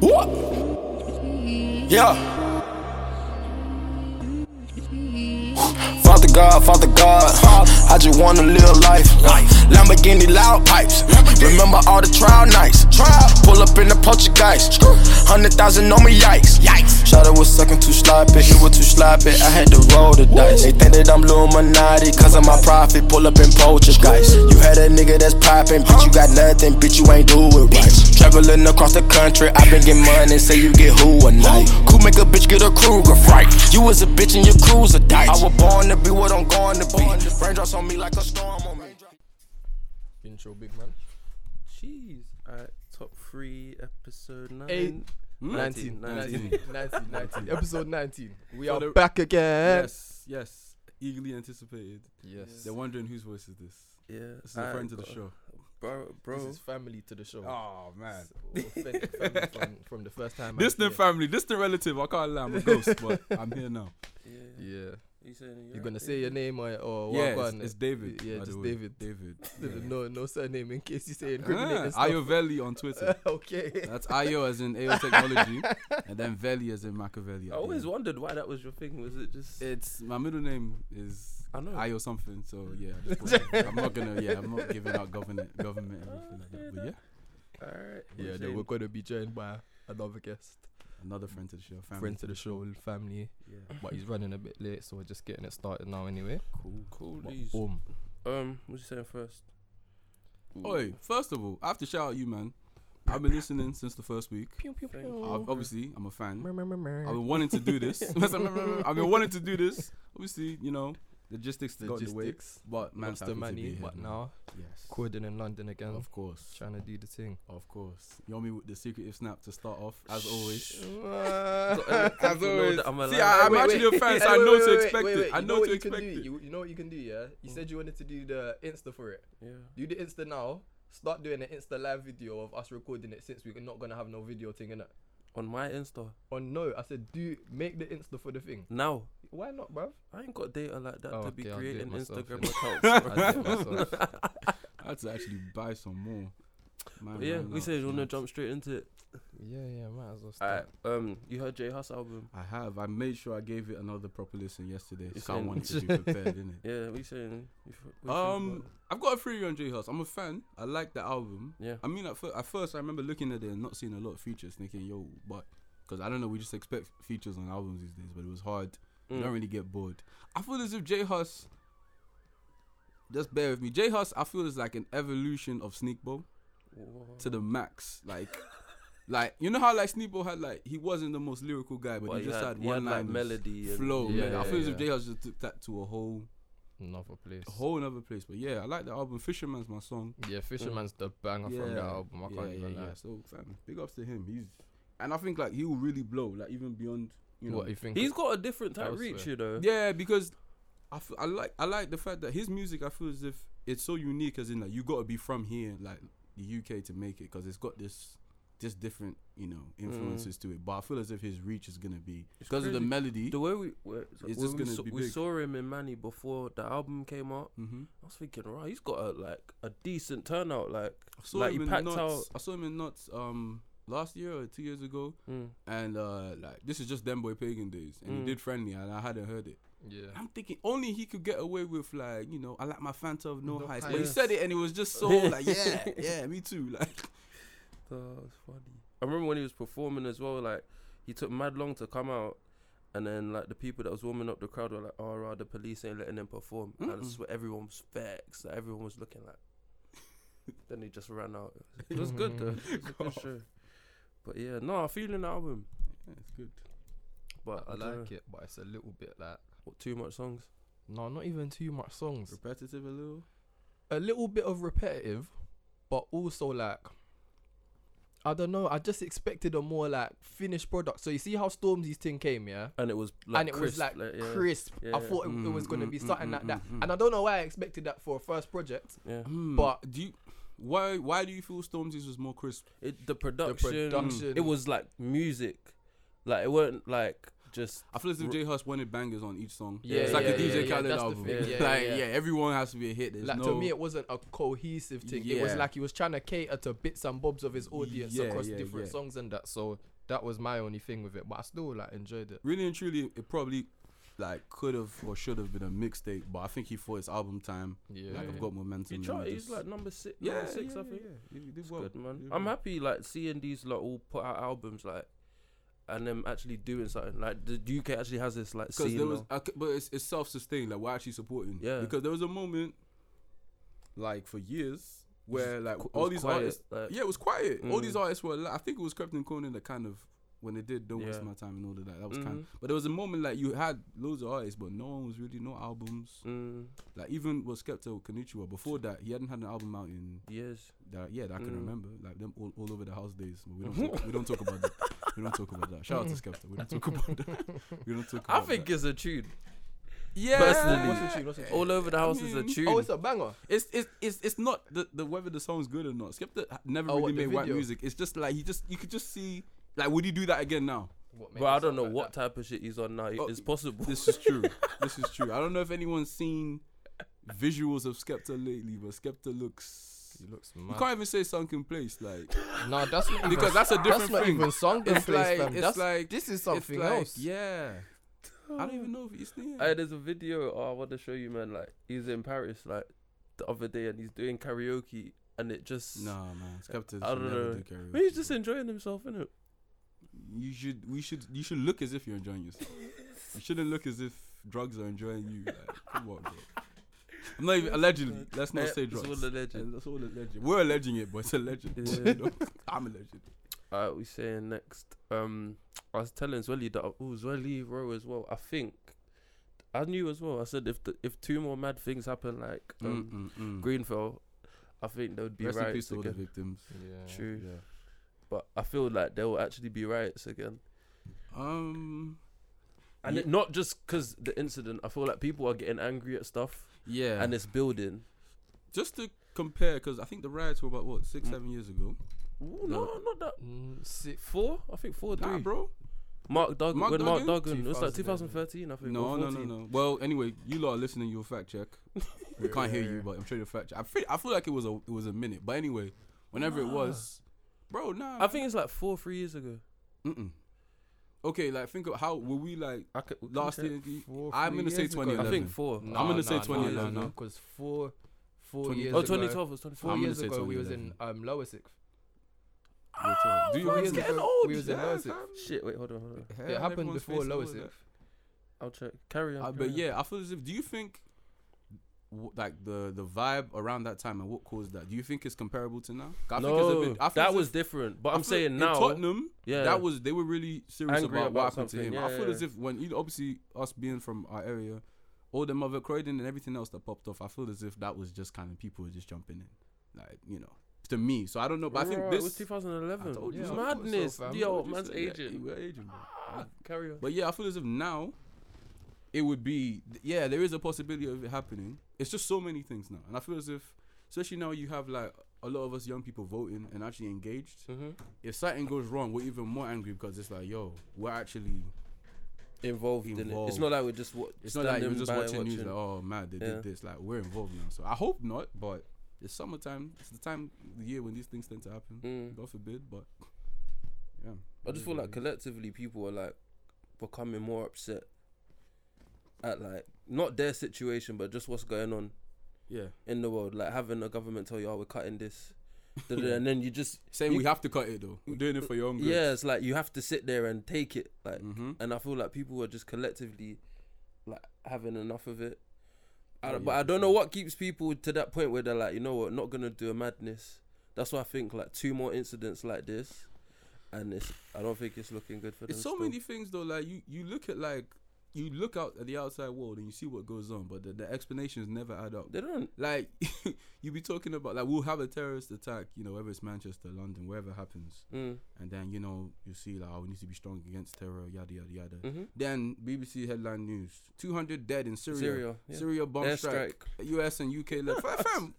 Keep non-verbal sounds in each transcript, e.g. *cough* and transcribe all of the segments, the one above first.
What? Yeah. Father God, Father God, I just wanna live life. Lamborghini loud pipes. Remember all the trial nights. Pull up in the poltergeist. Hundred thousand on me, yikes. Shadow was sucking too sloppy, he was too sloppy. I had to roll the dice. They think that I'm Illuminati, cause of my profit. Pull up in poltergeist. You had a nigga that's popping, bitch. You got nothing, bitch. You ain't do it right. Traveling across the country, I been getting money. Say you get who or night. Crew make a bitch get a Kruger fright. You was a bitch and your crew's a dice. I was born to be what I'm going to be. Raindrops on me like a storm on me. Intro, big man. Jeez. Alright, top three, episode nine. Eight. 19, *laughs* 19, 19. *laughs* 19, 19. Episode 19. We are For the- back again. Yes, yes. Eagerly anticipated. Yes. They're wondering whose voice is this. Yeah. This is a I friend to the got- show. Bro, This bro. is family to the show. *laughs* Oh man. So, family from, from the first time. I This the appeared. family, this the relative. I can't lie, I'm a ghost, but I'm here now. Yeah. Yeah. You saying You're gonna say your name or, or yeah, what? it's, it's David. Yeah, by the just way. David. David. *laughs* Yeah. No, no surname in case you say incriminating Ah, stuff. Ayo Veli *laughs* on Twitter. okay. That's Ayo as in AO *laughs* Technology, and then Veli as in Machiavelli. I at always the end. wondered why that was your thing. Was it just? It's my middle name is I know. Ayo something, so yeah. I just put it. I'm not gonna. Yeah, I'm not giving out government, government, and everything like that. But yeah, Alright. Yeah, we're then we're saying- gonna be joined by another guest, another friend to the show, family. friend to the show, family. Yeah, But he's running a bit late, so we're just getting it started now anyway. cool. cool. But These. boom. Um, what you saying first? *laughs* Oi, first of all, I have to shout out you, man. I've been listening since the first week. Thank I've, you. obviously, I'm a fan. I've I'll been wanting to *laughs* do this. *laughs* I've been wanting to do this. Obviously, you know, logistics got in the way. Logistics. But man's Lost the happy to be money, here, but man. now yes, Corden in London again, of course, trying to do the thing. of course. You want me with the secretive snap to start off, as always. *laughs* As always. I'm See, I- I'm Wait, actually wait. a fan, Hey, so I *laughs* wait, know wait, to wait, expect wait, it. wait. I You know what to you can expect do? it. You, you know what you can do, yeah? You said you wanted to do the Insta for it. Yeah. Do the Insta now. Start doing an Insta live video of us recording it since we're not gonna have no video thing in it. On my Insta Or no, I said do make the Insta for the thing. now. Why not, *laughs* bruv? I ain't got data like that Oh, to be okay, I'll do it creating myself, Instagram yeah. accounts. bro. I did it myself. I had to actually buy some more. Man, But yeah, man, we love, said you wanna man. jump straight into it. *laughs* yeah, yeah, might as well Alright. start. Um, you heard Jay Huss album? I have. I made sure I gave it another proper listen yesterday. You So I said- wanted to be prepared, didn't it? Yeah. We saying. You f- what you think Um, about it? I've got a theory on J House. I'm a fan. I like the album. Yeah. I mean, at, fir- at first, I remember looking at it and not seeing a lot of features, thinking, "Yo," but because I don't know, we just expect features on albums these days. But it was hard. You don't Mm. really get bored. I feel as if J Hus. Just bear with me. J Hus, I feel is like an evolution of Sneakbo Whoa. to the max. Like, *laughs* like you know how like Sneakbo had like he wasn't the most lyrical guy, but, But he just had, he one like, line melody and flow. Yeah, man. I yeah, feel as if yeah. J Hus just took that to a whole Another place. a whole another place. But yeah, I like the album. Fisherman's my song. yeah, Fisherman's the banger from that Yeah, album. I can't even lie. So fam, big ups to him. He's and I think like he will really blow, like even beyond you know. What you think? He's got a different type of Elsewhere. reach, you know. yeah, because I, f- I like I like the fact that his music I feel as if it's so unique as in like you got to be from here like the UK to make it because it's got this just different you know influences Mm. to it. But I feel as if his reach is gonna be It's because of the crazy. melody. The way we where, It's when just we, gonna saw, be we big. saw him in Manny before the album came out. mm-hmm. I was thinking, right, he's got a like a decent turnout. Like, I saw like him he in packed Nuts. out. I saw him in Nuts um last year or two years ago. Mm. and uh like this is just them boy pagan days and Mm. he did friendly and i hadn't heard it yeah. i'm thinking only he could get away with like you know i like my fanta of no, No heights. heights but he Yes. said it and it was just *laughs* so like yeah yeah me too like That was funny. I remember when he was performing as well. Like, he took mad long to come out, and then like the people that was warming up the crowd were like, "Oh, right, the police ain't letting him perform." And this is what everyone was vexed. Like, everyone was looking like. *laughs* then he just ran out. It was good though. *laughs* It was a *laughs* good show. But yeah, no, I'm feeling the album. yeah, it's good But I like it, but it's a little bit like What, too much songs? no, not even too much songs. repetitive a little a little bit of repetitive, but also like I don't know. I just expected a more like finished product. So you see how Stormzy's thing came, yeah, And it was like and it was crisp, like, yeah, crisp. yeah. I thought it, it was gonna Mm, be mm, something mm, like mm, that, mm. and I don't know why I expected that for a first project. yeah. But- but do you why why do you feel stormzy's was more crisp It, the production, production. it was like music, like it weren't like just I feel as if R- J Hus wanted bangers on each song. Yeah, it's like yeah, a DJ yeah, yeah, Khaled that's the album. *laughs* thing, yeah, like, yeah, yeah. yeah. everyone has to be a hit. There's like no, to me, it wasn't a cohesive thing. It was Yeah. like he was trying to cater to bits and bobs of his audience Yeah, across yeah, different yeah. songs and that. So That was my only thing with it, but I still like enjoyed it. Really and truly, it probably like could have or should have been a mixtape, but I think he thought it's album time. Yeah, like I've got momentum. He let tried, me he's just- like number six, yeah, number six, yeah, I think. yeah, yeah. He did It's well. good, man. Did I'm well. happy like seeing these lot all put out albums like, and them actually doing something. Like the UK actually has this like Because scene. there was, now. I c- but it's, it's self-sustained. Like we're actually supporting. Yeah. Because there was a moment, like for years, where like Qu- it all was these quiet, artists, like- yeah, it was quiet. All these Mm. artists were. Like, I think it was Crept and Conan that kind of when they did "Don't Waste Yeah. Mm-hmm. My Time" and all of that. That was mm, kind. But there was a moment like you had loads of artists, but no one was really no albums. Mm, Like even was Skepta or Konichiwa. Before that, he hadn't had an album out in yes. that. Yeah, that I can Mm. remember. Like them all, all over the house days. But we *laughs* don't talk, we don't talk about that. We don't talk about that. Shout out to Skepta. We don't talk about that. We don't talk. I About think that. it's a tune. yeah. personally- What's the tune? What's the tune? All over the house is a mean- tune. Oh, it's a banger. It's it's it's, it's not the, the whether the song's good or not. Skepta never Oh, really what, the made white video? music. It's just like he just you could just see like would he do that again now? What, but I don't know what type of shit he's on now. Oh, it's possible. This is *laughs* true. this is true. I don't know if anyone's seen visuals of Skepta lately, but Skepta looks. He looks You mad. can't even say sunken place like No, that's not *laughs* because that's a different that's not thing. even song. It's place, like- fam. it's That's- like- this is It's something like, else. Yeah. I don't even know if it's there. *laughs* Hey, there's a video oh, I want to show you, man. Like he's in Paris, like the other day, and he's doing karaoke, and it just Nah, man. Skepta I should don't never know. do karaoke. But he's just enjoying himself, innit? you should we should you should look as if you're enjoying yourself. you shouldn't look as if drugs are enjoying you. Like, come on, bro. I'm not even allegedly. Let's not Eh, say it's drugs. all a legend. Eh, That's all a legend. We're alleging it, but it's a legend. Yeah. *laughs* You know? I'm a legend. Alright, we saying next. Um, I was telling Zwelly that oh Zwelly Rowe as well. I think I knew as well. I said if the, if two more mad things happen like um, Greenville, I think there would be Mm, Rest in peace riots to all the again. victims. Yeah. True, but I feel like there will actually be riots again, Um. and Ye- it, not just because the incident. I feel like people are getting angry at stuff, Yeah. and it's building. just to compare, because I think the riots were about what six, Mm. seven years ago. Ooh, no, not that Mm, six. four. I think four, three. Nah, bro. Mark Duggan. Mark when Mark Duggan? Duggan, it was like 2000, 2013. I think. No, or no, no, 14. no. Well, anyway, you lot are listening. You'll fact check. We can't hear you, but I'm sure you'll fact check. I feel, I feel like it was a it was a minute, but anyway, whenever it was, bro. Nah, I think it's like four, three years ago. Mm-mm. Okay, like think of how were we like I could, we can last check. year? Four, I'm three gonna say years ago. I 2011. think four. I'm gonna say 2011. because four, four 20 years. Oh, ago- 2012 was 2012. Four I'm gonna years say ago, we was in 2011. um lower sixth. Ah, Oh, Do you four remember? years ago, Getting we was in yeah, lower fam. sixth. Shit, wait, hold on, hold on. Hell, It happened everyone's before facing all lower of that. sixth. I'll check. Carry on. Uh, but carry on. yeah, I feel as if. Do you think, w- like the the vibe around that time and what caused that? Do you think it's comparable to now? I think no, it's a bit, I feel that as was if- different. I But I'm feel saying in now, Tottenham. yeah, That was they were really serious Angry about, what about happened to him. something, I yeah, feel yeah. as if when you obviously us being from our area, all the mother Croydon and everything else that popped off, I feel as if that was just kind of people were just jumping in, like you know, to me. So I don't know, but I think Right, it was this. 2011. I told you Yeah, so. I thought so, Madness. fam. Yo, What did you man's say? Yeah, agent. you were agent, bro. Ah, carry on. But yeah, I feel as if now it would be yeah, there is a possibility of it happening. It's just so many things now. And I feel as if especially now you have like a lot of us young people voting and actually engaged. hmm If something goes wrong, we're even more angry because it's like, yo, we're actually Involved, in it. It's Involved. not like we're just what. it's not like standing we're just by watching, news like, oh man, they Yeah. did this, like we're involved now. So I hope not, but it's summertime. It's the time of the year when these things tend to happen. Mm. God forbid, but *laughs* yeah. I just feel like Everybody- collectively people are like becoming more upset at like not their situation, but just what's going on Yeah. in the world. Like having a government tell you, "Oh, we're cutting *laughs* this," da-da-da, and then you just Saying you- we have to cut it though. We're doing it for your own good. yeah, it's like you have to sit there and take it. Like, Mm-hmm. and I feel like people are just collectively like having enough of it. I Oh, don't- yeah, but I for don't know sure. what keeps people to that point where they're like, you know what, not gonna do a madness. That's why I think like two more incidents like this, and it's I don't think it's looking good for them. it's so still. many things though like you you look at like you look out at the outside world and you see what goes on but the, the explanations never add up They don't. like *laughs* you be talking about like we'll have a terrorist attack you know whether it's manchester london wherever it happens Mm, and then you know you see like oh, we need to be strong against terror yada yada yada mm-hmm. then bbc headline news 200 dead in syria Syria, yeah. Syria bomb strike, Airstrike. US and UK *laughs* led. Fam,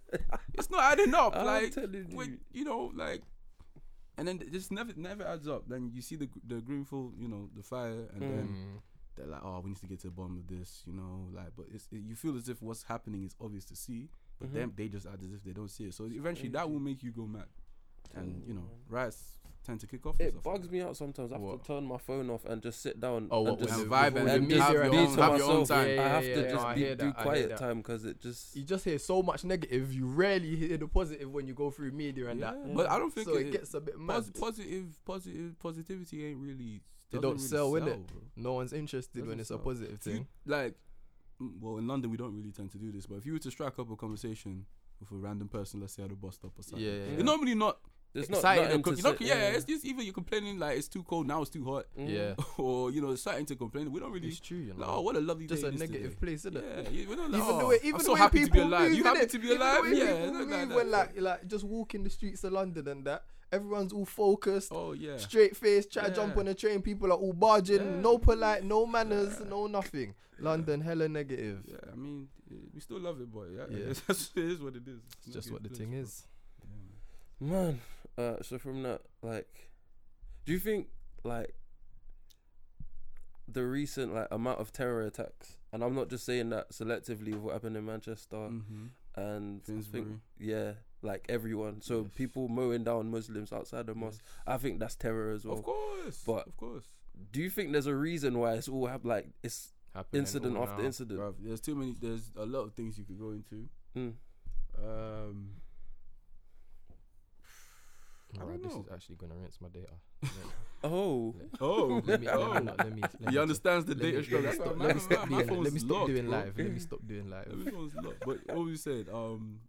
it's not adding up. I'm like, telling when- you. you know, like, and then it just never never adds up. Then you see the gr- the Greenfield, you know, the fire, and then Mm. they're like, oh, we need to get to the bottom of this, you know, like, but it's it, you feel as if what's happening is obvious to see, but Mhm. them they just act as if they don't see it. So eventually, that will make you go mad, and you know, riots time to kick off. and It stuff like bugs me out sometimes. I have What? to turn my phone off and just sit down Oh, what, and with just the- And vibe with and the then media have your and own- stuff? have your own time. Yeah, I yeah, have yeah, to yeah, just I be, hear that, be I hear quiet that. time because it just You just hear so much negative. You rarely hear the positive when you go through media and Yeah, that. but I don't think so. It, it- gets a bit mad. Pos- positive, positive, positivity ain't really. They doesn't don't really sell, innit? bro. no one's interested when Doesn't it's a sound- positive If you- thing. like, mm, well, in London we don't really tend to do this, but if you were to strike up a conversation with a random person, let's say at a bus stop or something, Yeah, yeah, it's yeah. normally not there's not exciting. nothing or co- to you know, sit- yeah, it's just either you're complaining like it's too cold now, it's too hot, *laughs* Mm. Yeah, or you know, it's something to complain. We don't really. it's true. You know, Like, oh, what a lovely just day a it is negative today. place, *laughs* isn't it? Yeah, you- we're not like, Even oh, the way, even I'm the so way happy people to be alive. Move, You happy innit? to be Even the alive? way Yeah, people like move that. when like, like just walking the streets of London and that. Everyone's all focused, Oh yeah. straight face. Try to jump Yeah. on a train. People are all barging, Yeah. no polite, no manners, Yeah. no nothing. London, hella negative. Yeah, I mean, eh, we still love it, boy. Yeah, Yeah. *laughs* yeah. it is what it is. It's It's not just good what the place, thing bro. is. Yeah, man. Man, uh, so from that, like, do you think like the recent like amount of terror attacks, and I'm not just saying that selectively with what happened in Manchester Mm. Mhm. and I think, Finsbury. yeah, like everyone. So Yes. people mowing down Muslims outside the mosque. I think that's terror as Of well. course. but- of course. Do you think there's a reason why it's all hap- like it's Happening incident all after now. incident? Bruv, there's too many. There's a lot of things you could go into. Mm. Um, I Alright, don't this is know. actually gonna rinse my *laughs* data. Oh, oh, *laughs* Let me, let me, oh. let me, let me, let he me understands the let me- data let struggle. me That's stop- why let me stop my- *laughs* my doing- Let phone's me stop locked, doing bro. live. Let *laughs* me stop doing My live. phone's locked. But what we said, um,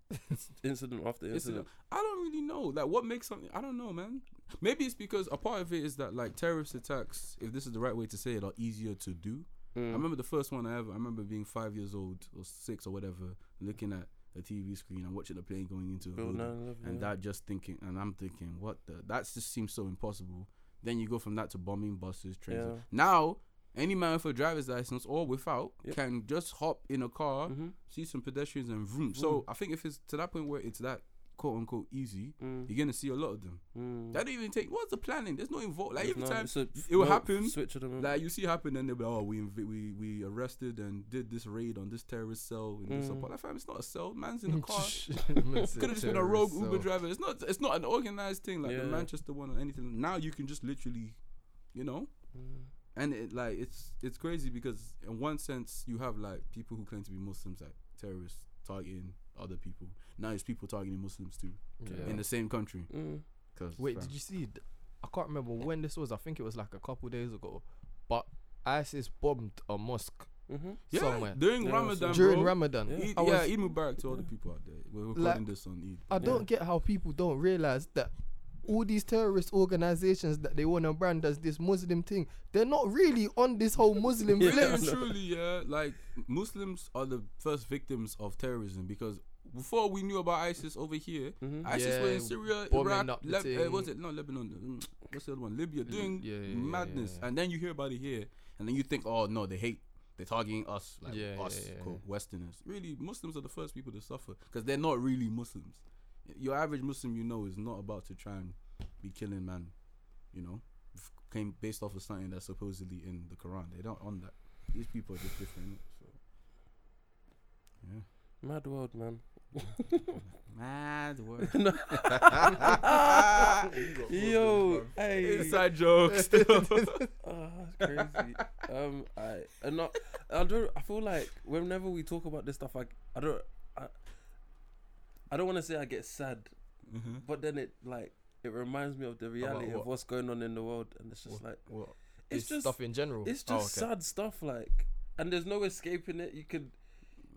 incident after It's incident. I don't really know. Like, what makes something? I don't know, man. Maybe it's because a part of it is that like terrorist attacks, if this is the right way to say it, are easier to do. mm. I remember the first one I ever. I remember being five years old or six or whatever, looking at a TV screen and watching a plane going into a Bill building, 9/11, and yeah. that just thinking, and I'm thinking, what the? That just seems so impossible. Then you go from that to bombing buses, trains. Yeah. Now. Any man with a driver's license or without Yep. can just hop in a car, Mhm. see some pedestrians, and vroom. So I think if it's to that point where it's that quote unquote easy, Mm. you're gonna see a lot of them. Mm. That don't even take. What's the planning? There's no involved. Like There's every no- time it's a- it will no, happen, Switch of the moment. like you see happen, and they'll be like, oh, we inv- we we arrested and did this raid on this terrorist cell in this Mm. apartment. Like, fam, it's not a cell. Man's *laughs* in *laughs* a car. *laughs* It's a Could have just been a rogue terrorist Uber cell. driver. It's not. It's not an organized thing like Yeah. the Manchester one or anything. Now you can just literally, you know, Mm. and it like it's it's crazy because in one sense you have like people who claim to be Muslims like terrorists targeting other people. Now it's people targeting Muslims too Yeah. in the same country. Mm. 'Cause, Wait, fam, did you see? th- I can't remember when this was. I think it was like a couple days ago. But ISIS bombed a mosque Mm-hmm. yeah, somewhere during Yeah, Ramadan, so- during bro. Ramadan. Yeah. Eid, I was- yeah, Eid Mubarak to all the people out there. We're recording Like- this on Eid. I don't get how people don't realize that all these terrorist organizations that they want to brand as this Muslim thing, they're not really on this whole Muslim Yeah. *laughs* yeah. Really I and know. truly, yeah, like Muslims are the first victims of terrorism because before we knew about ISIS over here, Mhm. ISIS Mm-hmm. Yeah, were in Syria, bombing Iraq, up the Leb- uh, thing. was it no Lebanon? mm, What's the other one? Libya, doing yeah, yeah, yeah, madness, yeah. and then you hear about it here, and then you think, oh no, they hate. They're targeting us, like Yeah, yeah, us, yeah, quote, yeah. Westerners. Really, Muslims are the first people to suffer because they're not really Muslims. Your average Muslim, you know, is not about to try and be killing man. You know, f- came based off of something that's supposedly in the Quran. They don't on that. These people are just different. So. Yeah. Mad world, man. Mad word. *laughs* *laughs* Yo, hey. Inside *laughs* jokes. *laughs* Oh, that's crazy. um, I and not. I don't. I feel like whenever we talk about this stuff, I I don't. I, I don't want to say I get sad, Uh-huh. but then it like it reminds me of the reality of what? what's going on in the world, and it's just like it's just stuff in general. it's Oh, just okay. sad stuff. Like, and there's no escaping it. You could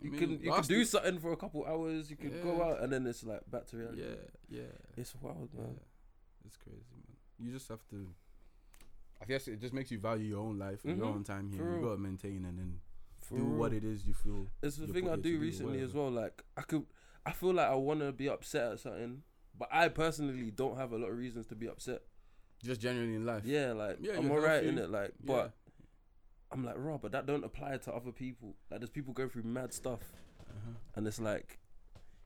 you can you can do something for a couple hours. You could go Yeah. out, and then it's like back to reality. Yeah, yeah, It's wild, yeah. man. It's crazy, man. You just have to. I guess it just makes you value your own life, and your Mhm. own time here. For You real. gotta maintain and then For do what real. it is you feel. It's the you're thing I putting it to do do, recently as whatever. well. Like I could, I feel like I want to be upset at something, but I personally don't have a lot of reasons to be upset. Just generally in life. Yeah, like Yeah, I'm you're alright in healthy. it. Like, Yeah. but I'm like, raw, but that don't apply to other people. Like, there's people going through mad stuff, Uh-huh. and it's like,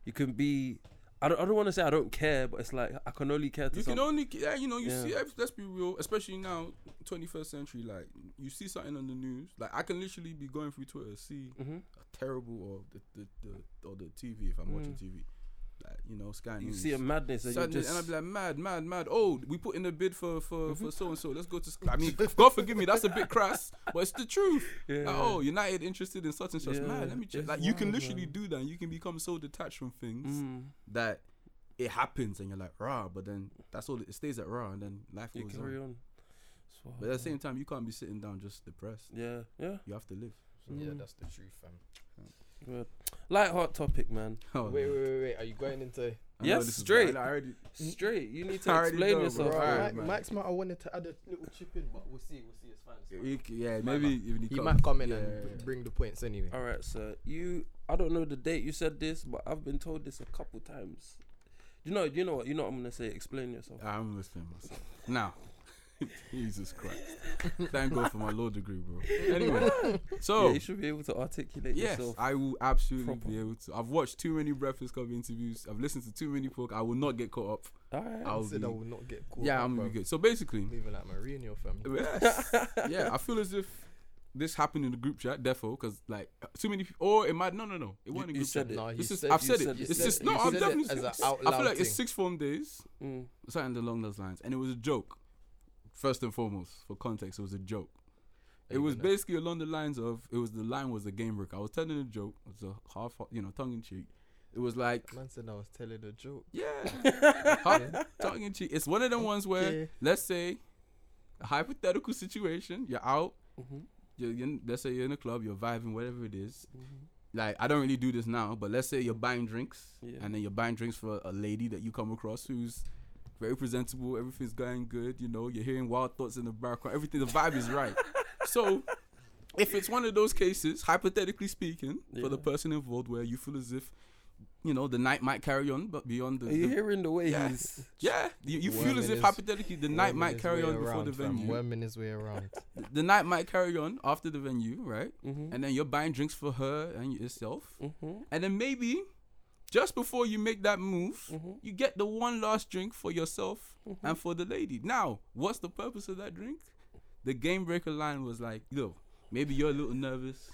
you can be. I don't. I don't want to say I don't care, but it's like I can only care to. You can some- only, yeah, you know, you Yeah. see. ev- Let's be real, especially now, 21st century. Like, you see something on the news. Like, I can literally be going through Twitter, see Mhm. a terrible or the the, the or the TV if I'm watching Mm. TV. like you know Sky You News. see a madness and you Suddenly- just. Mm-hmm. and I'd be like, mad, mad, mad. Oh, we put in a bid for for for so and so. Let's go to. Sky. I mean, God forgive me, that's a bit crass, but it's the truth. *laughs* Yeah. Like, oh, United interested in such and such. Yeah. Man, let me check. It's Like, you can wild, literally man. do that. and You can become so detached from things Mm. that it happens, and you're like, rah. But then that's all. It stays at rah, and then life You goes carry on. on. It's wild, But at the man. same time, you can't be sitting down just depressed. Yeah, yeah. You have to live. *laughs* Yeah, Mm. that's the truth, fam. Good. Light heart topic, *laughs* man. Oh, Wait, man. wait, wait, wait. Are you going into? I know Yes, this is- straight. I already. Straight. You need to I already explain know, yourself. bro. man. Right, man. Max might have wanted to add a little chip in, but we'll see. We'll see. It's fine. It's fine. You c- Yeah, maybe even He might come in yeah, and yeah, yeah. bring the points anyway. All right, sir. You, I don't know the date you said this, but I've been told this a couple times. You know, you know what? You know what I'm gonna say. Explain yourself. I'm listening myself. Now, *laughs* Jesus Christ. Thank God for my law degree, bro. Anyway, Yeah, so you should be able to articulate Oh. yes, yourself. I will absolutely proper. be able to. I've watched too many Breakfast Club interviews. I've listened to too many podcasts. I will not get caught up. All right. I'll said be- I will not get caught. yeah, up, I'm gonna bro. be good. So basically, Moving like Mourinho, fam. yes, *laughs* yeah, I feel as if this happened in the group chat, therefore, because like too many people. Or it might no, no, no. It wasn't in you group said chat. it. No, you This is, said- I've you said said it. it. It's You said just it. no. You I'm said it definitely. as a it's- out I loud feel like it's thing. six form days. Mm. something along those lines, and it was a joke. First and foremost, for context, it was a joke. It you was gonna- basically along the lines of it was the line was a game brick. I was telling a joke. It was a half, you know, tongue in cheek. It was like Man said I was telling a joke. yeah, *laughs* half, tongue in cheek. It's one of them ones where Okay. let's say a hypothetical situation. You're out. Mm-hmm. You're, you're in- let's say you're in a club. You're vibing, whatever it is. Like I don't really do this now, but let's say you're buying drinks, Mm-hmm. Yeah. and then you're buying drinks for a lady that you come across who's very presentable. Everything's going good. You know, you're hearing wild thoughts in the background. Everything, the vibe *laughs* is right. So, if it's one of those cases, hypothetically speaking, for the Yeah. person involved, where you feel as if, you know, the night might carry on, but beyond the, Are you the- hearing the way Yeah. he's? yeah, you, you feel as Worming if his- hypothetically the night Worming might his carry way on before the around, fam. venue. Worming his way around. The night might carry on after the venue, right? Mm-hmm. And then you're buying drinks for her and yourself. Mm-hmm. And then maybe just before you make that move, Mm-hmm. Mhm. you get the one last drink for yourself and for the lady. Now, what's the purpose of that drink? The game breaker line was like, yo, maybe you're a little nervous.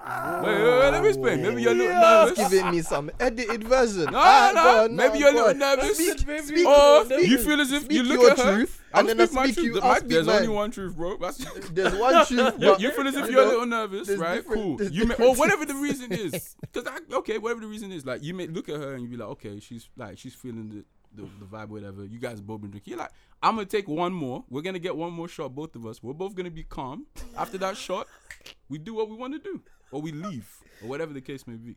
Ah. wait, wait, *laughs* wait, let me explain. Maybe you're a little nervous. giving me some edited version. No, Ah, no, go on, maybe no, you're a go little on. nervous. Speak- speak or your you truth. feel as if Speak you look your at her. truth, I'm and then I speaking my speak truth. you. There I might- speak There's only mine. one truth, bro. That's- *laughs* There's *laughs* one truth. you, but you feel as if you you're a know, little nervous, there's right? different- Cool. there's You may, or different whatever the *laughs* reason is, because okay, whatever the reason is, like you may look at her and you be like, okay, she's like she's feeling the. The, the vibe, whatever you guys both been drinking, you're like, I'm gonna take one more. We're gonna get one more shot, both of us. We're both gonna be calm. After that shot, we do what we want to do, or we leave, or whatever the case may be.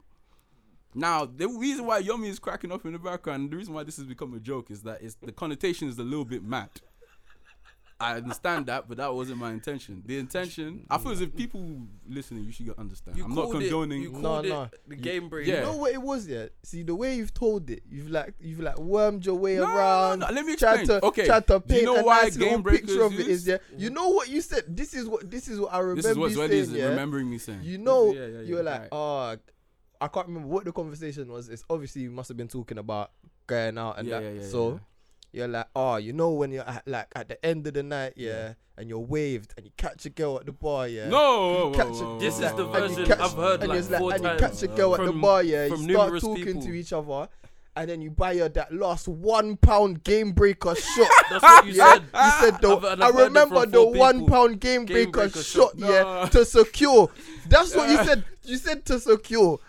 Now, the reason why Yomi is cracking up in the background, the reason why this has become a joke is that it's, the connotation is a little bit mad. I understand that, but that wasn't my intention. The intention, I feel as if people listening, you should get- understand. You I'm not called it- condoning. you No, called it no. The game break. yeah. You know what it was, yeah. See the way you've told it, you've like you've like wormed your way around. no, let me Tried explain. to, Okay, tried to do you paint know a why nice little Game Breakers picture of it used? is yeah. You know what you said. This is what this is what I remember. this is what you Zwelly saying, is yeah? remembering me saying. You know, Yeah, yeah, yeah, you were like, right. oh, I can't remember what the conversation was. It's obviously you must have been talking about going out and Yeah, that. yeah, yeah, so yeah. you're like, oh, you know when you're at, like at the end of the night, yeah, Yeah. and you're waved and you catch a girl at the bar, yeah. No, whoa, whoa, catch whoa, it. whoa, This is whoa, the whoa, and you version whoa, catch- I've heard and like it's like, four and you times. catch a girl at the From- bar, yeah. from You start numerous talking people. to each other, and then you buy her that last one pound game breaker shot. That's what *laughs* you *laughs* Yeah, said. you said the, I've- and I I've heard it remember from the four one people. pound game, Game breaker, breaker shot. shot, yeah, No. to secure. That's what you said. You said to secure.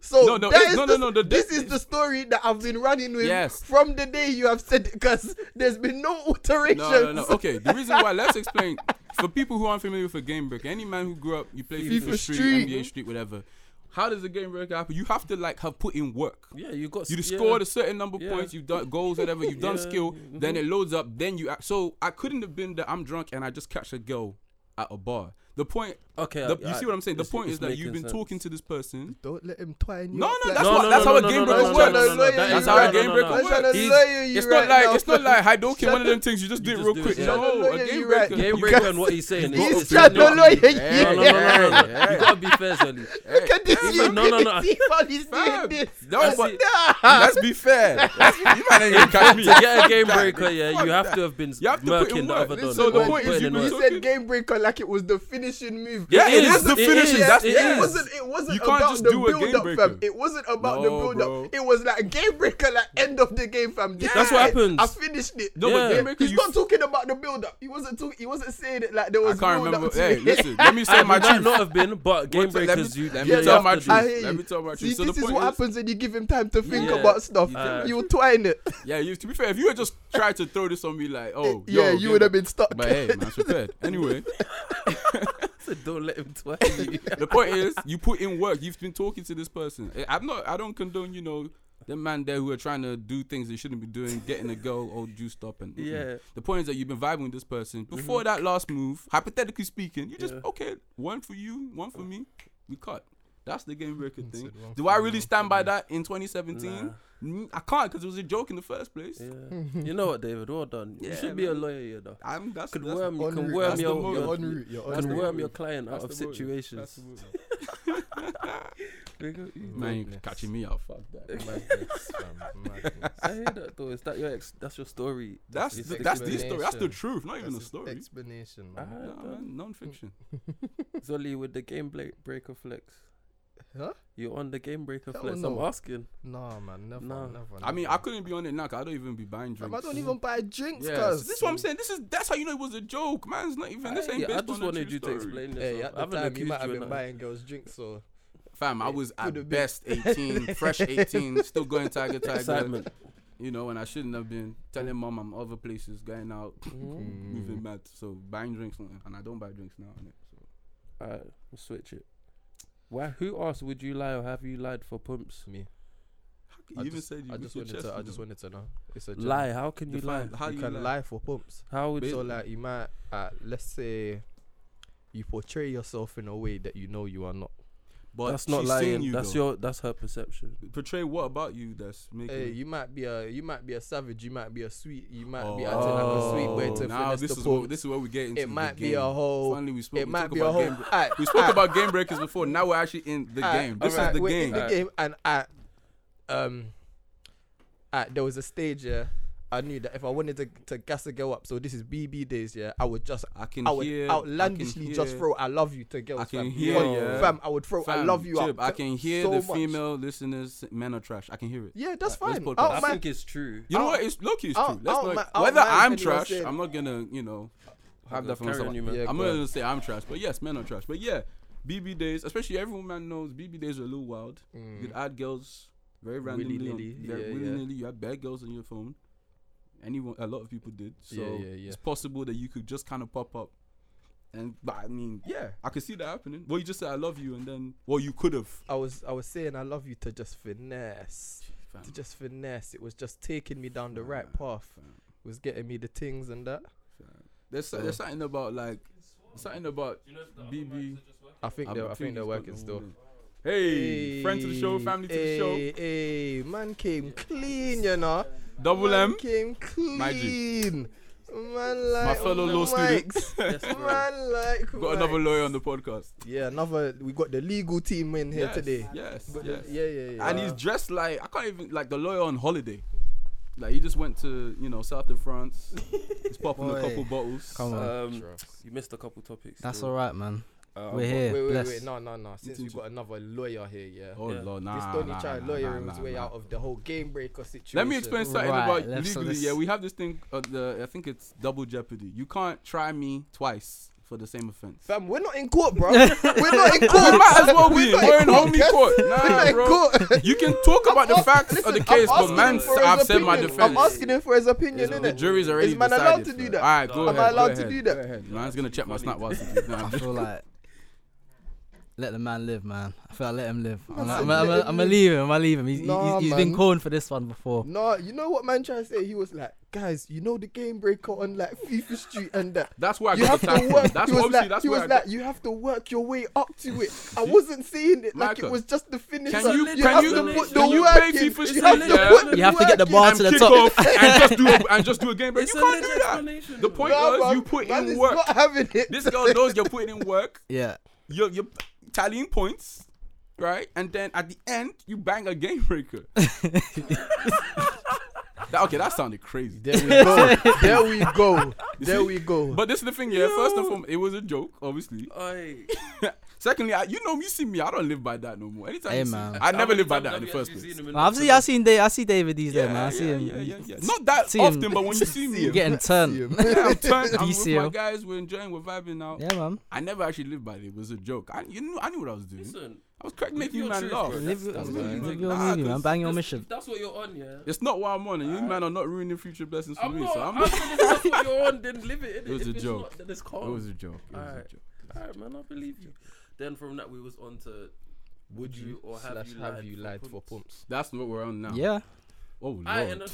So No, no, that it's- is no, the, no, no, the- this is the story that I've been running with Yes. from the day you have said because there's been no *laughs* alterations. No, no, no. Okay, the reason why let's explain for people who aren't familiar with a game breaker. Any man who grew up, you play FIFA, FIFA Street, Street. NBA Street, whatever. How does a game breaker happen? You have to like have put in work. Yeah, you got. You yeah. scored a certain number of Yeah. points. You've done goals, whatever. You've done Yeah. skill. Then it loads up. Then you. Act. So I couldn't have been that I'm drunk and I just catch a girl at a bar. The point. Okay, the- I- you see what I'm saying? The it's- point it's is that you've making been sense. talking to this person. Don't let him twine you. No, up no, like that's that. what- that's how a game breaker works. That's how a game breaker I'm trying works. to He's- lawyer you It's right not like now. it's not like Hadouken. Shut One of them things you just do it just real do it, quick. yeah. No, Shut a the game lawyer, you breaker. right. Game You breaker guys- and what he's saying. is He's it's trying to not- lawyer you. No, no, no, no, no, no. Yeah. You gotta be fair, Zoli. Look at this. Yeah, no, no, no. *laughs* See how he's doing Fam, this. No, I but see- let's be fair. Let's- You might ain't gonna catch me. to get a game breaker, yeah, Fuck you have that. to have been You have to put in murking the work. other Listen, dog. so the Well, point put is in you work. You Talking- said game breaker like it was the finishing move. Yeah, it is is the it finishing, is, that's- it is. yeah, it It wasn't. It wasn't You can't about just the do a game build up, breaker. fam. It wasn't No, about the build bro. up. It was like game breaker, like end of the game, fam. This That's is what it. happens. I finished it. No, but Yeah. game breaker, He's you not talking about the build up. He wasn't. Talk- he wasn't saying it like there I was. can't build remember. Up to Hey, it. listen, let me say It my might truth. not have been, but game What's up? Let breakers. me- You let you me tell have my to do. truth. *laughs* I hear Let you. me tell my See, truth. So the this is point what is- happens when you give him time to think Yeah. about stuff. Uh, You'll twine it. Yeah, you, to be fair, if you had just tried to throw this on me, like, oh, *laughs* yeah, yo, you game would have been stuck. But *laughs* hey, man, I was prepared. Anyway, So Don't let him twang you. the point is, you put in work. You've been talking to this person. I- I'm not. I don't condone. You know, the man there who are trying to do things they shouldn't be doing, getting a girl all juiced up, and mm-mm. Yeah. The point is that you've been vibing with this person Mm-hmm. before that last move. Hypothetically speaking, you just Yeah. okay, one for you, one for me. We cut. That's the game breaker thing. said one Do for I me, really one stand for by me. that in 2017? Mm, I can't because it was a joke in the first place. Yeah. You know what, David? Well done. you Yeah, should be a man. lawyer, you know. I'm that's, Could that's worm, you en can route. worm That's the your, moment. your, On en route, you're you en can route. worm your client out of the motive. That's situations. the motive. *laughs* Nigga, you- Man, you Madness. catching me out. Fuck that. Madness, fam, madness. I hear that though. Is that your ex? That's your story. That's your the, stick that's to the it. story. That's the explanation. truth. Not even That's the his story. Explanation, Ah, man. Nah, man, non-fiction. *laughs* Zolly with the game bla- breaker flex. Huh? You're on the game breaker Hell flex. no. I'm asking. Nah, man, never, Nah. never. I mean, never. I couldn't be on it now 'cause I don't even be buying Fam, drinks. I don't even buy drinks, Yeah, so cuz. this is what I'm saying. This is that's how you know it was a joke, man. It's not even. This I, ain't yeah, based I just on a wanted true you to story. explain yourself. Hey, I at the haven't time, you might accused have you of nothing. been buying girls drinks, so Fam, I It was could've at been. best 18, fresh 18, still going Tiger Tiger. Excitement. You know, and I shouldn't have been telling mom I'm other places, going out, *laughs* Mm. moving Mm-hmm. mad. So buying drinks, and I don't buy drinks now. innit? So. Alright, we'll switch it. Why? Who asked? Would you lie or have you lied for pumps? me. How can I you even just- said you I beat just your wanted chest, to. I you just know? wanted to know. It's a joke. Lie. How can you Define- lie? How you, you can lie? lie for pumps. How would So like you might, uh, let's say, you portray yourself in a way that you know you are not. But that's not she's seen lying. You, that's though. your. That's her perception. portray. What about you? That's making Hey, it- you might be a, you might be a savage. You might be a sweet. You might be acting like a sweet boy to finesse now Oh, this the is pumps. what this is what we get into. it the might be game. a whole. Finally, we spoke. it we might talk be a about whole. game bre- Aight, we spoke aight, about game *laughs* breakers before. Now we're actually in the aight, game. This Uh, alright, is the we're game. In the game, and I, um, aight, there was a stage. Yeah, I knew that if I wanted to to gas a girl up, so this is BB days. Yeah, I would just I can I would hear. I outlandishly can just hear- throw "I love you" to girls. I can fam. hear, Fam, yeah. fam. I would throw "I Fam, love you" Chib, up. I can hear so the much. female listeners. Men are trash. I can hear it. Yeah, that's fine. Like, Oh, this podcast- Out I my- think it's true. You know I'll- what? It's look, it's I'll- true. Let's I'll not, ma- I'll whether mind I'm anyone trash, saying- I'm not gonna, you know, have that for Carry on, myself. you man. Yeah, I'm go not on. gonna say I'm trash, but yes, men are trash. But yeah, BB days, especially every man knows BB days are a little wild. You Mm. could add girls very randomly, Willy-nilly, on- very yeah, yeah. willy-nilly. You had bad girls on your phone. Anyone, a lot of people did. So Yeah, yeah, yeah. it's possible that you could just kind of pop up. And but I mean, yeah, I could see that happening. Well, you just said I love you, and then well, you could have. I was I was saying I love you to just finesse, Fam, to just finesse. It was just taking me down the right path. fam. It was getgetting me the things and that. There's so, there's something about like something about BB. I think I'm they're I between think they're these, working but still. no, no. Hey, friend to the show, Hey, family to the show. hey, Hey, man came clean, you know. Double man M, came My G. clean. Man like fellow law student. Mike's. Yes, bro. *laughs* Man like *laughs* got another Mike's. lawyer on the podcast. Yeah, another. We got the legal team in here Yes, today. Yes, Got yes. the- yeah, yeah, yeah. And he's dressed like I can't even like the lawyer on holiday. Like he just went to you know south of France. *laughs* He's popping a Boy. couple bottles. Come on. Um, *laughs* you missed a couple topics. That's still. all right, man. Uh, We're but- here. Um, wait, wait, bless. wait. No, no, no. Since we Continue. got another lawyer here, yeah. Oh Yeah. lord, nah, this Tony nah, Child nah, nah, lawyer nah, his way nah. out of the whole game breaker situation. Let me explain something Right, about let's- so legally. this- Yeah, we have this thing. Uh, the I think it's double jeopardy. You can't try me twice for the same offense. Fam, we're not in court, *laughs* bro. we're not in court. we might as well be. We're not We're in homie yes. court. *laughs* We're Nah, not in bro. court. You can talk about the I'm facts asking- of the I'm case, but asking man, him for his I've said my opinion. defense. I'm asking him for his opinion, the innit? jury's already man decided. allowed to for do it. that? All right, go Am ahead, I go allowed to ahead, do go that? ahead. Man's gonna check my snap whilst he's doing *laughs* I that. feel like let the man live, man. I feel like let him live. I'm Man like, said I'm let gonna him I'm gonna live. leave him. I leave him. He's, Nah, he's, he's been man. calling for this one before. No, you know what man trying to say? He was like, guys, you know the game breaker on like FIFA Street and that. That's where I you got have the to time. work. from. That's he was obviously like, that's he where was I like, got. you have to work your way up to it. I wasn't saying it like Michael, it was just the finish. Can you- can have you- to put can the you work pay in. FIFA You have Street, to yeah? put the You have to get the work in. bar and to the kick top. off and just *laughs* do a, and just do a game break. It's you a can't legit do that. explanation. The point Nah, is, man, you put man in is work. Not having it. *laughs* This girl knows you're putting in work. Yeah. You're you're tallying points, right? And then at the end, you bang a game *laughs* breaker. That- okay, that sounded crazy. *laughs* There we go. there we go. You There see? we go. But this is the thing, yeah. First and foremost, it was a joke, obviously. Oi. *laughs* Secondly, I, you know, you see me, I don't live by that no more. Anytime Hey, you see- man. I never How many lived by times that have in the you first actually place. seen him in I've the seen, I seen, Dave, I see David these days, man. I see yeah, him. yeah, yeah, yeah. Not that *laughs* See him. often, but when you see me, Getting turned. yeah, I'm turned. I'm with my DCL. guys. We're enjoying. We're vibing out. *laughs* Yeah, man. I never actually lived by it. It was a joke. I, you knew, I knew what I was doing. Listen, I was crack live making you your man truth, laugh. bro. Live, That's- that's what live, you live do. your Nah, movie, man. cause Bang your that's- mission. That's what you're on, yeah. It's not what I'm on, and you man are not ruining future blessings for I'm me. not. so I'm. I'm saying if that's what you're on, then live it. innit? *laughs* It was If a it's joke. not, Then it's it calm. was a joke. It was a Alright. joke. Alright, man, I believe you. Then from that we was on to would you or have slash you have lied you for lied pumps? for pumps? That's what we're on now. Yeah. Oh I and lord.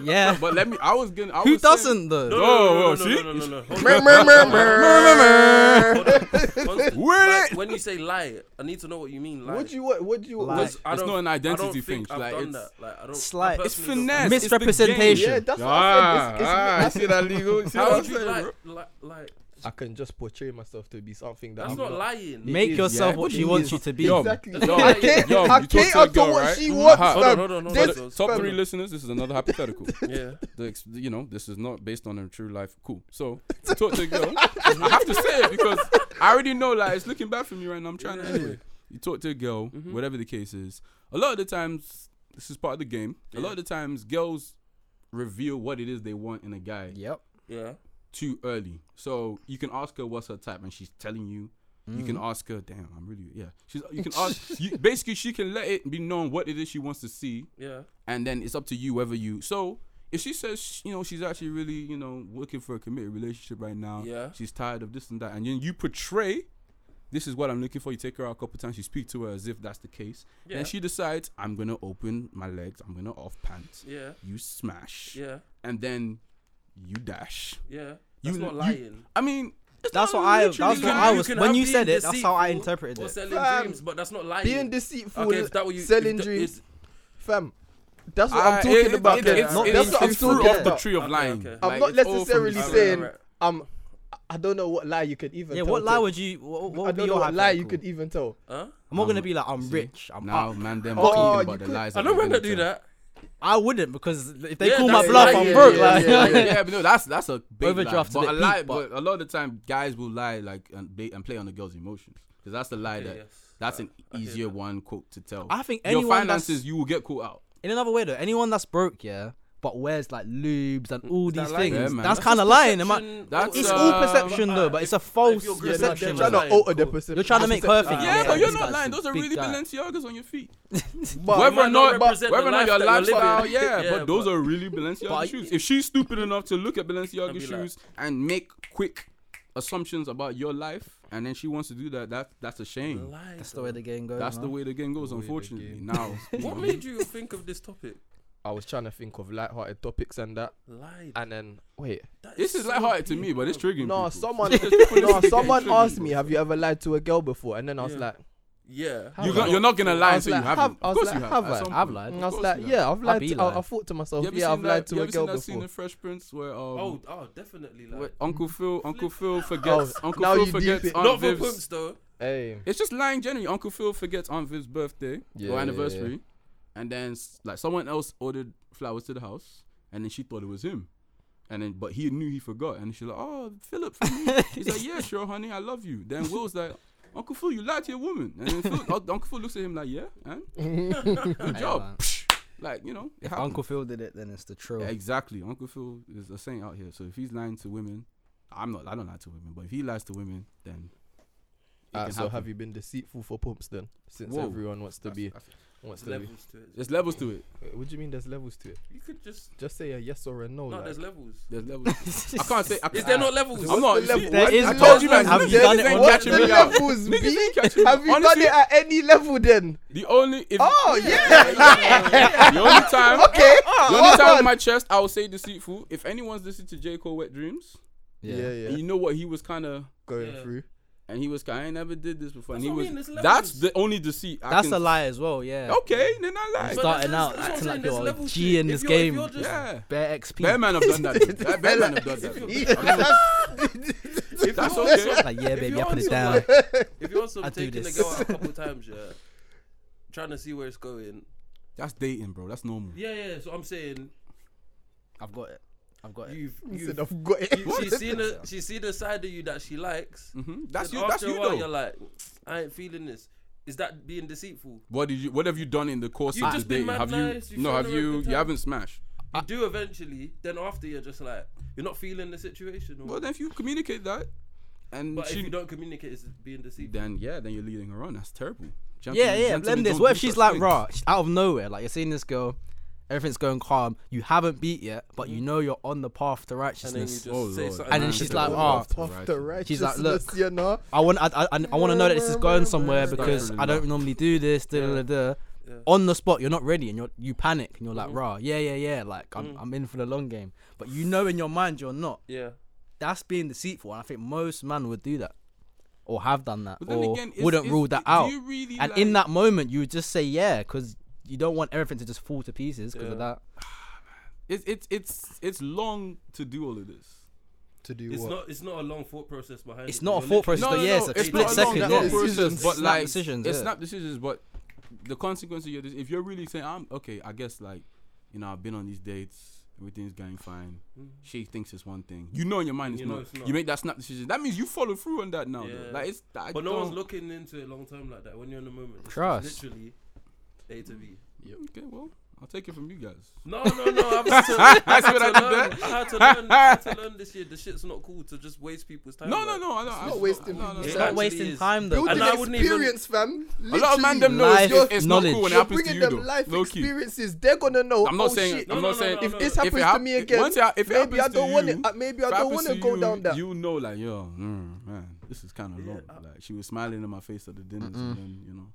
Yeah. But let me. I was gonna. I Who was saying- doesn't, though? no, Oh, no, no, no, see? no, no, no, no, Hold Mer, on. mer, mer, *laughs* mer. Hold on. Constant. With Like, When you say lie, I need to know what you mean. Lie. What do you want? What do you Lie. want? Because I It's don't- not an identity I don't thing, Think I've like, done it's- that. Like, I don't, It's I like- It's personally don't- finesse. it's the game. Misrepresentation. Yeah, that's Ah, what ah, I you said. It's, it's, see that legal? See How what I'm would you saying, lie? bro? Like, like, I can just portray myself to be something that that's I'm not lying. It Make is, yourself yeah. what It she is. wants you to be. Yo, Exactly. Yo, Yo, yo, I you talk to a cater to girl, what right? she wants, Hold fam. on, hold on, hold on. This- So the Top fam. three listeners, this is *laughs* another hypothetical. Yeah. the ex- you know, this is not based on a true life. Cool. So you talk to a girl. I have to say it because I already know like it's looking bad for me right now. I'm trying Yeah. to anyway. You talk to a girl, Mm-hmm. Mhm. whatever the case is. A lot of the times, this is part of the game. A lot Yeah. of the times, girls reveal what it is they want in a guy Yep. Yeah. too early. So you can ask her what's her type, and she's telling you. You Mm. Mm-hmm. can ask her. Damn, I'm really yeah. She's *laughs* you can ask. you, basically, she can let it be known what it is she wants to see, Yeah. and then it's up to you whether you. So if she says sh- you know she's actually really you know looking for a committed relationship right now, Yeah. she's tired of this and that, and then you portray. This is what I'm looking for. You take her out a couple times. You speak to her as if that's the case, Yeah. and she decides I'm gonna open my legs. I'm gonna off pants. Yeah. You smash, Yeah. and then you dash. Yeah. You- That's not you- lying. I mean, it's That's not what I- literally that's what lying. I can- was- can when have you being said it, that's how I deceitful interpreted Or it. selling Fam. dreams, but that's not lying. Being deceitful, Okay, if that were you, selling if that- dreams, if- fam. That's what I- I'm talking Ah, it- about. it- there. it's- Not- it's- that's what I'm it's fruit talking off the about. tree of Okay, lying. okay. I'm not it's all from necessarily the Alright, side. saying- alright. Um, I don't know what lie you could even. Yeah, tell what to- lie would you? What, what I would be don't your know what lie you hypothetical? could even tell. Huh? I'm not gonna No, be like I'm see? rich. I'm Now, up. man, them Oh, talking you about the could- lies. I that know they're men gonna that do tell. that. I wouldn't because if they Yeah, call no, my yeah, bluff, yeah, I'm yeah, broke. yeah, like, yeah, *laughs* yeah, but no, that's that's a big Overdraft's lie. a But a, bit lie, peak, but- but a lot of the time, guys will lie like and, ba- and play on the girl's emotions because that's the lie Okay, that yes. Uh, that's an I hear easier that. one quote to tell. I think your anyone that's- finances, you will get caught out. in another way though, anyone that's broke, yeah, but wears like lubes and all that these lying? things, Yeah, man. that's, That's kind of lying. Am I? Perception, That's, It's uh, all perception but, uh, though, but it's a if- false if you're You're, not- perception. you're Perception trying is to lying, alter the cool. perception. You're trying to make her Yeah, think. yeah, but you're these not guys lying. are Those are big really guy. Balenciagas on your *laughs* feet. But- whether might not or not, but- represent the whether or not your life that you're lifestyle, living. *laughs* yeah, Yeah, but those but- are really Balenciaga But- shoes. If she's stupid enough to look at Balenciaga And be like- shoes and make quick assumptions about your life, and then she wants to do that, that that's a shame. Lie, That's the way though. the game goes. That's man. the way the game goes, The way the unfortunately. game Now, *laughs* What made you think of this topic? I was trying to think of light-hearted topics and that, Lie. and then wait. That This is so lighthearted to deep, me, but it's bro. triggering. No, people. *laughs* someone, There's no, people listening to it, someone triggering asked people. me, "Have you ever lied to a girl before?" And then I was Yeah. like, Yeah. How You Have got, I? you're not gonna I lie was until like, you have. have- not I was of course like, you have. have at I? some I've point. lied. Of and I was course like, you have. "Yeah, I've I lied. be To, I, I lying. thought to You myself, ever yeah, seen I've that- lied to you a ever girl seen that scene before." in Fresh Prince where um, Oh, oh, definitely. Like, where Uncle Phil, *laughs* Uncle Phil Oh, forgets, Uncle now Phil you deep forgets it. Aunt not for Viv's- pumps though. Hey, It's just lying generally. Uncle Phil forgets Aunt Viv's birthday Yeah, or yeah, anniversary, yeah. and then s- like someone else ordered flowers to the house, and then she thought it was him, and then but he knew he forgot, and she's like, "Oh, Philip." for me." He's like, "Yeah, sure, honey, I love you." Then Will's like. Uncle Phil, you lied to your woman. And then Phil, Uncle Phil looks at him like, yeah, and *laughs* good Yeah, job. man. Like, you know, it If happens. Uncle Phil did it, then it's the Yeah, truth. exactly. Uncle Phil is a saint out here. So if he's lying to women, I'm not. I don't lie to women. But if he lies to women, then it Ah, can so have happen. you been deceitful for pumps then? Since Whoa. everyone wants to That's- be, that's- wants to be. Levels to it. There's levels to it. Wait, What do you mean? There's levels to it. You could just Just say a yes or a no. no. like. There's levels. There's levels. I can't say. I Is can't, there not levels? I'm not. What's the you see, level? There is I told you, man. levels. Have niggas you done it ain't on- catching There's me out. levels, Niggas B. ain't catching me Have you Honestly, done it at any level then? The only. If, Oh yeah. *laughs* The only time. Okay. The only time on. on my chest, I will say deceitful. If anyone's listening to J Cole "Wet Dreams," Yeah, yeah. and you know what he was kind of, Going Yeah. through. and he was kind, I ain't never did this before, and That's he what I was. mean, there's that's levels. the only deceit. I That's can- a lie as well. Yeah. Okay, then I I'm lied. But starting that's- out that's what I'm acting saying, like there's you're a levels G to in it. this If you're- if game. you're just- Yeah. Bare XP. Bear man have *laughs* done that. Bear man have done If that. you're- *laughs* If that's you're okay. also- like yeah, if baby, you're I put also it down. like- if you're also *laughs* I do taking a this. girl out a couple times, yeah, trying to see where it's going. That's dating, bro. That's normal. Yeah, yeah. So I'm saying I've got it. I've got it. You've, You you've said I've got it. you- she's seen *laughs* a she's seen a side of you that she likes. Mm-hmm. hmm That's Then you. That's after a you while, though. You're like, I ain't feeling this. Is that being deceitful? what did you? What have you done in the course You've of just the been dating? mad Have nice, you? you've No, shown have her a you? good You time. haven't smashed. You do eventually. Then after you're just like, you're not feeling the situation. Or, Well, then if you communicate that, and but if she, you don't communicate, it's being deceitful. then yeah, then you're leading her on. That's terrible. Yeah, Gentlemen- yeah. gentlemen Blame this. don't What if do she's such like, things. raw, sh- out of nowhere? Like you're seeing this girl, everything's going calm. You haven't beat yet, but you know you're on the path to And then you righteousness. just Oh, say Lord. something. And then Man, she's said like, the "Oh, path to off the righteousness." righteousness. She's like, "Look." you know? I want, I, I, I- I want to know that this is going somewhere Start because running I don't back. normally do this. Da, da, Yeah. da, da. Yeah. On the spot, you're not ready, and you you panic, and you're like, Mhm. "Raw, yeah, yeah, yeah." Like I'm, Mm. I'm in for the long game, but you know in your mind you're not. Yeah. That's being deceitful, and I think most men would do that, or have done that, But then or again, is- wouldn't is- rule that do out. you really And like- in that moment, you would just say yeah, because you don't want everything to just fall to pieces because of Yeah. that. it's it's it's it's long to do all of this. To do It's what? not. It's not a long thought process behind. It's it. not a You're thought process, literally- though. Yeah, it's a it's split not second. long, yeah. long process, but Snap like decisions, it's yeah. snap decisions, but the consequence of your dec- if you're really saying, "I'm okay," I guess like you know I've been on these dates, everything's going fine. hmm. She thinks it's one thing, you know in your mind it's, You know not. it's not. You make that snap decision. That means you follow through on that now. though. Yeah. Like it's I But no one's don't- looking into it long term like that. When you're in the moment, it's Trust. Trust. literally A to B. Okay, well I'll take it from you guys. No, no, no. I've had to, I had to what I did learn. there? I had to learn. I had to learn this year. The shit's not cool to just waste people's time. No, no, like- no, I don't. I not don't- wasting no, no, people's It's no. not actually wasting is. time though. And Building I wouldn't even- experience, fam. A lot of Literally. man them know it's, Life it's not cool when knowledge. it You're happens to bringing you them though. life Low key. experiences. They're gonna know. I'm not oh, saying. Shit. I'm No, not no, saying. no, if no, this no. happens to me again, once it ha- if it maybe I happens to don't want it. you- uh, Maybe I If it don't happens want to go you, down that. You know, like yo, mm, man, this is kind of Yeah, long. I- like she was smiling in my face at the dinners, and then you know,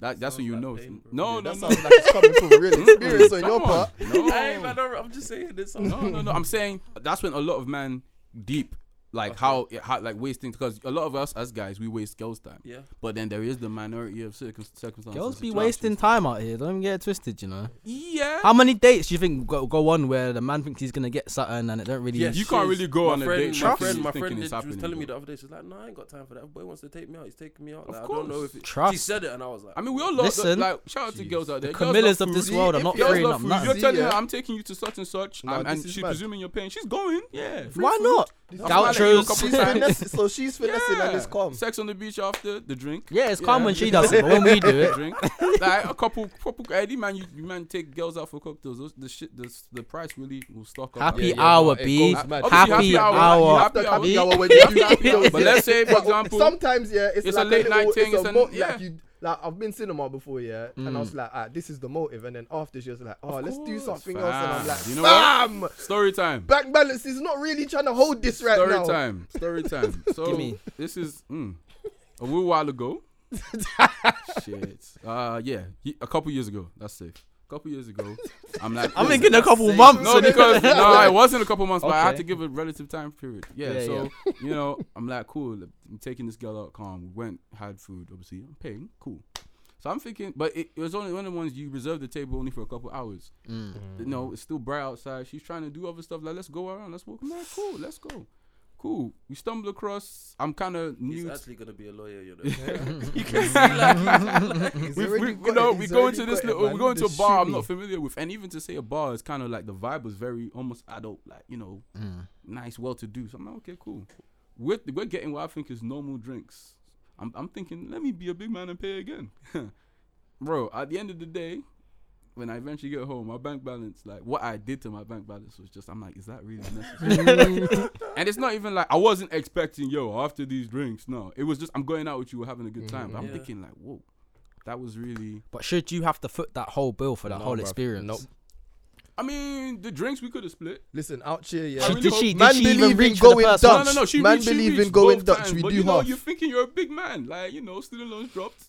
that that's Sounds what you like know. pain, bro. no, Yeah, no, That no, sounds *laughs* like it's coming from real experience on Come your on. part. I ain't, I No, don't, I'm just saying this. no, no, no. I'm saying that's when a lot of men deep. Like Okay. how, it- how, like wasting because a lot of us as guys we waste girls' time, Yeah. but then there is the minority of circum- circumstances. Girls be situations. wasting time out here. Don't get it twisted, you know. Yeah, How many dates do you think go, go on where the man thinks he's gonna get something and it don't really? Yes, You can't she's- really go my on a friend, date My trust friend, my thinking friend did, it's she was happening, telling me though. the other day, she's like, "No, I ain't got time for that. Boy wants to take me out. He's taking me out. Of Like, I don't know course. if it, she Trust. said it, and I was like, I mean we all love Listen. like shout out to girls out there. The Girls love Camillas of food. this food. world are If not girls freeing love up food, If you're nothing. See, telling her yeah. I'm taking you to such and such, Nah, and, and this is she's mad. presuming you're paying. She's going, yeah. free Why food. not? This is man ain't even Gauchos. couple She's times. finessing, so she's *laughs* finessing and it's calm. Sex on the beach after the drink. Yeah, it's calm Yeah. when she does *laughs* it, but when we do The it, drink. like a couple, couple. Any man, you, you man take girls out for cocktails. Those, the shit, the, the price really will stock up. happy yeah, no, hour, it B. goes mad. Happy, Obviously, happy hour, hour. you have After Yeah, happy yeah. hour when you do Yeah. those, But let's say, for But example, sometimes yeah, it's, it's a like late little- night thing, It's it's a a- mo- yeah. like you, like I've been cinema before, yeah, and I Mm. was like, ah, this is the motive, and then after she was like, oh, Of let's do course, something else, and I'm fam. like, You know fam, Story time. bank balance is not really trying to hold this right Story now. time. Story *laughs* time. So Gimme. this is mm, a little while ago. Shit. Uh, yeah, he- a couple years ago. That's safe. A couple years ago, *laughs* I'm like, I'm listen, thinking a couple Safe. months. Mm, No, and it- because *laughs* no, it wasn't a couple months, but I had Okay. to give a relative time period. Yeah, Yeah, *laughs* so you know, I'm like, cool. I'm taking this girl out calm. We went, had food. Obviously, I'm paying. Cool. So I'm thinking, but it, it was only one of the ones you reserve the table only for a couple hours. Mm. You know, it's still bright outside. She's trying to do other stuff. Like, let's go around. Let's walk. Man, cool. Let's go. Cool. We stumbled across. I'm kind of He's new. actually gonna be a lawyer, you know. you can see like, He's We, already we, got you know, it, we he's go already into this got it, little. man. We go into a Just bar shoot I'm me. not familiar with, and even to say a bar is kind of like the vibe was very almost adult, like you know, Mm. nice, well to do. So I'm like, okay, cool. We're, we're getting what I think is normal drinks. I'm, I'm thinking, let me be a big man and pay again. *laughs* Bro, at the end of the day, when I eventually get home, my bank balance, like what I did to my bank balance was just, I'm like, is that really necessary? *laughs* and it's not even like, I wasn't expecting, yo, after these drinks, no. It was just, I'm going out with you, we're having a good time. But I'm Yeah. thinking, like, whoa, that was really. But should you have to foot that whole bill for that No, whole bruv. experience? Nope. I mean, the drinks we could have split. Listen, out here, yeah. She, really did hope- she, did Man she even believe in reach for the going first Dutch. one? No, no, no. She, Man she believe in reached going both Dutch, times, we but do you know, half. You're thinking you're a big man. Like, you know, student loans dropped.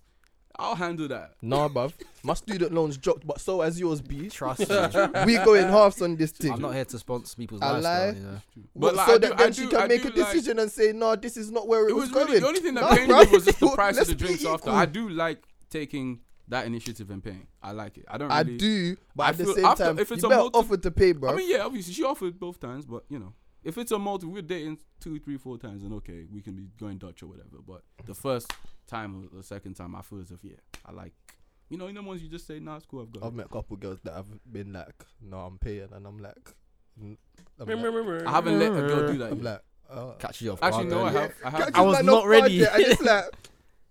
I'll handle that. Nah, bruv. My student loans dropped, but so has yours, be. Trust *laughs* me. *laughs* We going halves on this thing. I'm not here to sponsor people's I lifestyle. lie. You know? But like, so I that do- then I she do- can I make do a like- decision and say, no, this is not where it, it was going. really, the only thing that Nah, pained bruv. me *laughs* was just the price of Let's the be drinks after. equal. I do like taking that initiative and paying. I like it. I don't. I really- do, but I at the feel same after- time, if it's you a better multi- offer to pay, bro. I mean, yeah, obviously she offered both times, but you know, if it's a multi, we're dating two, three, four times, and okay, we can be going Dutch or whatever. But the first time or the second time, I feel as if yeah, I like. You know, in the ones you just say, nah, it's cool, I've got. I've it." met a couple girls that have been like, uh, no, I'm paying, and I'm like, I'm like, I Remember, haven't let a girl *laughs* do that. Yet. I'm like, oh. Catch you off Actually, guard, no, I man. Yeah. have. I have. Can't I you was man not off ready. budget? And *laughs* it's like,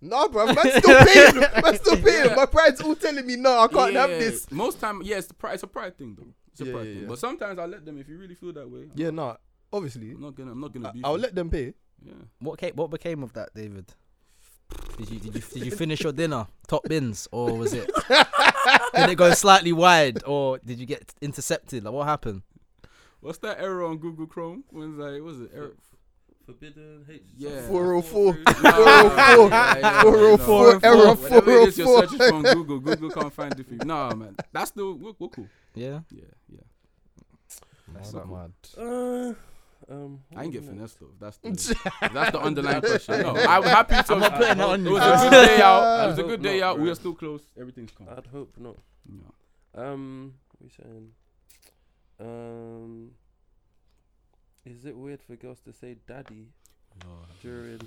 nah, bro, man's still paying. man's still paying. My pride's all telling me, no, I can't have Yeah. this. Most time, yeah, it's, the pride, it's a pride thing though. It's a Yeah, pride yeah, thing. yeah. But sometimes I let them if you really feel that way. Yeah, no. Obviously, I'm not gonna. I'm not gonna. I- beef I'll you. let *laughs* them *laughs* pay. Yeah. What came, What became of that, David? Did you did you did you finish your dinner top bins or was it? did it *laughs* go slightly wide or did you get intercepted? Like what happened? What's that error on Google Chrome? When's like, was it error? *laughs* forbidden H. Yeah. 404. Nah, 404. yeah, yeah, 404, yeah, no. error Whatever it is you're 404. searching from Google, Google can't find it for you. Nah, man, that's the we're, we're cool. Yeah. Yeah, yeah. that's not mad. Uh, um, I ain't get wasn't it? finessed though. That's the, that's the underlying question. No, I'm happy to. I'm not putting that on It you. was a *laughs* good day out. It I was a hope good day not, out. We bro. are still close. Everything's calm. I'd hope not. No. Um, what you saying? Um, is it weird for girls to say "daddy" during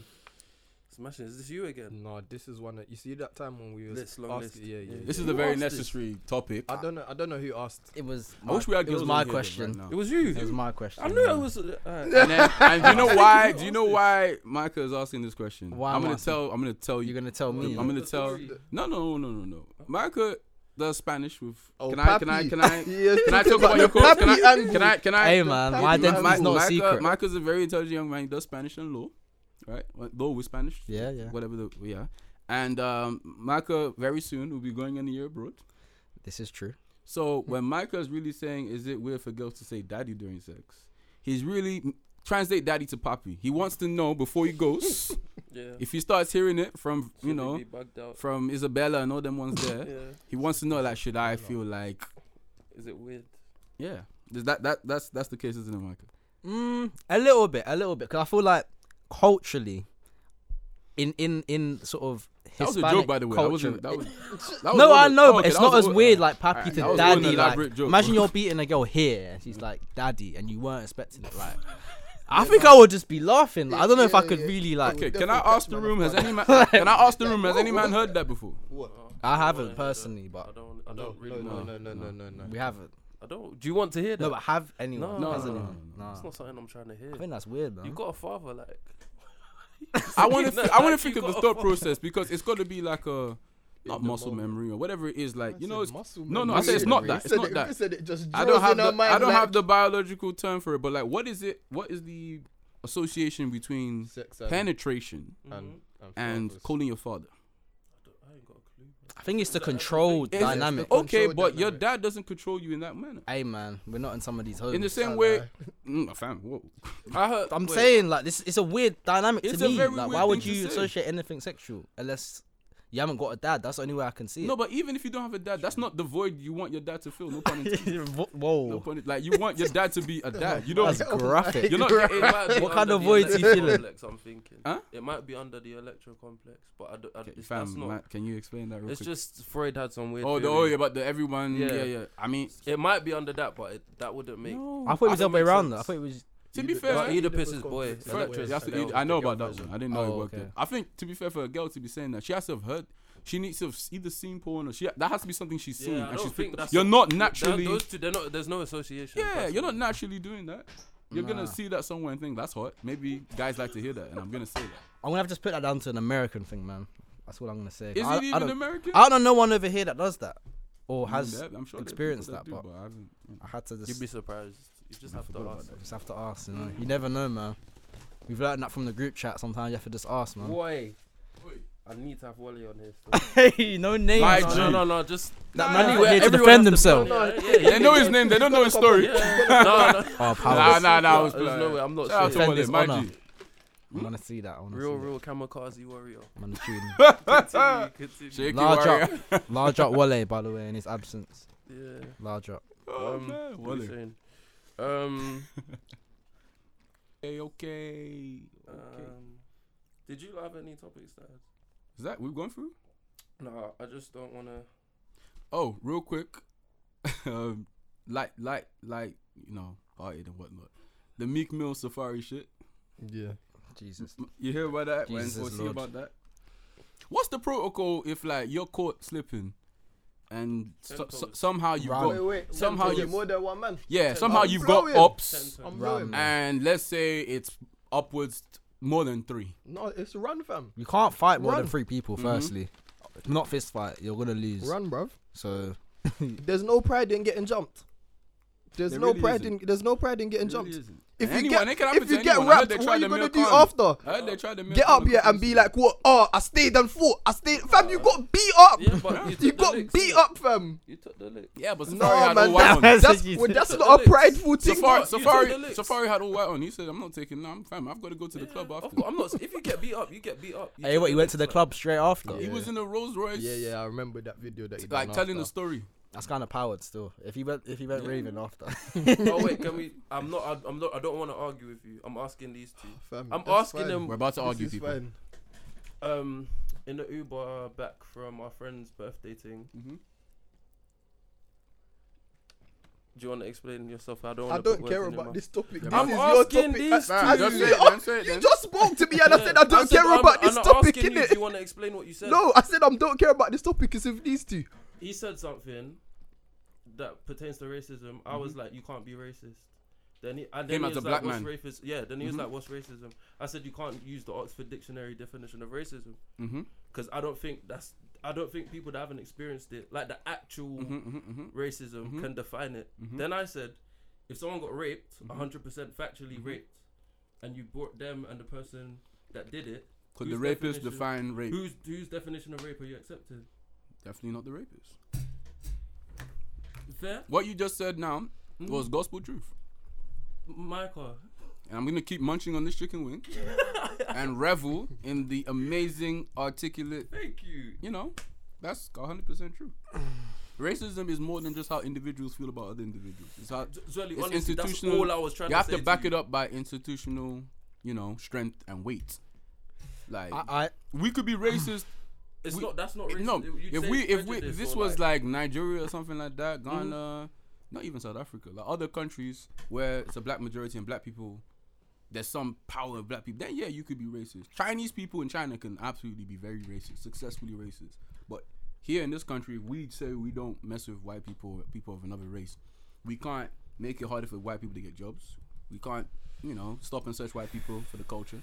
smashing? Is this you again? No, this is one that you see that time when we was List, long list. asking- Yeah, yeah. This yeah. is a very Who asked this? necessary topic. I don't know. I don't know who asked. *laughs* It was. I wish we had It was girls on my here, though, right question. now. It was you. It was my question. I knew man. it was. Uh, alright. *laughs* *laughs* And, then, and do you know why? Who Do you know asked why Micah is asking this question? Why I'm am I gonna asking? tell. I'm gonna tell you. You're gonna tell me. I'm *laughs* gonna tell. story. No, no, no, no, no. Micah does Spanish with. Oh, can, I, can I? papi. *laughs* Can I? Yes, Can I talk about about your the course? Can I? papi angle. Can I? Can I? Hey man, my Mike- identity's not a Micah- secret. Micah's a very intelligent young man. He does Spanish and law, right? Well, Law with Spanish. Yeah, yeah. Whatever the yeah. And um, Micah very soon will be going on a year abroad. This is true. So when Micah's really saying, "Is it weird for girls to say daddy during sex?" He's really translate daddy to papi. He wants to know before *laughs* he goes. Yeah. if he starts hearing it from Should you we know be bugged out? from Isabella and all them ones there, yeah. he wants to know like, should I feel like Is it weird? yeah? Is that that that's that's the case, isn't it, Micah? Mm, a little bit, a little bit, because I feel like culturally, in in in sort of That was Hispanic a joke, by the way. That culture, wasn't. That was, *laughs* that was no, I wasn't- know, oh, but okay, it's that not was as all- weird like pappy Alright, to that was all an daddy. elaborate Like, joke. *laughs* imagine you're beating a girl here, and she's like daddy, and you weren't expecting it. *laughs* Like, I think I would just be laughing. Like, I don't know if I Yeah, could yeah. really like. Okay, Definitely can I catch ask the man room? off Has guard. any *laughs* man? Can I ask the room? Has any man heard that before? wanna I haven't hear that. personally, but- I don't. I No, don't really. no, know. no, no, no, no, no. We haven't. I don't. Do you want to hear that? No, but have anyone? No, has no, no, anyone? Nah. It's not something I'm trying to hear. I think that's weird, man. You got a father, like. I *laughs* want No, to. I want like, to think you of the got a thought father. process because it's got to be like a not muscle memory or whatever it is. Like you know, it's, muscle no, no. I said it's not that. It's Said not it- that. said it just I don't draws have in our the. mind I don't like- have the biological term for it. But like, what is it? What is the association between Sex penetration and, and, and fathers. calling your father? I think it's the control It's- dynamic. oh. Okay, Control but your dynamic. dad doesn't control you in that manner. Hey, man, we're not in somebody's homes. In the same Sad way, guy. *laughs* Mm, fam. Whoa. I heard. I'm wait, saying like this. It's a weird dynamic It's to a me. very Like, weird why would thing to you say. associate anything sexual unless you haven't got a dad? That's the only way I can see it. No, but even if you don't have a dad, that's not the void you want your dad to fill. No *laughs* pun intended. *laughs* Whoa. *laughs* No pun- like you want your dad to be a dad. *laughs* You don't. That's graphic. You're *laughs* not. it might be What under kind of the voids he electro feeling? complex, I'm thinking. Huh? It might be under the electro complex, but I, do, I, Okay, it's, that's fam, not. Matt, can you explain that real It's quick? just Freud had some weird. oh, the, theory. oh, yeah, about the everyone. Yeah, Yeah. yeah. I mean, It might be under that, but it, that wouldn't make. no. I thought it was that the other way makes around. Though. I sense. thought it was. to be Oedipus- fair, Well, like, Oedipus Oedipus is boy. complex. for- Electro- Electro- that's the- Electro- I know Electro- about that Electro- one. I didn't know Oh, it worked. okay. there. I think to be fair for a girl to be saying that, she has to have heard. She needs to have s- either seen porn or she that has to be something she's Yeah, seen I and don't she's think picked. that's You're a- not Th- naturally. those two, they're not. There's no association. yeah, you're not personally. naturally doing that. You're Nah. gonna see that somewhere and think that's hot. Maybe guys like to hear that, and I'm gonna say that. I'm gonna have to just put that down to an American thing, man. That's what I'm gonna say. Is I, it I even don't, American? I don't know one over here that does that or Mm, has. there- I'm sure there are people experienced that, do, but- I haven't. yeah. I had to You'd be just, surprised. You just have to forgot about ask. that. just have to ask. You know, you never know, man. We've learned that from the group chat. Sometimes you have to just ask, man. Boy, I need to have Wally on *laughs* here. Still. Hey, no names. My man. G. no, no, no, no, just That Nah, man nah, ain't here to everyone defend has himself. be on here. Yeah, They know his name. They don't know his story. Yeah, yeah. *laughs* no, no. Oh, Nah, power. nah, nah. I was There's playing. no way. I'm not Shout out to Defend Wale, his my honour. G. I wanna see that. I wanna Real, see real kamikaze warrior. That. I'm gonna tune. Continue, continue. Shaky Large warrior. up, large up Wale, by the way, in his absence. Yeah. Large up. Oh, Um, man. what are you Wale. saying? Um, Okay, okay. um, did you have any topics that? Is that we've gone through? No, I just don't want to. Oh, real quick. *laughs* um, like, like, like, you know, art and whatnot. The Meek Mill Safari shit. Yeah. Jesus. You hear about that? Jesus when, or see Lord. about that? What's the protocol if like you're caught slipping, and so, so, somehow you Right. got Wait, wait. somehow Is it you- more than one man. yeah somehow I'm you've got blowing. ops Ten times. Ram. and let's say it's upwards t- more than three. No, it's run, fam. You can't fight more Run. than three people. Firstly, not fist fight. You're gonna lose. Run, bruv. So There's no pride in getting jumped. There's There no really pride isn't. in there's no pride in getting Really jumped. isn't. If you Anyone, get it can happen if to you get anyone. I heard wrapped, they what tried are you to gonna milk do Khan. after? I heard they tried to milk Get up Khan here and because- be like, what? Oh, I stayed and fought. I stayed, fam. You got beat up. Yeah, but you you took the got licks, beat innit? up, fam. You took the lick. Yeah, but No, Safari had man, all white on. That's well, that's not a prideful thing. Safari, bro. took the Safari, licks. Safari had all white on. He said, "I'm not taking. No, I'm fam. I've got to go to the club Of after." course, I'm not. If you get beat up, you get beat up. hey, what? You went to the club. club straight after. He was in a Rolls Royce. Yeah, yeah, I remember that video that you done Like telling after. the story. That's kind of powered still. If he went, if he went Yeah. raving after. oh wait, can we? I'm not. I, I'm not. I don't want to argue with you. I'm asking these two. Fam, I'm that's asking fine. them. We're about to This argue, is people. fine. Um, in the Uber back from our friend's birthday thing. Mhm. Do you want to explain yourself? I don't. I wanna put don't words in care your about mouth. this topic. This I'm is your asking topic. these two. I- I- Just you, say it, man, say it you then. just spoke to me and I said I don't said, care I'm- about I'm this not topic, asking you, innit? Do you want to explain what you said? No, I said I don't care about this topic. It's with these two. He said something that pertains to racism. I was like, you can't be racist. Then he, and then Him he as was a like, black what's man. racist? Yeah. Then he was like, what's racism? I said, you can't use the Oxford Dictionary definition of racism Mm-hmm. because I don't think that's. I don't think people that haven't experienced it, like the actual Mm-hmm, mm-hmm. racism, can define it. Then I said, if someone got raped, 100% factually raped, and you brought them and the person that did it, Could whose the rapist definition- define rape? Whose whose definition of rape are you accepting? Definitely not the rapist. Fair, What you just said now was gospel truth, Michael. and I'm gonna keep munching on this chicken wing and revel in the amazing, articulate Thank you. you know, that's 100% true. Racism is more than just how individuals feel about other individuals. It's, how, Z- Zwelly, it's honestly, that's institutional. all I was trying you to have say to back you. it up by institutional, you know, strength and weight. Like I, I we could be racist. It's We- not. That's not if- racist. no, It- you'd if say we it's if we prejudice this or Mm-hmm. was like Nigeria or something like that, Ghana, not even South Africa, like other countries where it's a black majority and black people. There's some power of black people. Then yeah, you could be racist. Chinese people in China can absolutely be very racist, successfully racist. But here in this country, we say we don't mess with white people, or people of another race. We can't make it harder for white people to get jobs. We can't, you know, stop and search white people for the culture.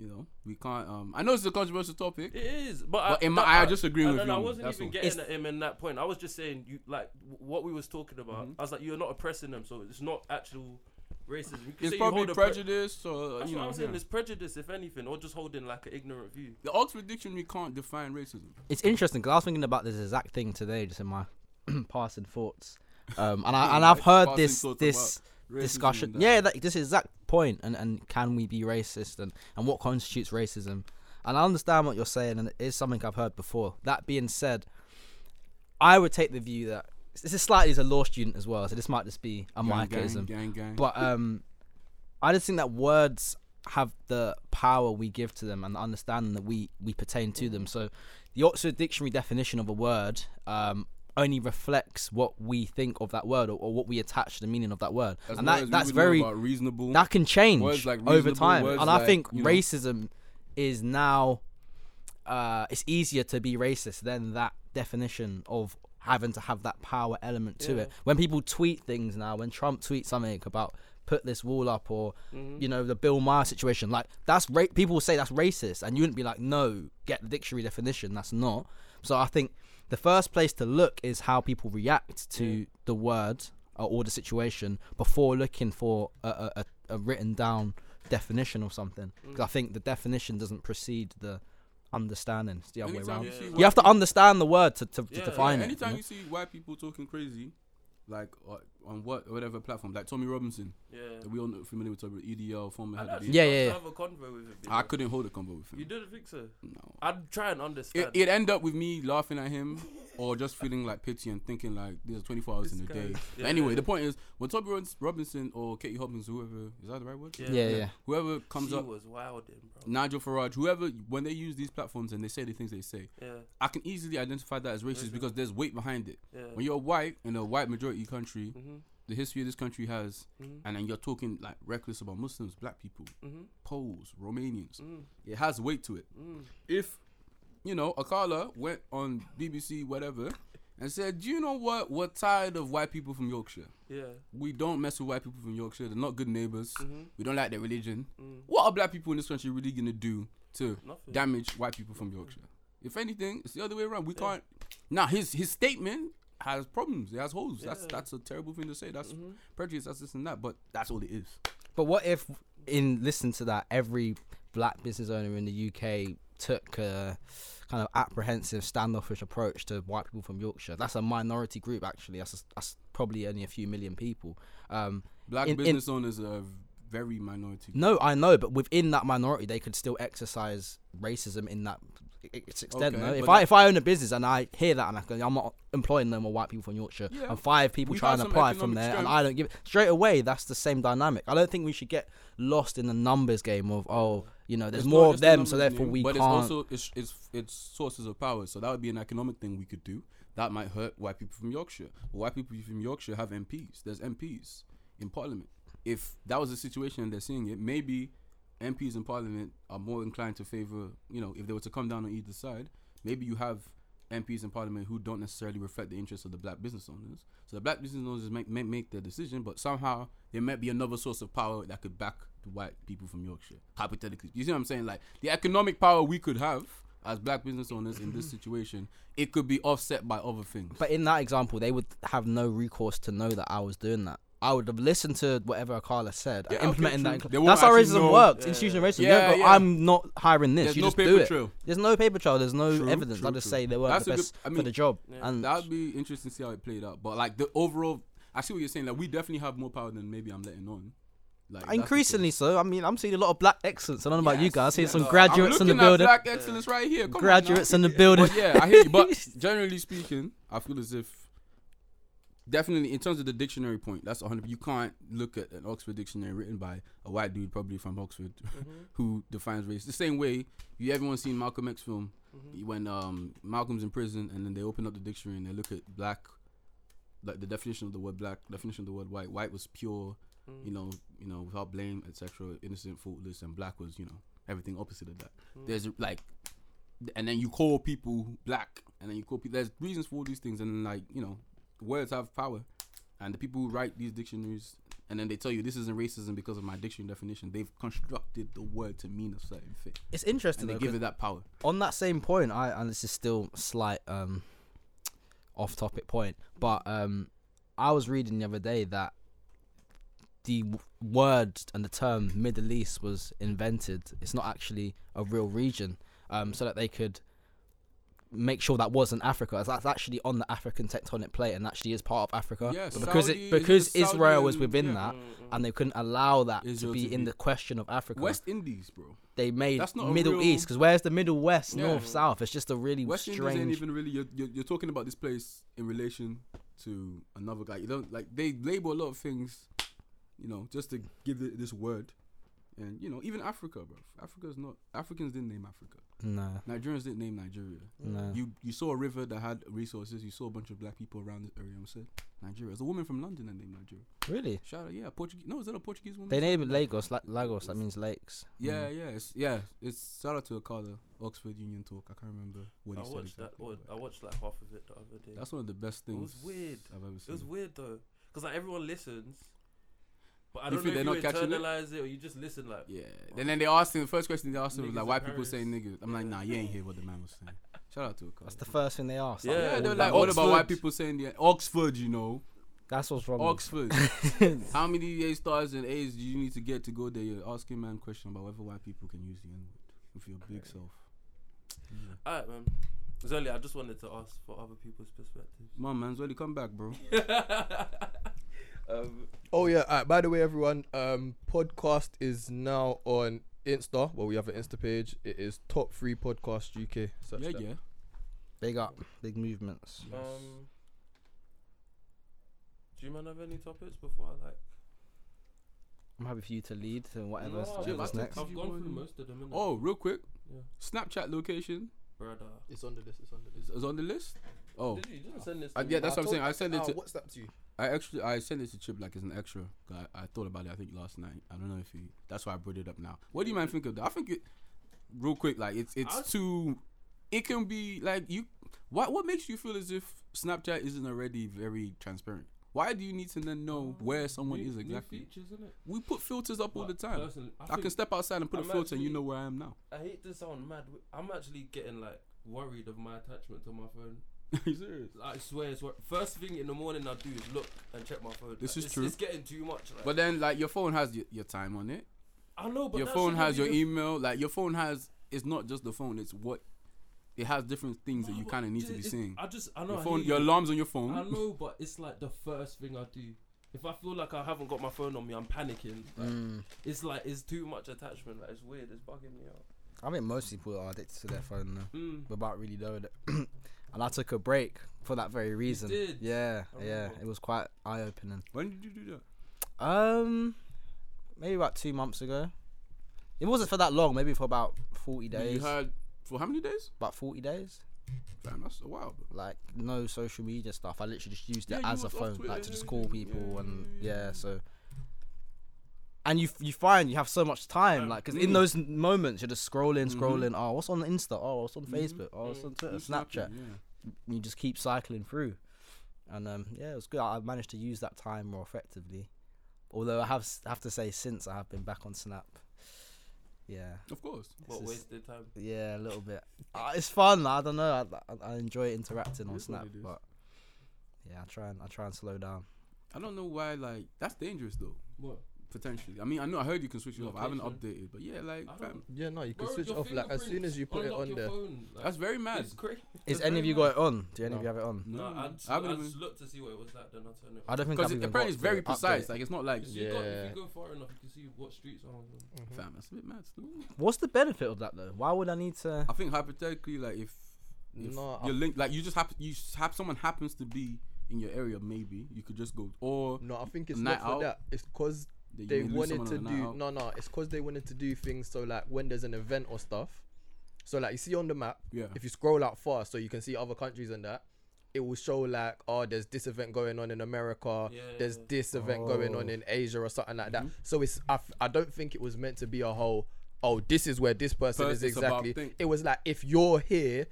You know, we can't. Um, I know it's a controversial topic. It is, but, But I, in my- but I disagree no, with no, no, you I on wasn't that, even that's all. getting at him in that point. I was just saying, you like w- what we was talking about. Mm-hmm. I was like, you're not oppressing them, so it's not actual racism. You could say It's you probably hold a pre- prejudice, or That's you what know, I'm saying. yeah. It's prejudice, if anything, or just holding like an ignorant view. the Oxford Dictionary can't define racism. it's interesting because I was thinking about this exact thing today, just in my *clears throat* passing thoughts. Um, and I and I've *laughs* heard Passing this thoughts this about racism discussion. and that. Yeah, like this exact point, and and can we be racist, and and what constitutes racism? And I understand what you're saying, and it is something I've heard before. That being said, I would take the view that this is slightly as a law student as well, so this might just be a Gang, micism. gang, gang, gang. But um, I just think that words have the power we give to them and the understanding that we we pertain to them. So the Oxford Dictionary definition of a word um, only reflects what we think of that word or, or what we attach to the meaning of that word, As and well that as we that's would know very about reasonable. that can change Words like over reasonable, time. words And I like, think you know- racism is now uh, it's easier to be racist than that definition of having to have that power element to it. When people tweet things now, when Trump tweets something about put this wall up or you know the Bill Maher situation, like that's ra- people will say that's racist, and you wouldn't be like, no, get the dictionary definition. That's not. So I think the first place to look is how people react to the word or, or the situation before looking for a, a, a, a written down definition or something. 'Cause I think the definition doesn't precede the understanding. It's the other way Anytime around. you see You have to white understand the word to, to, Yeah, to define people- it. you Anytime know? you see white people talking crazy, like uh, on what whatever platform, like Tommy Robinson, Yeah. we all know, familiar with Tommy EDL, former I head of actually the- E Yeah, tried yeah, to yeah. Have a convo with him. you I know. couldn't hold a combo with You him. didn't think so? No. I'd try and understand. It, it end up with me laughing at him or just feeling like pity and thinking like there's 24 hours in a guy day. is- But yeah. anyway, the point is when Toby Rob- Robinson or Katie Hopkins, whoever is that the right word? Yeah, yeah. Whoever comes she up, Mm. was wilding, bro. Nigel Farage, whoever, when they use these platforms and they say the things they say, Yeah, I can easily identify that as racist because there's weight behind it. yeah. When you're white in a white majority country, Mhm. the history of this country has, Mhm. and then you're talking like reckless about Muslims, black people, Mhm. Poles, Romanians. Mm. It has weight to it. Mm. If you know Akala went on BBC whatever and said, "Do you know what? We're tired of white people from Yorkshire. Yeah. We don't mess with white people from Yorkshire. They're not good neighbors. Mhm. We don't like their religion. Mm. What are black people in this country really gonna do to Nothing. damage white people from Yorkshire? If anything, it's the other way around. We can't. Now his his statement has problems. It has holes. That's Yeah. Mm-hmm. that's a terrible thing to say. That's prejudice. That's this and that. But that's all it is. But what if, in listening to that, every black business owner in the UK took a kind of apprehensive, standoffish approach to white people from Yorkshire? That's a minority group, actually. That's, that's probably only a few million people. Um, Black In- in- business owners are very minority. no, I know, but within that minority, they could still exercise racism in that e- e- extent. Okay, no? If but I that- if I own a business and I hear that and I go, I'm not employing no more white people from Yorkshire, Yeah. and five people We've try had and some apply economic from there, and strength. I don't give it straight away. That's the same dynamic. I don't think we should get lost in the numbers game of oh, you know, there's It's not more of just a them, so numbers therefore game, we but can't. it's also it's, it's it's sources of power. So that would be an economic thing we could do. That might hurt white people from Yorkshire. White people from Yorkshire have MPs. There's MPs in Parliament. If that was the situation and they're seeing it, maybe MPs in Parliament are more inclined to favor. You know, if they were to come down on either side, maybe you have MPs in Parliament who don't necessarily reflect the interests of the black business owners. So the black business owners make make, make their decision, but somehow there might be another source of power that could back the white people from Yorkshire. Hypothetically, you see what I'm saying? Like the economic power we could have as black business owners in Mm-hmm. this situation, it could be offset by other things. But in that example, they would have no recourse to know that I was doing that. I would have listened to whatever Akala said, Yeah, okay, implementing true. that. They won't That's how actually racism know. works. Yeah, Institutional racism. Yeah, you don't go, yeah. I'm not hiring this. There's you no just paper do it. trail. There's no paper trail. There's no True, evidence. I true, just true. say they weren't That's the a good- best I for mean, the job. Yeah. And That would be interesting to see how it played out. But like the overall, I see what you're saying. Like we definitely have more power than maybe I'm letting on. Like that's the thing. increasingly so. I mean, I'm seeing a lot of black excellence. I don't know about you Yes, guys. I see yes. some I'm graduates in the looking at building. Black excellence right here. Come on now. Graduates in *laughs* the building. But yeah, I hear you. But generally speaking, I feel as if definitely in terms of the dictionary point, that's 100. You can't look at an Oxford dictionary written by a white dude, probably from Oxford, *laughs* who defines race. The same way you everyone seen Malcolm X film when um, Malcolm's in prison, and then they open up the dictionary and they look at black, like the definition of the word black, definition of the word white. White was pure, you know, you know, without blame, etc., innocent, faultless, and black was, you know, everything opposite of that. There's like and then you call people black, and then you call people. There's reasons for all these things, and like you know, words have power, and the people who write these dictionaries, and then they tell you this isn't racism because of my dictionary definition. They've constructed the word to mean a certain thing, It's interesting. and they though, give 'cause it that power. on that same point, I and this is still slight um off topic point, but um I was reading the other day that the w- word and the term Middle East was invented. It's not actually a real region, um, so that they could make sure that wasn't Africa. as That's actually on the African tectonic plate and actually is part of Africa. Yeah, But because Saudi- is it because it the Israel was Saudi and- within yeah. mm, that, and they couldn't allow that Israel to be to in be- the question of Africa West Indies, bro. they made That's not a Middle real- East because where's the Middle West, Yeah. North, South? It's just a really West strange. Indies ain't even really. You're, you're, you're talking about this place in relation to another guy. You don't like they label a lot of things, you know, just to give it this word, and you know, even Africa, bro. Africa's not Africans didn't name Africa. No, Nigerians didn't name Nigeria. no. You you saw a river that had resources. You saw a bunch of black people around this area and said Nigeria. There's a woman from London that named Nigeria. really? Shout out, yeah, Portuguese. No, is that a Portuguese woman? They named it Lagos. La- Lagos. That means lakes. Mm. Yeah, yeah, it's, yeah. It's shout out to Akala, Oxford Union Talk. I can't remember what I he said. watched that. exactly, I but watched like half of it the other day. That's one of the best it things was weird. I've ever It seen. was weird though, because like everyone listens, but I You don't think know they're if you not catching it? internalize it? or you just listen like. Yeah. And then they asked him. The first question they asked him was Niggas like, in "Why people Paris." say niggas?" I'm like, Yeah. "Nah, you ain't hear what the man was saying." Shout out to Akala. That's the first thing they asked. Yeah, yeah, all they're about like, "What about Oxford." white people saying the Oxford?" You know, That's what's wrong. with- Oxford. How many A stars and A's do you need to get to go there? You're asking man question about whether white people can use the N word with your big self. Alright, man. Zoli, I just wanted to ask for other people's perspectives. Mom, man, Zwelly, come back, bro. *laughs* um, Oh yeah. alright, by the way, everyone, um, podcast is now on Insta. Well, we have an Insta page. It is Top Three Podcast UK. Search yeah, that. yeah. Big up. Big movements. um, do you man have any topics before I like? I'm happy for you to lead to whatever's, No, whatever's that's next. okay. I've gone through most of them. innit? Oh, real quick, Yeah. Snapchat location brother. It's on the list. It's on the list. is, is on the list. Oh, Did you, you didn't send this? Uh, to yeah, me. that's what I'm saying. I Ah, sent it to What's that to you? I actually I sent it to Chip like as an extra. 'cause I, I thought about it. I think last night. I don't know if he. That's why I brought it up now. What do you man think of that? I think it. Real quick, like it's it's I- too. It can be like you. What what makes you feel as if Snapchat isn't already very transparent. Why do you need to then Um, know where someone is exactly? We put filters up all the But time. personally, I I, can think- step outside and put I'm a filter, and you actually- know where I *laughs* am now. I hate to sound mad. w- I'm actually getting like worried of my attachment to my phone. you serious? I swear, it's wor- first thing in the morning I do is look and check my phone. This Like, is it's, true. It's getting too much. Like, But then, like, your phone has your, your time on it. I know, but your that phone shouldn't has be your the- email. Like, your phone has. It's not just the phone. It's what. It has different things that Nah, you but kind of need to it- be it- seeing. I just, I know. Your I phone, hate your it. alarms on your I phone. know, but it's like the first thing I do. If I feel like I haven't got my phone on me, I'm panicking. Mm. Like, Mm. It's like it's too much attachment. Like it's weird. It's bugging me out. I think most people are addicted to their phone now, Mm. without really knowing it. *clears throat* and I took a break for that very reason. did? Yeah, Oh, I yeah. remember. It was quite eye opening. When did you do that? Um, maybe about two months ago. It wasn't for that long. Maybe for about forty But days. You had for how many days? about forty days. Damn, that's a while. Bro. Like no social media stuff. I literally just used it Yeah, you as a was off phone, Twitter like and to just call everything. people Yeah, and yeah, yeah. yeah. So. And you you find you have so much time, like, because in mm. those moments you're just scrolling, Mhm. scrolling. Oh, what's on Insta? Oh, what's on Mhm. Facebook? Oh, what's Mm. on Twitter, You Snapchat? snapping, yeah. you just keep cycling through. And um, yeah, it was good. I I managed to use that time more effectively. Although I have s- have to say, since I have been back on Snap, yeah, Of course. What is- wasted time. yeah, a little bit. Uh, it's fun. I don't know. I, I, I enjoy interacting It on is what Snap, it is. but yeah, I try and I try and slow down. I don't know why. Like that's dangerous though. What? Potentially. I mean, I know I heard you can switch it off. I haven't Location. updated, but yeah, like I don't- fam, Yeah, no, you can Bro, switch your off like as soon as you put it fingerprints, unlock on there. your phone, like, that's very mad. it's crazy. Is any of you got it on? Do any of No. you have it on? No, I, just, I, I haven't just even. looked to see what it was at, then I turned it. I don't think Because I've even got apparently it's very the update. precise. Like it's not like If you got, if Yeah. you go far enough, you can see what streets are. on them. fam. That's a bit mad. still. What's the benefit of that though? Why would I need to? I think hypothetically, like if, if No, I- you're linked, like you just happen, you just have someone happens to be in your area, maybe you could just go or No, I think it's Night not for out. that. It's because that you they may lose wanted someone to on a night do out. no, no. It's because they wanted to do things so like when there's an event or stuff. So like you see on the map, Yeah. if you scroll out far, so you can see other countries and that. It will show like, oh, there's this event going on in America. Yeah. There's this event going on Oh. in Asia or something like that. Mm-hmm. So it's, I, f- I don't think it was meant to be a whole. Oh, this is where this person But is it's about exactly. think- It was like if you're here,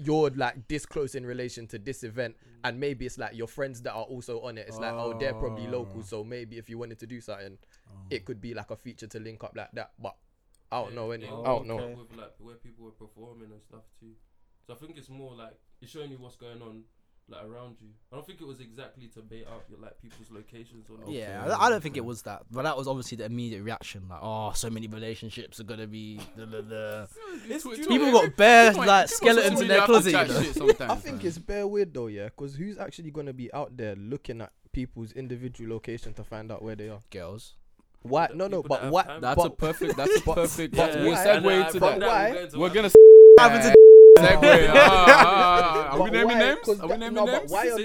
you're like this close in relation to this event, and maybe it's like your friends that are also on it. It's like oh, they're probably local, so maybe if you wanted to do something, it could be like a feature to link up like that. But I don't know, They innit? Oh, I all don't came know. With like where people were performing and stuff too. So I think it's more like it's showing you what's going on like around you. I don't think it was exactly to bait out your like people's locations or. nothing. Yeah, I don't- I don't think it was that, but that was obviously the immediate reaction. Like, oh, so many relationships are gonna be. Da, da, da. People got bare People- like people skeletons social in media their have closet. chat *laughs* You know? shit sometimes, I think fam. it's bare weird though, yeah, because who's actually gonna be out there looking at people's individual location to find out where they are? Girls. Why? that No, no, people but that what? have time. That's but, a perfect. *laughs* That's a but perfect. That's Yeah, we why- uh, segue to but that. why- We're gonna Happened to segue. Ah, ah, ah. Are we but why? naming names? 'Cause Are we that- naming no, but names? Why are,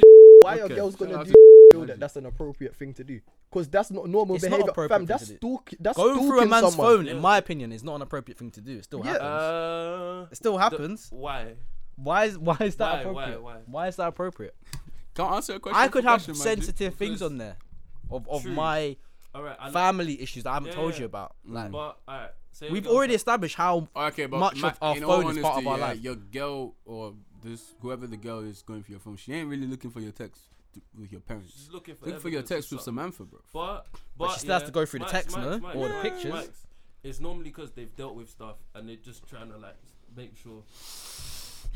why are Okay. girls gonna Shout do *laughs* out feel that that's an appropriate thing to do? Because that's not normal It's not behavior. appropriate Fam, thing that's to do. stalk. That's Going stalking through a man's someone. phone, in my opinion, is not an appropriate thing to do. It still Yeah. happens. Uh, it still happens. why? Why is why is that Why, why, appropriate? Why, why? is that appropriate? Can't answer a question. I could for have question, man, dude. sensitive things Because- on there, of of True. my All right, I family issues that I haven't Yeah, told yeah. you about. Like, But all right, say a we've girl's already like- established how Okay, but much ma- of our in all phone is part honesty, of our yeah, life. Your girl or this whoever the girl is going for your phone, she ain't really looking for your text th- with your parents. She's looking for Looking for your evidence or text with something. Samantha, bro. But but, But she still has to go through the text, no? Or the pictures. it's normally because they've dealt with stuff and they're just trying to like make sure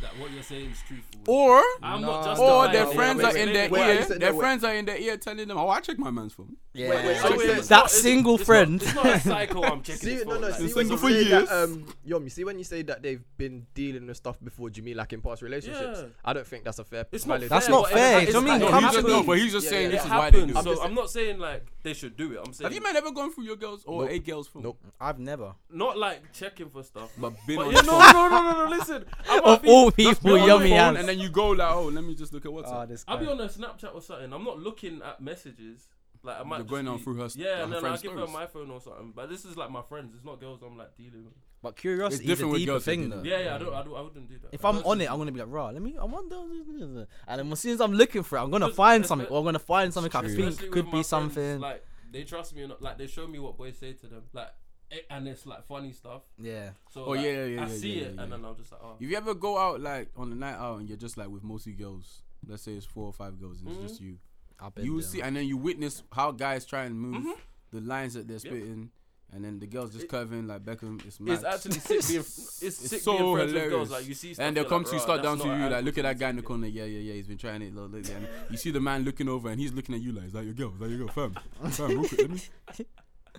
that what you're saying is truthful. Or I'm Nah, not nah, justifying or Wait, their it, wait, friends wait, are in wait, their wait, ear. you said their that, wait. friends are in their ear telling them, "Oh, I check my man's phone." yeah. wait, wait, So wait, it's- wait. it's That not- it's- single it's not- friend. It's not a cycle. I'm checking. See, his no, phone, no. like, See It's when you single for say that, years. um, Yom, you see when you say that they've been dealing with stuff before, do you mean like in past relationships? Yeah. I don't think that's a fair. It's not valid- That's fair, not but fair. it's- Do you it's mean No, like- come he's to just, me? no, but he's just Yeah, saying yeah. It this is why they do. happens. it. So I'm not saying like they should do it. I'm saying Have you man ever gone through your girls or Nope. a girl's phone? Nope. I've never. not like checking for stuff. But been But on yeah, the no, phone. no, no, no, no. Listen, I might Of be- all Just been people, on the yummy phone hands. and then you go like, "Oh, let me just look at Ah, WhatsApp." this I'll be guy. on a Snapchat or something. I'm not looking at messages. Like I might You're just going on be- through her- Yeah, her and then I'll friend's give her stories. my phone or something. But this is like my friends. It's not girls I'm like dealing with. But curiosity is different a with deeper girls, they thing, do though. that. Yeah, yeah. I don't. I, don't, I wouldn't do that. If I'm on it, I'm gonna be like, rah, let me. I wonder. And then as soon as I'm looking for it, I'm gonna find something, or I'm gonna find something I Especially think with could my be friends, something. Like they trust me, and like they show me what boys say to them. Like eh, and it's like funny stuff. Yeah. So Oh, like, yeah, yeah, yeah, I yeah, see it, yeah, yeah, and yeah. then I'm just like, oh. If you ever go out like on a night out and you're just like with mostly girls, let's say it's four or five girls, and it's just you. I've been You will there. see, and then you witness how guys try and move the lines that they're spitting, and then the girls just curving like Beckham. It's mad. It's *laughs* actually sick being. It's, sick so being friends with hilarious. girls. Like you see, stuff, and they'll you're come like, to you, "Bruh, start down that's to not you, like adequate look at that guy in the content." corner. Yeah, yeah, yeah. He's been trying it. Look, look, and you see the man looking over, and he's looking at you like, "Is that your girl? Is that your girl, fam? Fam, real quick, let me."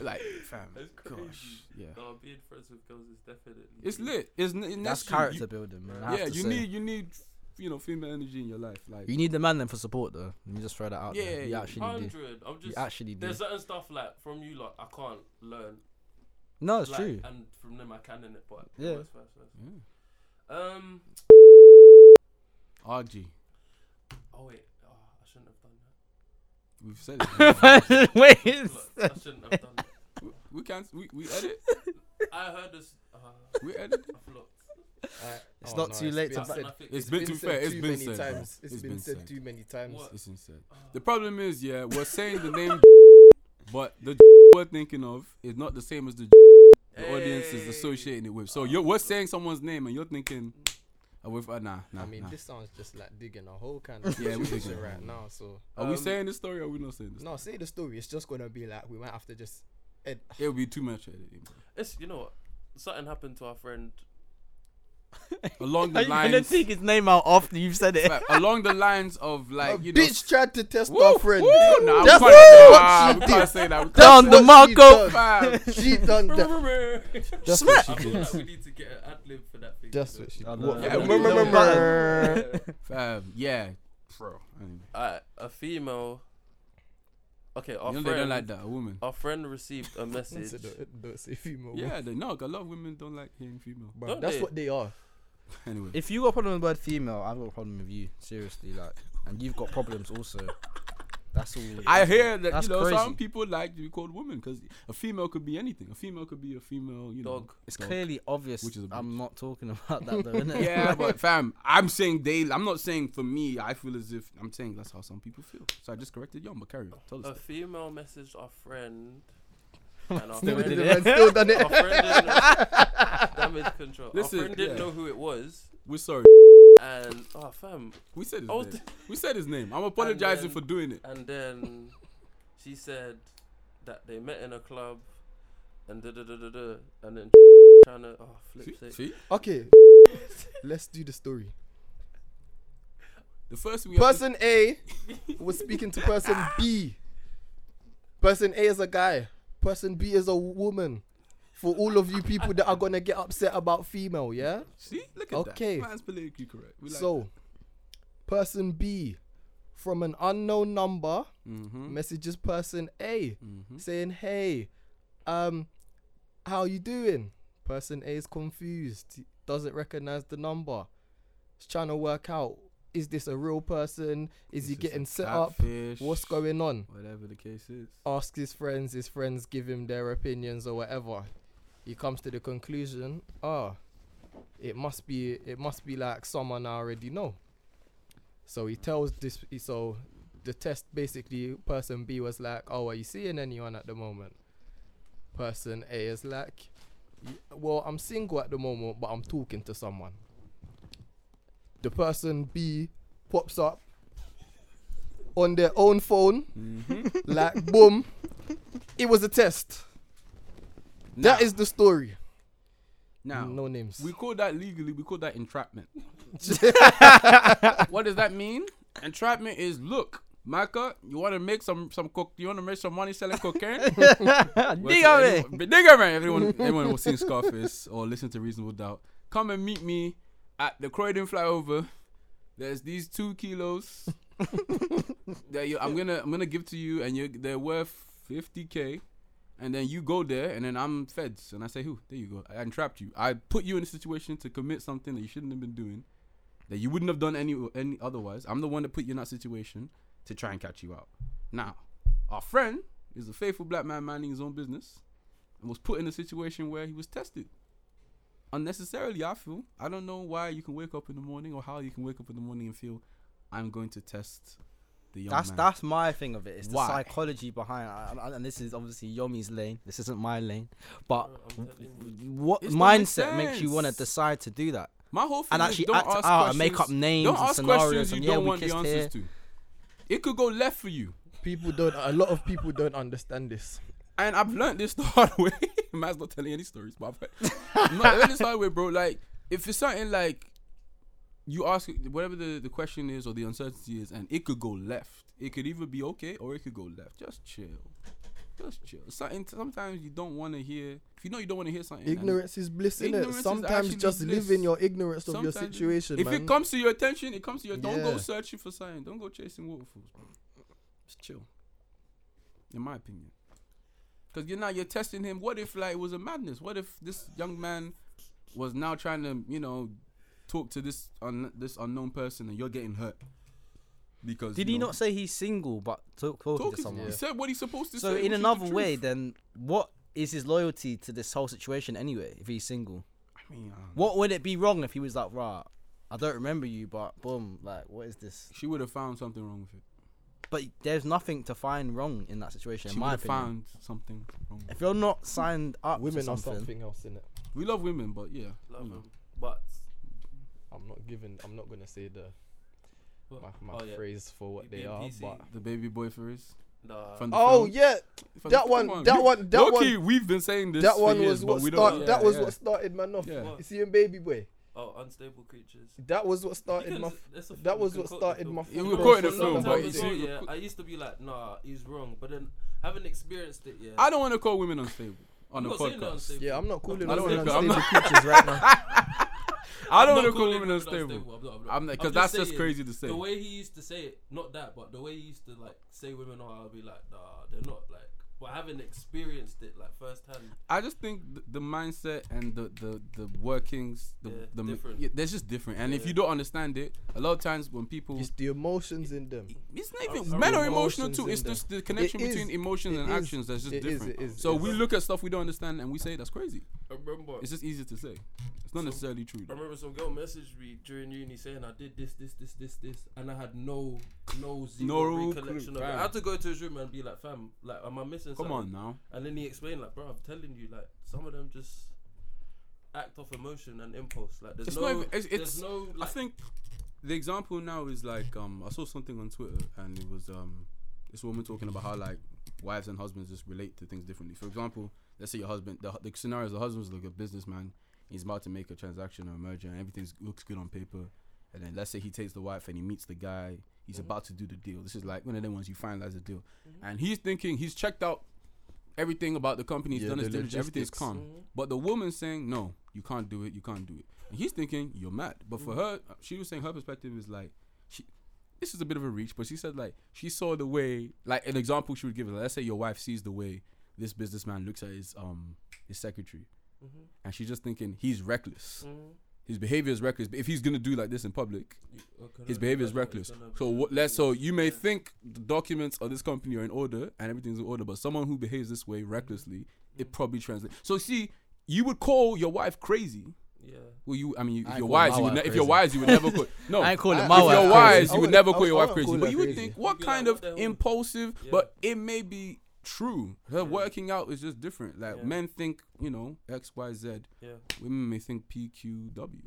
Like, fam, That's crazy. gosh, yeah. No, being friends with girls is definitely. It's lit. It's n- it nurtures That's you. character building, man. I have yeah, to you say. need you need you know female energy in your life. Like You need the man then for support though. Let me just throw that out Yeah, there. You yeah. actually do. Hundred. I'm You just. actually do. There's certain stuff like from you lot I can't learn. No, it's like, *laughs* true. *laughs* And from them I can in it, but Yeah. Vice, versa, vice versa. Um. RG, Oh wait. Oh, I shouldn't have done *laughs* that. we've said it. Wait. Look, I shouldn't have done that. we can't. We, we edit. I heard this. Uh, We edit. I flopped. It's not too late to Oh, been back- said- Nothing. *laughs* It's been too said fair. It's too been many said. bro. times. it's been said too many times. What? It's insane. Uh, The problem is, yeah, we're saying the name, but the we're thinking of is not the same as the the audience is Hey. associating it with. So you're we're saying someone's name and you're thinking, uh, with uh, nah, nah. I mean, nah. this sounds just like digging a hole kind of Yeah, we situation digging. right now. So are we um, saying this story or are we not saying this? no, say the story. It's just gonna be like we might have to just. Ed- It'll be too much editing. It's you know what? Something happened to our *laughs* friend. *laughs* Along the I'm gonna lines, take his name out after you've said it. like, along the lines of like you know, bitch tried to test Woo, our friend. woo, nah, we That's can't say that. what We she did. can't say that. We can't *laughs* *laughs* Down the That's what she Marco. done. Fam. She *laughs* done that. Just I smack. feel like we need to get an ad lib for that thing. That's what she. I What, know. Yeah, what- we what- know what- Fam, yeah, bro. Anyway. Uh, a female. Okay, our You know friend. they don't like that. A woman. Our friend received *laughs* a message. Don't say- don't say female. Yeah, they know. 'cause A lot of women don't like hearing female. *laughs* Bruh, Don't that's they? what they are. Anyway, If you got a problem with the word female, I've got a problem with you. Seriously, like, and you've got problems also. That's all. I hear that That's you know some crazy. people like to be called woman because a female could be anything. A female could be a female. You know, Dog. It's clearly obvious. Which is a I'm bitch. not talking *laughs* about that though, innit? *laughs* Yeah, but fam, I'm saying they. I'm not saying for me. I feel as if I'm saying that's how some people feel. So I just corrected you. I'm carry on. Tell us. a female messaged our *laughs* friend. And our Still friend, did The it. *laughs* man still done our it. friend didn't *laughs* damage control. Listen, our friend didn't yeah. know who it was, We're sorry. and oh fam, We said his Oh, name. *laughs* we said his name. I'm apologizing then- for doing it. And then she said that they met in a club and da da da da da. And then *laughs* trying to. Oh, flip See, sake. see, *laughs* Okay. Let's do the story. the first thing we have to- Person A was speaking to person B. Person A is a guy. Person B is a woman. For all of you people that are gonna get upset about female, yeah. see. Look at Okay. that. Man's politically correct. We like so, person B, from an unknown number, Mm-hmm. messages person A saying, "Hey, um, how you doing?" Person A is confused, he doesn't recognize the number. He's trying to work out: is this a real person? Is he This is a getting set up? catfish, What's going on? Whatever the case is. Asks his friends. His friends give him their opinions or whatever. He comes to the conclusion: ah, it must be it must be like someone I already know. So he tells this. he- So the test basically, person B was like, "Oh, are you seeing anyone at the moment?" Person A is like, "Y- "Well, I'm single at the moment, but I'm talking to someone." The person B pops up on their own phone, like boom. It was a test. That Now- is the story. now. no names. *laughs* We call that legally, we call that entrapment. what does that mean? Entrapment is look, Maka, you wanna make some some cook you wanna make some money selling cocaine? Nigga, man. But nigga man, everyone everyone was seeing Scarface or listen to Reasonable Doubt. Come and meet me at the Croydon flyover. There's these two kilos that you, I'm gonna I'm gonna give to you, and you they're worth fifty k. And then you go there, and then I'm feds, and I say, "Who? There you go. I entrapped you. I put you in a situation to commit something that you shouldn't have been doing, that you wouldn't have done any any otherwise. I'm the one that put you in that situation to try and catch you out. Now, our friend is a faithful black man minding his own business, and was put in a situation where he was tested unnecessarily. I feel I don't know why you can wake up in the morning or how you can wake up in the morning and feel I'm going to test the young That's man. that's my thing of it. It's the Why? psychology behind, and- and and this is obviously Yomi's lane. This isn't my lane, but I'm telling you. what It's not make mindset makes you want to sense. decide to do that? My whole thing and is actually don't act ask out questions. and make up names Don't and ask scenarios questions you and yeah, don't we want the kissed answers here. to. It could go left for you. People don't. A lot of people don't understand this. And I've learned this the *laughs* hard way. Man's not telling any stories, but I've no, I learned this the hard way, bro. Like, if it's something like you ask whatever the, the question is or the uncertainty is, and it could go left. It could either be okay or it could go left. Just chill. Just chill. Something, sometimes you don't want to hear. If you know you don't want to hear something, and Ignorance is bliss, innit? Ignorance is Sometimes actually just live bliss. in your ignorance of your sometimes- situation, If man. it comes to your attention, it comes to your. Don't Yeah. go searching for something. Don't go chasing waterfalls. Bro. Just chill. In my opinion, because you're now you're testing him. What if like it was a madness? What if this young man was now trying to you know talk to this un- this unknown person and you're getting hurt because Did you he know, not say he's single but talk, talking talk to is- someone? He said what he's supposed to So say. in which is the another truth. way, then what is his loyalty to this whole situation anyway? If he's single, I mean, um, what would it be wrong if he was like, right, I don't remember you, but boom, like what is this? she would have found something wrong with it. But there's nothing to find wrong in that situation, She in would my have opinion. found something wrong. With it. If you're not signed up, to Women are something, something else, innit? We love women, but yeah, Love Hmm. you know. him. But I'm not giving. I'm not gonna say the what? my, my oh, yeah. phrase for what You they being are, PC. but. the baby boy for us. Nah. from the Oh film. yeah, From That the- one- come on. that You- one- that low-key, we've been saying this. that for one years, was but what we don't- started. yeah, That was yeah. what started man off. Yeah. You see him, baby boy. Oh, unstable creatures. That was what You started can- my. that's a film, that you was can what quote started film. my Yeah, we fucking were quoting the love For a long film, for but time you this see- ago, shit. yeah, I used to be like, nah, he's wrong, but then haven't experienced it yet. I don't want to call women unstable on I'm the not saying they're podcast. unstable. yeah, I'm not calling I all don't them think- I'm unstable creatures right *laughs* now. I don't I'm want to not call calling women him unstable. I'm not- I'm not. I'm not I'm because that's saying just crazy to say. The way he used to say it, not that, but the way he used to like say women are, I'll be like, nah, they're not like. But I haven't experienced it like firsthand. I just think th- the mindset and the the, the workings, the, Yeah, the m- different. yeah, they're just different. And if Yeah. you don't understand it, a lot of times when people It's the emotions in them. It's not even Our men are emotions emotional too. in It's them. just the connection It is, between emotions it and is, actions that's just it is, different. it is, so it we is. look at stuff we don't understand and we say that's crazy. I remember. It's just easy to say. It's not So- necessarily true. I remember some girl messaged me during uni saying I did this, this, this, this, this, and I had no, no, No zero clue, recollection of it. fam. I had to go to his room and be like, fam, like, am I missing something? Come on now. And then he explained, like, bro, I'm telling you, like, some of them just act off emotion and impulse. Like, there's It's no, not even- it's- there's it's- no, I like, think the example now is like um I saw something on Twitter and it was um this woman talking about how like wives and husbands just relate to things differently. For example, let's say your husband the, the scenario is the husband's like a businessman, he's about to make a transaction or a merger and everything looks good on paper. And then let's say he takes the wife and he meets the guy, he's about to do the deal. This is like one of them ones you finalize the deal. And he's thinking he's checked out everything about the company, he's Yeah, done his the diligence, everything's logistics. calm. But the woman's saying, no, you can't do it, you can't do it. And he's thinking, you're mad. But for her, she was saying her perspective is like, she, this is a bit of a reach, but she said, like, she saw the way, like, an example she would give, is, like, let's say your wife sees the way this businessman looks at his, um, his secretary. And she's just thinking, he's reckless. Mm-hmm. His behavior is reckless. But if he's going to do like this in public, his behavior is reckless. So what, let's so you may think the documents of this company are in order and everything's in order, but someone who behaves this way recklessly, Mm-hmm. it probably translates. So see, you would call your wife crazy. Yeah. Well, you, I mean, you, if I your ain't calling wives, my you would wife ne- if your crazy. wives, you would never call. No, I ain't calling I- my if wife. you're crazy. wise, I you would wouldn't- never I call your wouldn't wife call crazy. her But you would crazy. think what You'd be kind like, what of the hell? impulsive, Yeah. but it may be true. Her working out is just different. Like Yeah. men think, you know, X, Y, Z. Yeah. Women may think P, Q, W.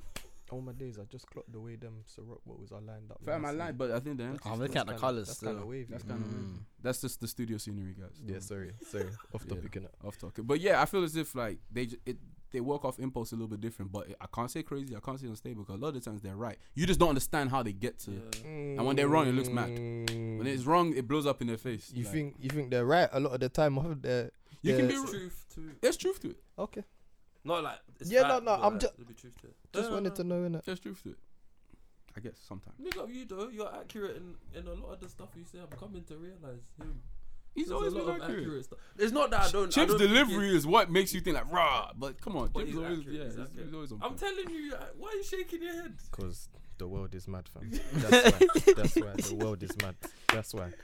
All my days, I just clocked the way them Ciroc bottles are lined up. Fam, I lied, but I think the answer. I'm looking at the colours That's kind of still. wavy. That's kind of Mm. that's just the studio scenery, guys. Yeah, sorry, sorry, off Yeah. topic innit? off topic. But yeah, I feel as if like they j- it they work off impulse a little bit different. But I can't say crazy. I can't say unstable because a lot of the times they're right. You just don't understand how they get to. Yeah. And when they're wrong, it looks mad. When When it's wrong, it blows up in their face. you Like, think you think they're right a lot of the time. Of the you can be? there's r- Truth to it. There's truth to it. okay, Not like. It's Yeah, no, fact, no, but, I'm like, ju- there'll be truth to it. just wanted to know innit? There's truth to it. I guess sometimes Look up you though. You're accurate in, in a lot of the stuff you say. I'm coming to realize him. he's There's a always lot been of accurate. stuff. It's not that I don't. I Chip's don't think he's- delivery is what makes you think like rah, but come on, But Chip's he's always accurate, yeah, he's he's, he's accurate. always on. I'm point. telling you. like, Why are you shaking your head? Because the world is mad, *laughs* fam. That's why. That's why the world is mad. That's why *laughs*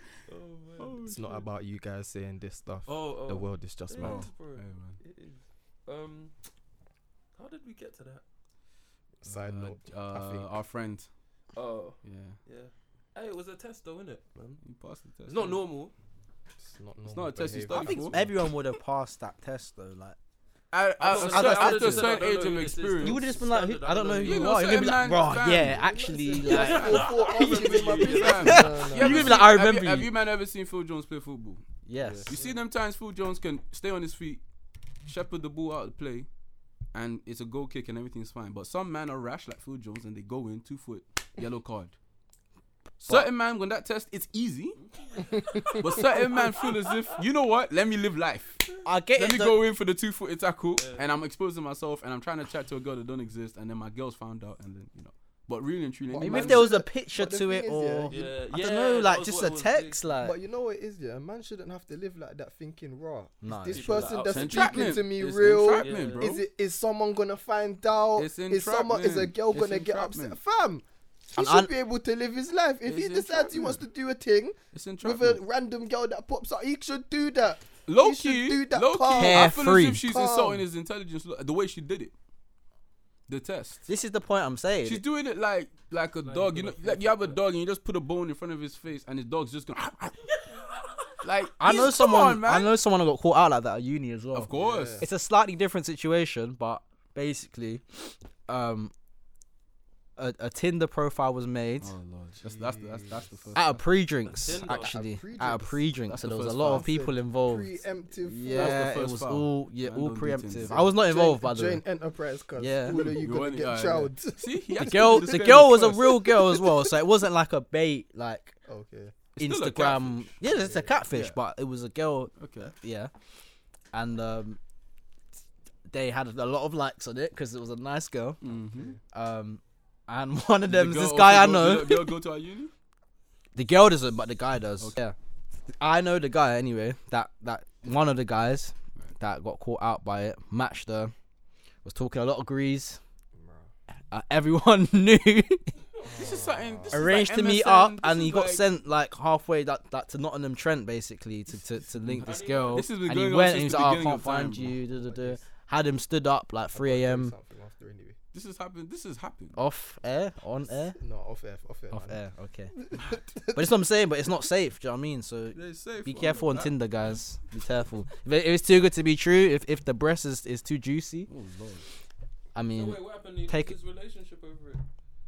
Oh man. it's not about you guys saying this stuff. Oh, oh. The world is just It mad. is, bro. Hey, man. It is. Um, how did we get to that? Side Uh, note, uh, think. our friend, Oh, yeah, yeah. Hey, it was a test though, innit? Man, he passed the test. Mm. it's not normal. it's not normal. It's not a test behaviour. you study I think for. everyone would have passed that test though. Like I, I, don't I- know. I- I after a just certain don't know age who of this is, though. experience. You would have just been like, who, Standard, I don't know who You you know, are. You'd be certain like, man- bro, fam. yeah, *laughs* actually, like, You ever You mean seen- like, I remember Have you, have you. you man ever seen Phil Jones play football? yes. You see them times Phil Jones can stay on his feet, shepherd the ball out of the play, and it's a goal kick and everything's fine. But some man are rash like Phil Jones and they go in two foot yellow card. Certain man when that test it's easy, but certain man feel as if you know what? Let me live life. I *laughs* get Let it. me though. go in for the two footed tackle, and I'm exposing myself, and I'm trying to chat to a girl that don't exist, and then my girls found out, and then you know. But really and truly, But any Maybe man if there who- was a picture But the to thing it, is, or yeah, Yeah, I yeah, don't know, that like was just what a it was, text, like. But you know what it is, yeah? A man shouldn't have to live like that thinking, raw. Nah, is you this should- person that's It's speaking entrapment. to me It's real? entrapment, Yeah. bro. Is it is someone gonna find out? It's is someone is a entrapment. girl It's gonna get upset? entrapment. Fam, he And should un- be able to live his life. If he It's decides he wants to entrapment. do a thing It's with entrapment. a random girl that pops up, he should do that. Low He should key, do that low key. calm. I feel as Carefree. if she's Calm. insulting his intelligence. lo- The way she did it, the test. This is the point I'm saying. She's doing it like like a dog. You know, like you have a dog and you just put a bone in front of his face, and his dog's just *laughs* going. like I he's- know come someone. on, man. I know someone who got caught out like that at uni as well. Of course. it's a slightly different situation, but basically, um, a, a Tinder profile was made Oh lord, that's that's the, that's, that's the first. at a pre-drinks Tinder? actually, At a at a pre-drinks. pre-drinks, That's so the there was a first lot foul. of people involved. Preemptive. Yeah, the it first was foul. all yeah, Man, all don't do preemptive. Tinder. I was not involved by Jane, the Jane way. Enterprise, cause Yeah. all of you You gonna want it, get yeah, child. See, he The had to girl, put the disclaimer girl was a first. real girl as well, so it wasn't like a bait like *laughs* Okay. still a Instagram. catfish. Yeah, it's a catfish, Yeah. but it was a girl Okay. Yeah. And um, they had a lot of likes on it because it was a nice girl. Mm-hmm. Um, and *laughs* one of them is girl this guy I also go- know. did the girl go to our uni. The girl doesn't, but the guy does. Yeah. I know the guy anyway. That that one of the guys that got caught out by it matched her. Was talking a lot of grease. Uh, everyone *laughs* knew. This is something. This is Arranged like to meet MSN, up, this and is he got like- sent like halfway that, that to Nottingham Trent basically to, to, to link this girl. This has been and he going on went and since he was the like, oh, I beginning can't of time, find bro." you. duh, duh, duh. Had him stood up like 3 a.m. Something after anyway. This has happened. This has happened. off air, on *laughs* air, No, off air, off air. off man. air. *laughs* Okay, but it's what I'm saying. But it's not safe. Do you know what I mean? So They're safe, be man. careful on That- Tinder, guys. Be careful. If, it- if it's too good to be true, if if the breast is, is too juicy, Oh lord. I So mean, wait, what happened? He Take- Take his relationship over it.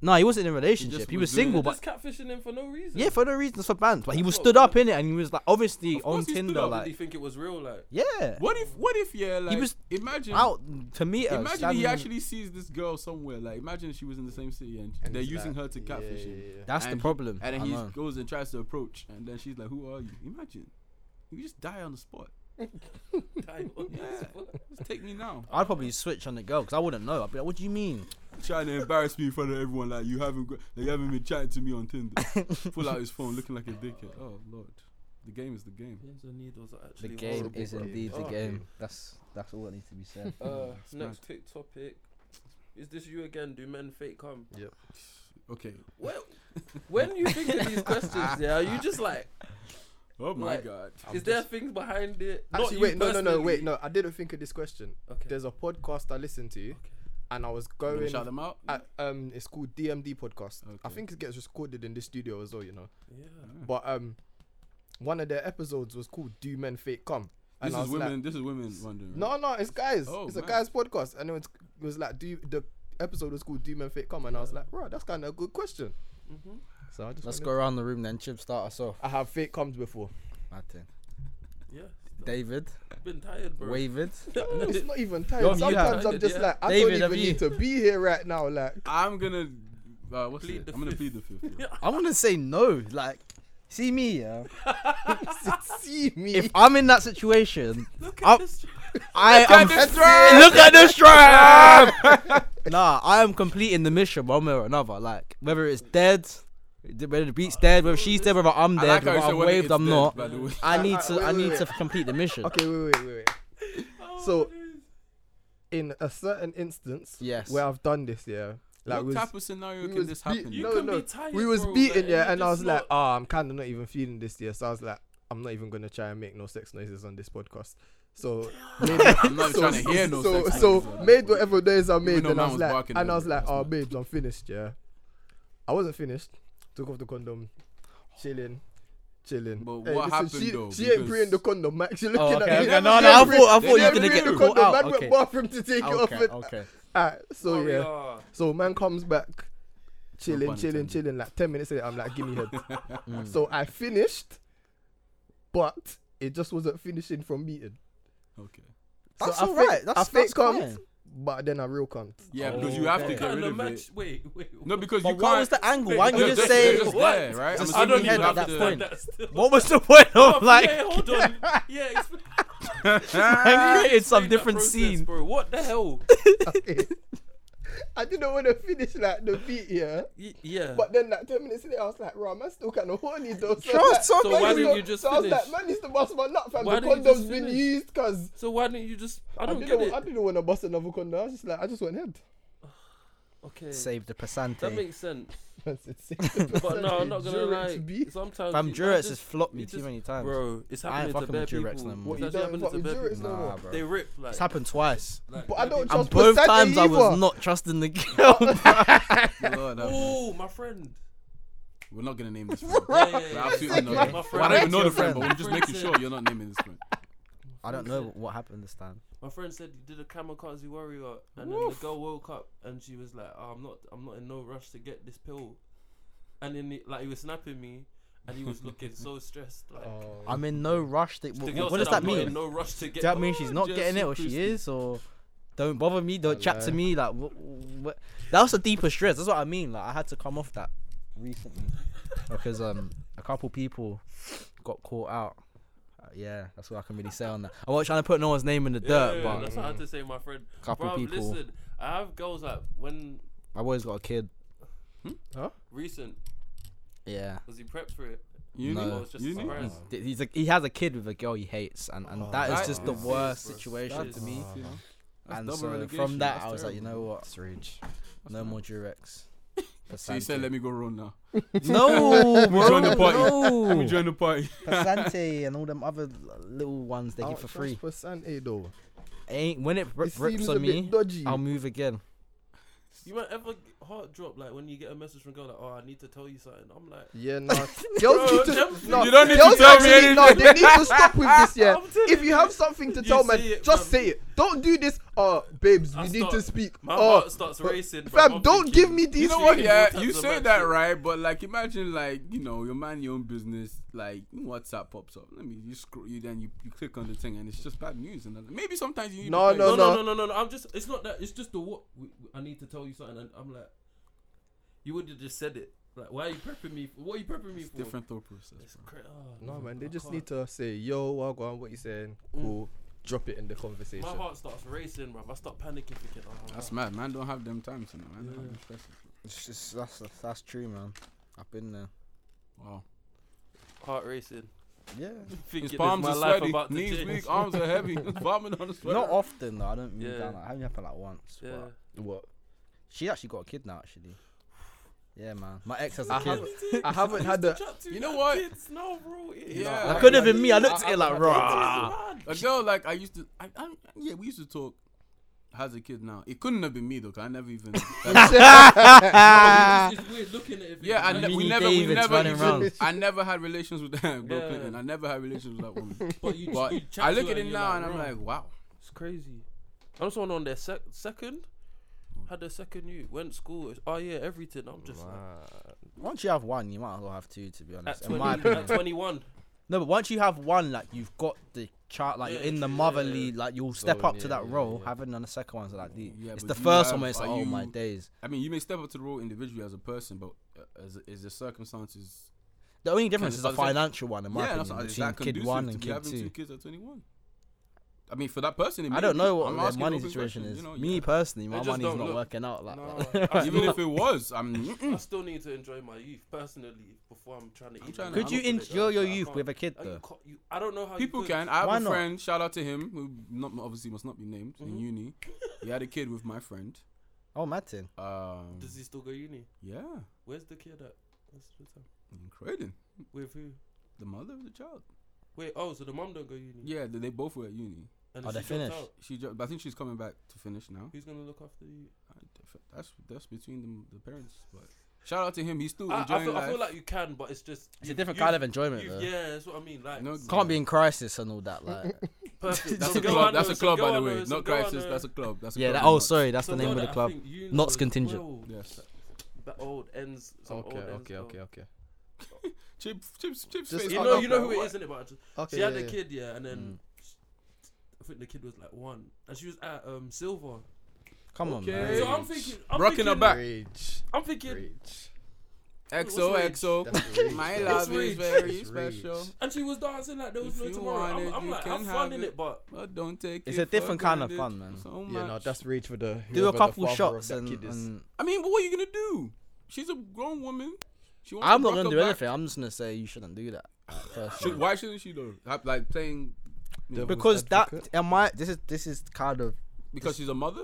no, he wasn't in a relationship. just He was was doing single, it. but Just catfishing him for no reason. yeah, for no reason, it's for bans. But he was That's stood what- up in it, and he was like, obviously Of on course he stood Tinder, up. Did he like think it was real? *laughs* Like, yeah, What if? What if? Yeah, like was imagine. out to meet her. Imagine standing he in- actually sees this girl somewhere. Like imagine she was in the same city and, And they're it's using like, her to yeah, catfish yeah, him. yeah. That's and the he- problem. And then I he know. goes and tries to approach, and then she's like, "Who are you?" Imagine. You just die on the spot. die on this one. Just take me now. I'd probably switch on the girl because I wouldn't know. I'd be like, "What do you mean?" Trying to embarrass me in front of everyone. Like you haven't, got- like, you haven't been chatting to me on Tinder. Pull out his phone, looking like a dickhead. Oh lord, the game is the game. Pins and needles are The actually game horrible, is bro. indeed the Oh. game. That's that's all that needs to be said. Uh, mad. next pick topic. Is this you again? Do men fake *laughs* come? Okay. Well, when you think of these questions, yeah, are you just *laughs* like, Oh my Like- god. is there things behind it? Not Actually, you wait, no, no, no, personally. wait, no. I didn't think of this question. Okay. There's a podcast I listen to, and I was You wanna going. Shout them out. At, um, it's called DMD podcast. I Okay. Mm. think it gets recorded in the studio as well, you know. yeah. But um, one of their episodes was called "Do Men Fake Come?" This I is was women. like- this is women wondering. right? no, no, it's guys. Oh, it's a man. guys podcast, and it was, it was like, "Do the episode was called "Do Men Fake Come?" And I was like, "Right, that's kind of a good question." Mhm. So I just *laughs* Let's go wanted- around the room then. Chip, start us off. I have fake comes before. Yeah. David, I've been tired, bro. *laughs* David. No, it's not even tired. Yo, you Sometimes have- I'm just Yeah. like, I David, don't have even you- need to be here right now. Like, I'm gonna. Uh, what's Plead it? the I'm gonna fifth. plead the fifth. yeah. I'm gonna say no. Like, see me, yeah. see me. If I'm in that situation, Look I'm- at this. *laughs* I am. Look at this trap. *laughs* nah, I am completing the mission one way or another. Like, whether it's dead, whether the beat's dead, whether she's dead, whether I'm I dead, like how whether you said I'm whether it's waved, I'm dead, not. By the way. I need I- to. I- I wait, need wait, to complete the mission. Okay, wait, wait, wait, wait. *laughs* so, in a certain instance, Yes. where I've done this, yeah, like what was- type of scenario we can was this beat- happen? You no, can no, be tired, we was bro, beaten, like, yeah, you and I was just like, not- oh, I'm kind of not even feeling this, yeah. So I was like, I'm not even gonna try and make no sex noises on this podcast. *laughs* So, made, *laughs* I'm not trying to hear no so, sex so noises on made this whatever noise I made, though and I man was, was like, barking and I was over it, like, that's oh, not- babes, I'm finished, yeah. I wasn't finished. Took off the condom, chilling. chilling. But Hey, what listen, happened she, though? She ain't Because- preying the condom, man. *laughs* She looking Oh, okay, at me. okay. No, no, She I ain't thought, preying- I thought she you were ain't gonna preying get the caught condom. out. Man Okay. went bathroom to take it off. Okay, and- *laughs* okay. Alright, so yeah. Oh, So man comes back, chilling, pun chilling, intended. chilling. Like ten minutes later, I'm like, give me *laughs* head. Mm. So I finished, but it just wasn't finishing from meeting. Okay. So That's I alright, faked- that's- I fake that's fine. cunt, but then I real cunt. *laughs* Yeah, because you have to Okay. get kind rid of of match. it. Wait, wait. No, because you But can't. what was the angle? Why No, didn't you just just- say? just there, right? Just I'm I don't assuming you even have at that to- point. What Oh, What was the point of like? Yeah, *laughs* hold on. Yeah, explain- I *laughs* created explain some that different process, *laughs* scene. bro. What the hell? *laughs* I didn't want to finish like the beat, yeah. Y- Yeah. But then like ten minutes later, I was like, "Raw, man, still kind of horny though." So, Sure, like, so man why needs didn't to- you just so I was finish? like, "Man, needs to bust my nut, fam. Why the didn't you just condom's been finish? used, cause so why didn't you just? I I, don't didn't, get wa- it. I didn't want to bust another condom. I was just like, I just went *laughs* head. Okay. Save the That passante. makes sense. But but no, I'm not gonna lie. Sometimes Fam, you- I Durex just- has flopped me you too just- many times. Bro, it's I happening ain't to fucking bare with Durex people. no more. What, It's you actually don't happening fuck to with bare Durex people. no Nah, more? bro. They rip like. It's happened twice. like, But I they don't did- trust And both Passante times I either. was not trusting the girl. Lord, have mercy. Oh, my friend. We're not gonna name this friend. Yeah, yeah, We're yeah. absolutely Okay. not. My Well, I friend- don't even know the Your friend, but friend. we're just making sure you're not naming this friend. I don't know what happened this time. My friend said he did a kamikaze warrior, and then the girl woke up and she was like, oh, "I'm not, I'm not in no rush to get this pill," and then he, like he was snapping me, and he was looking *laughs* so stressed. Like, I'm in no rush. To, the Oh. what girl what does said, that "I'm not mean? in no rush to get. Does that mean she's not Jesse getting it, or she Christie. is, or don't bother me, don't chat to me? Like, what, what? That was a deeper stress. That's what I mean. Like, I had to come off that recently because um a couple people got caught out. Uh, yeah, that's what I can really say on that. I wasn't trying to put no one's name in the Yeah, dirt, yeah, but that's what I had to say, my friend. Couple Bruv, people. Listen, I have girls like when I've always got a kid. recent Yeah. was he prepped for it? You No. know, Or it's just a you know. surprise? He's- He's a, he has a kid with a girl he hates, and, Oh, and that is that just the is- worst that's- situation that's- to me. You know? That's and double so relegation, from that, that's I was like, you know terrible. what? No more *laughs* Durex. So you said, Passante. "Let me go run now." *laughs* No, bro. join the party. *laughs* Let me No. join *laughs* the party. Passante and all them other l- little ones they give for free. Passante though. Oh, Ain't when it It rip, rips seems a on me, bit dodgy. I'll move again. You might ever g- heart drop like when you get a message from a girl like, "Oh, I need to tell you something." I'm like, Yeah, *laughs* nah. girls need to, nah, You don't need to girls tell me actually- nah, anything. they need to stop with this, yeah. I'm telling If you you. have something to You tell, man, see it, just bruv. say it. Don't do this. Uh, babes, I we need to start- speak. my Oh, uh, heart starts but- racing. bruv. Fam, I'm don't thinking, give *laughs* me these. You know see what? more Yeah, types you of say bad that shit. right, but like, imagine like you know, you're minding your own business. Like WhatsApp pops up. Let me you scroll you then you, you click on the thing and it's just bad news. And then- maybe sometimes you need No, to no, no, no, no, no, no, no. I'm just. It's not that. It's just the what. w- w- I need to tell you something, and I'm like, you would have just said it. Like, why are you prepping me? For? What are you prepping me for? different thought process. It's bro. cra- oh, No, man, they I just can't. need to say, yo, Wagwan, what you saying? Cool. Drop it in the conversation. My heart starts racing, bruv. I start panicking, thinking, oh, That's man. mad. Man don't have them times, you know. Man don't have them stresses. It's just, that's that's true, man. I've been there. Wow. heart racing. Yeah. *laughs* Thinking, His is palms my are life sweaty, about to knees change? weak, arms are heavy. *laughs* He's bombing on the sweater. Not often though. I don't move Yeah. down. Like, I only happened like once. *laughs* Yeah. But What? she actually got a kid now, actually. Yeah, man. My ex has a I kid. haven't, I haven't had a. You know what? Kids, no, bro. It, Yeah. yeah. That could have been me. I looked at it like, It's raw. mad. A girl like I used to. I, I, yeah, we used to talk. Has a kid now. It couldn't have been me though. 'cause I never even. *laughs* It's just weird looking at it. yeah, I ne- we Mini never, we Davids never. running *laughs* even- round. I never had relations with *laughs* that girl Yeah. Clinton. I never had relations with *laughs* that woman. But you, But you chat I to look her at it you're now and "Bruh." I'm like, wow. It's crazy. I was on on their sec- second. Had their second you went to school. It's, oh yeah, everything. I'm just Once you have one, you might as well have two, to be like, honest. at, In my 20, opinion. at 21. No, but once you have one, like you've got the chart, like you're Yeah, in the yeah, motherly, yeah. like you'll step Zone, up to yeah, that yeah, role. yeah. Having done the second one's like the, Yeah, it's but the you first have- one where it's like, are oh my you- days. I mean, you may step up to the role individually as a person, but uh, as is the circumstances. The only difference is it's the not the same. financial one, in my yeah, that's opinion, what- is between that kid conducive one to and be kid having two. two kids at 21. I mean, for that person, it I may don't be. know what I'm their asking money open situation questions, is. you know, Me yeah. personally, my just money's don't not look. working out *laughs* *laughs* like No, that. I, Even still, if it was, *laughs* I'm. I still need to enjoy my youth personally before I'm trying to. eat trying my to- Could own you plate, enjoy like, your I youth can't- with a kid I- you though? can't- you- I don't know how you People could. can. I have Why a not? friend. Shout out to him. Who not obviously must not be named Mm-hmm. in uni. He had a kid with *laughs* my friend. Oh, Martin. Um, Does he still go uni? yeah, Where's the kid at? Where's the time? in Croydon, With who? the mother of the child. Wait. Oh, so the mom don't go uni. Yeah, they, they both were at uni. And Are she dropped they Oh, finished? out. She, jo- but I think she's coming back to finish now. Who's gonna look after you? I- That's that's between the, the parents. But Shout out to him. He's still I, I enjoying feel, I life. feel like you can, but it's just It's a different kind of enjoyment, though. Yeah, that's what I mean. Like No, Can't be in crisis and all that. Like, *laughs* perfect. That's Some a girl I club. That's know- a some club, girl by I the know- way. some Not girl I crisis. know- That's a club. That's a yeah. club That, in oh, Knox. sorry, that's the some name girl of the that I club. think you Knots know contingent. well. Yes. The old ends. some Okay, old ends, okay, though. okay, okay. Chip, chips, chips. Just- face You Oh, hung know, no, up, you know like, who it what? is, innit? But I just- Okay. she had yeah, a yeah. kid, yeah, and then I think the kid was like one, and she was at um Silver. Come on, Okay. So man. I'm thinking, I'm Rocking thinking, her back. Rage. I'm thinking, Rage. What's XOXO. That's rage. My though. love is rage? very It's rage. special. and she was dancing like there was If no you tomorrow. I'm, want it, I'm you like, can I'm fun have in it. it, but *laughs* But don't take It's it a different for kind of granted fun, man. so Yeah, no, much. that's rage for the Do whoever a the couple father of shots that and, kid is. and I mean, what are you gonna do? She's a grown woman. She wants I'm to not gonna rock do her back. anything. I'm just gonna say you shouldn't do that. personally. Should, why shouldn't she though? Ha- Like playing because that am I. This is this is kind of. because she's a mother.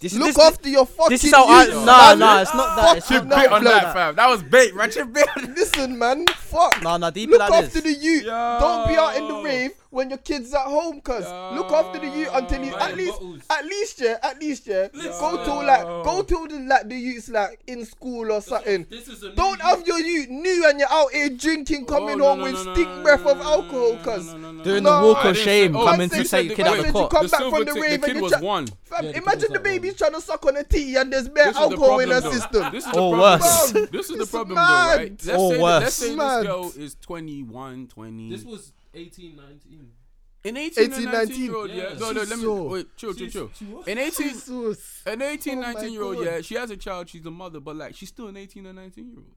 This, Look this, after your fucking. This is how I. youth, Nah, man. nah. It's not that. It's Fuck not you, that. bit on It's not that, that. That was bait, ratchet bait. Listen, man. Fuck. Nah, nah. Deep Look like after this. the youth. Yo. Don't be out in the rave when your kid's at home, cuz. Look after the youth until he's Yo. at least, at least, yeah, at least, yeah. Go to Yo. like, go to the, like the youths like in school or something. this is a Don't new have your youth new and you're out here drinking, Oh, coming home with stink breath of alcohol, cuz. Doing No, the walk I of shame, oh, coming I to said take the your kid out guy the said you cot. come back from the rave The and kid you was tra- one. Fam, Yeah, the kid was imagine the like one. baby's trying to suck on a tea and there's bare This is the alcohol in her problem, though. *laughs* system. This is Or the problem. worse. Bro, This is the It's problem, mad. though, right? Let's Or say, that- worse. Let's say Mad. this girl is 21, 20. This was 18, 19. an 18, 18, 19, year old. yeah. Yeah. No, no, She's let me so- wait. Chill, chill, She's- chill. She was. An 18, Jesus. an 18, Oh my 19 year old. God. Yeah, she has a child. She's a mother, but like she's still an 18 or 19 year old.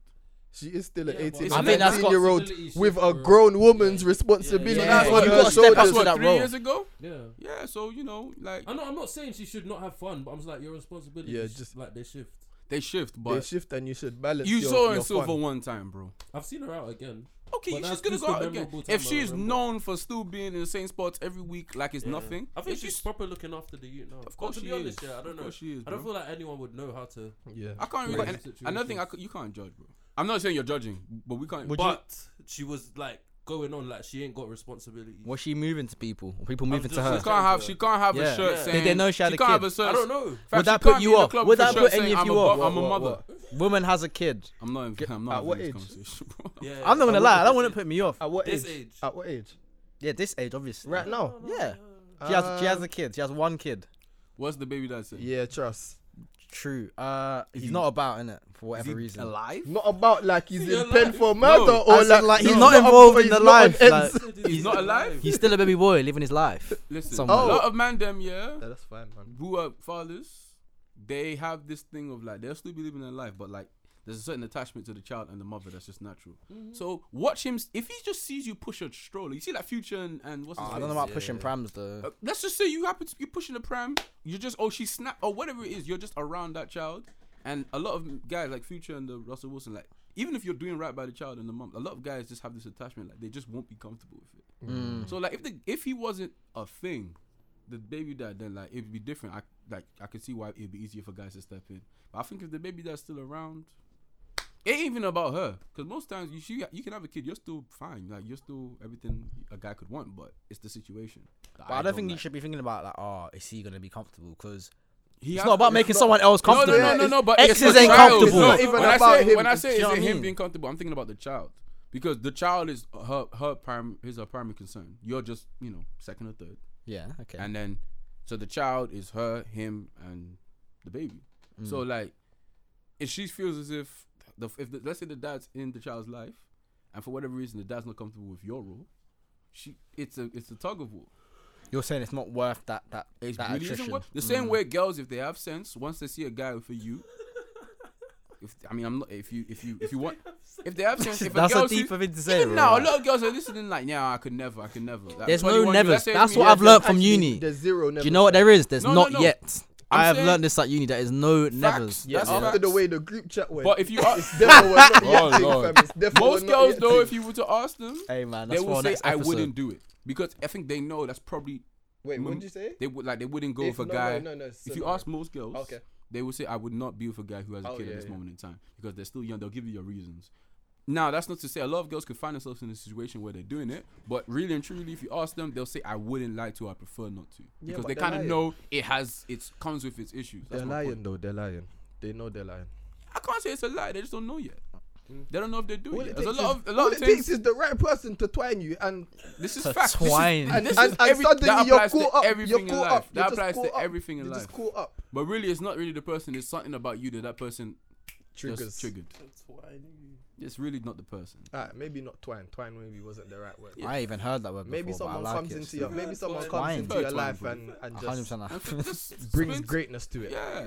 She is still an Yeah, but 18 I or think that's 19 got- year old Responsibilities with a for- grown woman's Yeah. responsibility Yeah, you on her gotta step up to shoulders. That's what that three role. years ago. Yeah. Yeah, so you know, like I know, I'm not saying she should not have fun, but I'm just like, your responsibility Yeah, yeah, just just- like they shift. they shift, They but shift and you should balance. you your, saw her your in silver fun. one time, bro. I've seen her out again. Okay, But she's that's gonna just go the out again. memorable time If I she's remember. known for still being in the same spots every week, like it's Yeah. nothing. I think if she's you- proper looking after the youth now. Of course but to she be honest, is. yeah, I Of don't know. course she is, I don't bro. feel like anyone would know how to. Yeah. I can't really. Crazy And, another thing, I c- you can't judge, bro. I'm not saying you're judging, but we can't. Would you- but she was like going on like she ain't got responsibility. Was she moving to people? Were people moving just to her? she can't have. She can't have Yeah. a shirt Yeah. saying. Did they know she had a can't have kid? a shirt. I don't know. In fact, Would she that can't put be you in a off? club Would with a that shirt put any saying, of "I'm you a bo- off?" I'm a What, what, mother. what? Woman has a kid. I'm not. inv- I'm at not what having this age? conversation, bro. *laughs* Yeah, I'm not gonna lie. That this wouldn't age- put me off. Uh, At what this age? age. Oh. At what age? Yeah, this age, obviously. Right now? Yeah. She has. She has Uh, a kid. She has one kid. What's the baby dad saying? Yeah, trust. True. Uh, he's he- not about in it for Is whatever he reason. alive? Not about like he's You're in pen like- for murder No. or As in, like, like, he's no, not up- involved in he's the not on life, ends. like- This age He's is not alive. He's still a baby boy living his life. Listen, Somewhere. a Oh. lot of man them, yeah. Yeah, That's fine, man. who are fathers, they have this thing of like they'll still be living their life, but like there's a certain attachment to the child and the mother that's just natural. So watch him s- if he just sees you push a stroller. You see like future and, and what's his Ah, I face? don't know about pushing prams though. Uh, Let's just say you happen to be pushing a pram. You're just oh she snapped or whatever it is. You're just around that child, and a lot of guys like Future and the Russell Wilson like. Even if you're doing right by the child and the mom, a lot of guys just have this attachment, like they just won't be comfortable with it. Mm. So like if the if he wasn't a thing, the baby dad then like it'd be different. I like I could see why it'd be easier for guys to step in. But I think if the baby dad's still around, it ain't even about her. Cause most times you she, you can have a kid, you're still fine. Like you're still everything a guy could want, but it's the situation. that But I, don't think you like. should be thinking about like, oh, is he gonna be comfortable? Because He it's has not about to- making someone else No, no, comfortable. no, no, no. But exes it's the ain't child. comfortable. No, It's not even when I about say, him. When I say Do you know is what it I him mean? being comfortable, I'm thinking about the child because the child is her her prime is her primary concern. You're just you know second or third. Yeah. Okay. and then so the child is her, him, and the baby. So Mm. like, if she feels as if the if the, let's say the dad's in the child's life, and for whatever reason the dad's not comfortable with your role, she it's a it's a tug of war. You're saying it's not worth that that It's that really attrition. Mm. isn't what, the same way girls if they have sense once they see a guy for you. If, I mean, I'm not. If you, if you, if you *laughs* want, if they have sense, if That's a girl a deeper *laughs* sees, thing to say. even bro, now a like. lot of girls are listening like, yeah, I could never, I could never. Like, There's no 21, nevers. let's say That's it's what me, I've yeah, learned yeah. from Actually, uni. There's zero. Do Never you know what there is? There's No, no, not no. yet. I'm I have saying- learned this at uni. There is no nevers. That's After facts. the way the group chat went, But if you are, it's *laughs* definitely *laughs* not Oh, yachting, Lord. fam. It's definitely most not girls yachting. though, if you were to ask them, Hey man, they that's for will our say next I episode. wouldn't do it because I think they know that's probably Wait, Mm. what did you say? they would like they wouldn't go If- with a no, guy. no, no, no, if so you no. ask most girls, Okay. they will say I would not be with a guy who has a Oh, kid yeah, at this yeah. moment in time because they're still young. They'll give you your reasons. Now that's not to say a lot of girls could find themselves in a situation where they're doing it, but really and truly, if you ask them, they'll say I wouldn't like to. I prefer not to because but they they're kind of lying. know it has it comes with its issues. That's They're my lying point. though. They're lying. They know they're lying. I can't say it's a lie. They just don't know yet. They don't know if they're doing All it. it There's takes a is- lot of a all lot of it takes things. is the right person to twine you, *laughs* and This is To fact. This is- twine. and this and, is and every- suddenly that you're applies to caught up. everything You're in caught life. up. That you're just applies to caught up. everything in you're life. Just caught up. But really, it's not really the person. It's something about you that that person just Triggers. triggered. It's really not the person. Alright, maybe not twine. Twine maybe wasn't the right word. I even heard that word before. Maybe someone but I like comes it into still. your maybe someone comes Twine. into your Twine, life bro. and, and just 100% And that. f- just brings spin- greatness to it. Yeah.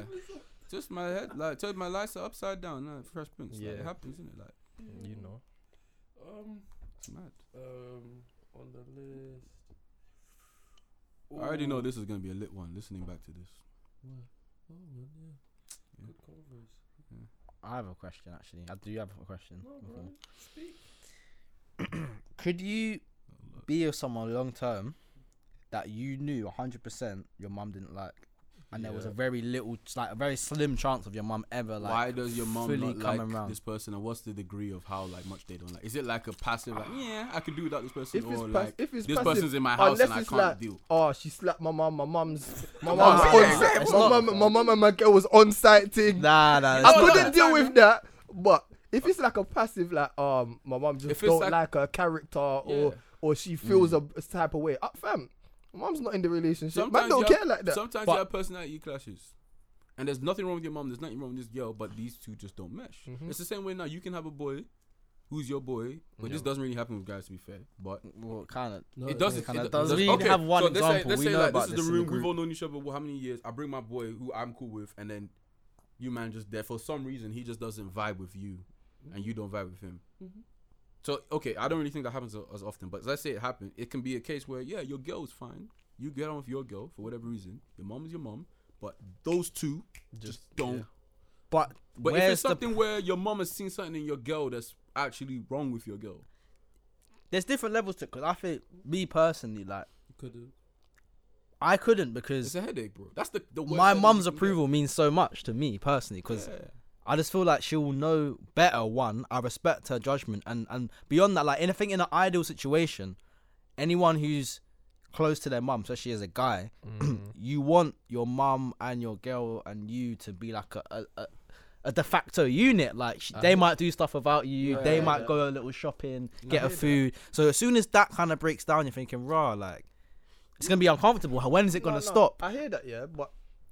Just my head, like, turn my lights upside down. Nah, Fresh Prince. Yeah. Yeah. it happens, isn't it? Like, You know. Um, it's mad. um, on the list. I already know Ooh. this is going to be a lit one, listening back to this. Oh, man, yeah. Yeah. Good converse. I have a question actually. I do have a question. No, before. bro. Speak. *clears throat* Could you be with someone long term that you knew 100% your mum didn't like? And there was a Yeah. very little, like a very slim chance of your mum ever like. *laughs* Why does your mom fully not come like around? this person, and what's the degree of how like much they don't like? Is it like a passive, like, yeah, I could do without this person, If it's, or pas- like if it's this passive, person's in my house unless and I it's can't like, deal? Oh, she slapped my mum. My mum's my No, mum's no, on no, no, site. it's My not. mum, my mum and my girl was on site thing. Nah, nah. I it's not couldn't that. deal with that. But if it's like a passive, like um, my mum just If it's don't like, like- her character, or Yeah. or she feels a, a type of way. Uh, fam, my mum's not in the relationship. man you don't have- care like that. Sometimes But- you have personality clashes. And there's nothing wrong with your mom, there's nothing wrong with this girl, but these two just don't mesh. Mm-hmm. It's the same way now. You can have a boy who's your boy, but this doesn't really happen with guys to be fair. But Well, kind of. it doesn't. kinda it does. does- We have one so let's say- example. Let's We say know like, about this is the this in the room. We've group. all known each other for how many years? I bring my boy who I'm cool with, and then you man just there for some reason he just doesn't vibe with you, and you don't vibe with him. Mm-hmm. So okay, I don't really think that happens a- as often, but let's say it happened. It can be a case where yeah, your girl's fine. You get on with your girl for whatever reason. Your mom is your mom, but those two just, don't. But, But if where's it's the something where your mom has seen something in your girl that's actually wrong with your girl, there's different levels to because I think me personally, like Could have. I couldn't it's because a headache, bro. That's the, the worst my headache mum's you can get. approval means so much to me personally because Yeah. I just feel like she'll know better. One, I respect her judgment, and and beyond that, like anything in an ideal situation, anyone who's close to their mum, especially as a guy, *clears throat* you want your mum and your girl and you to be like a. a, a a de facto unit, like sh they might do stuff without you. they might go a little shopping, get a food. So as soon as that kind of breaks down, you're thinking, "Raw, like it's gonna be uncomfortable. When is it No, gonna no, stop?" I hear that, yeah, but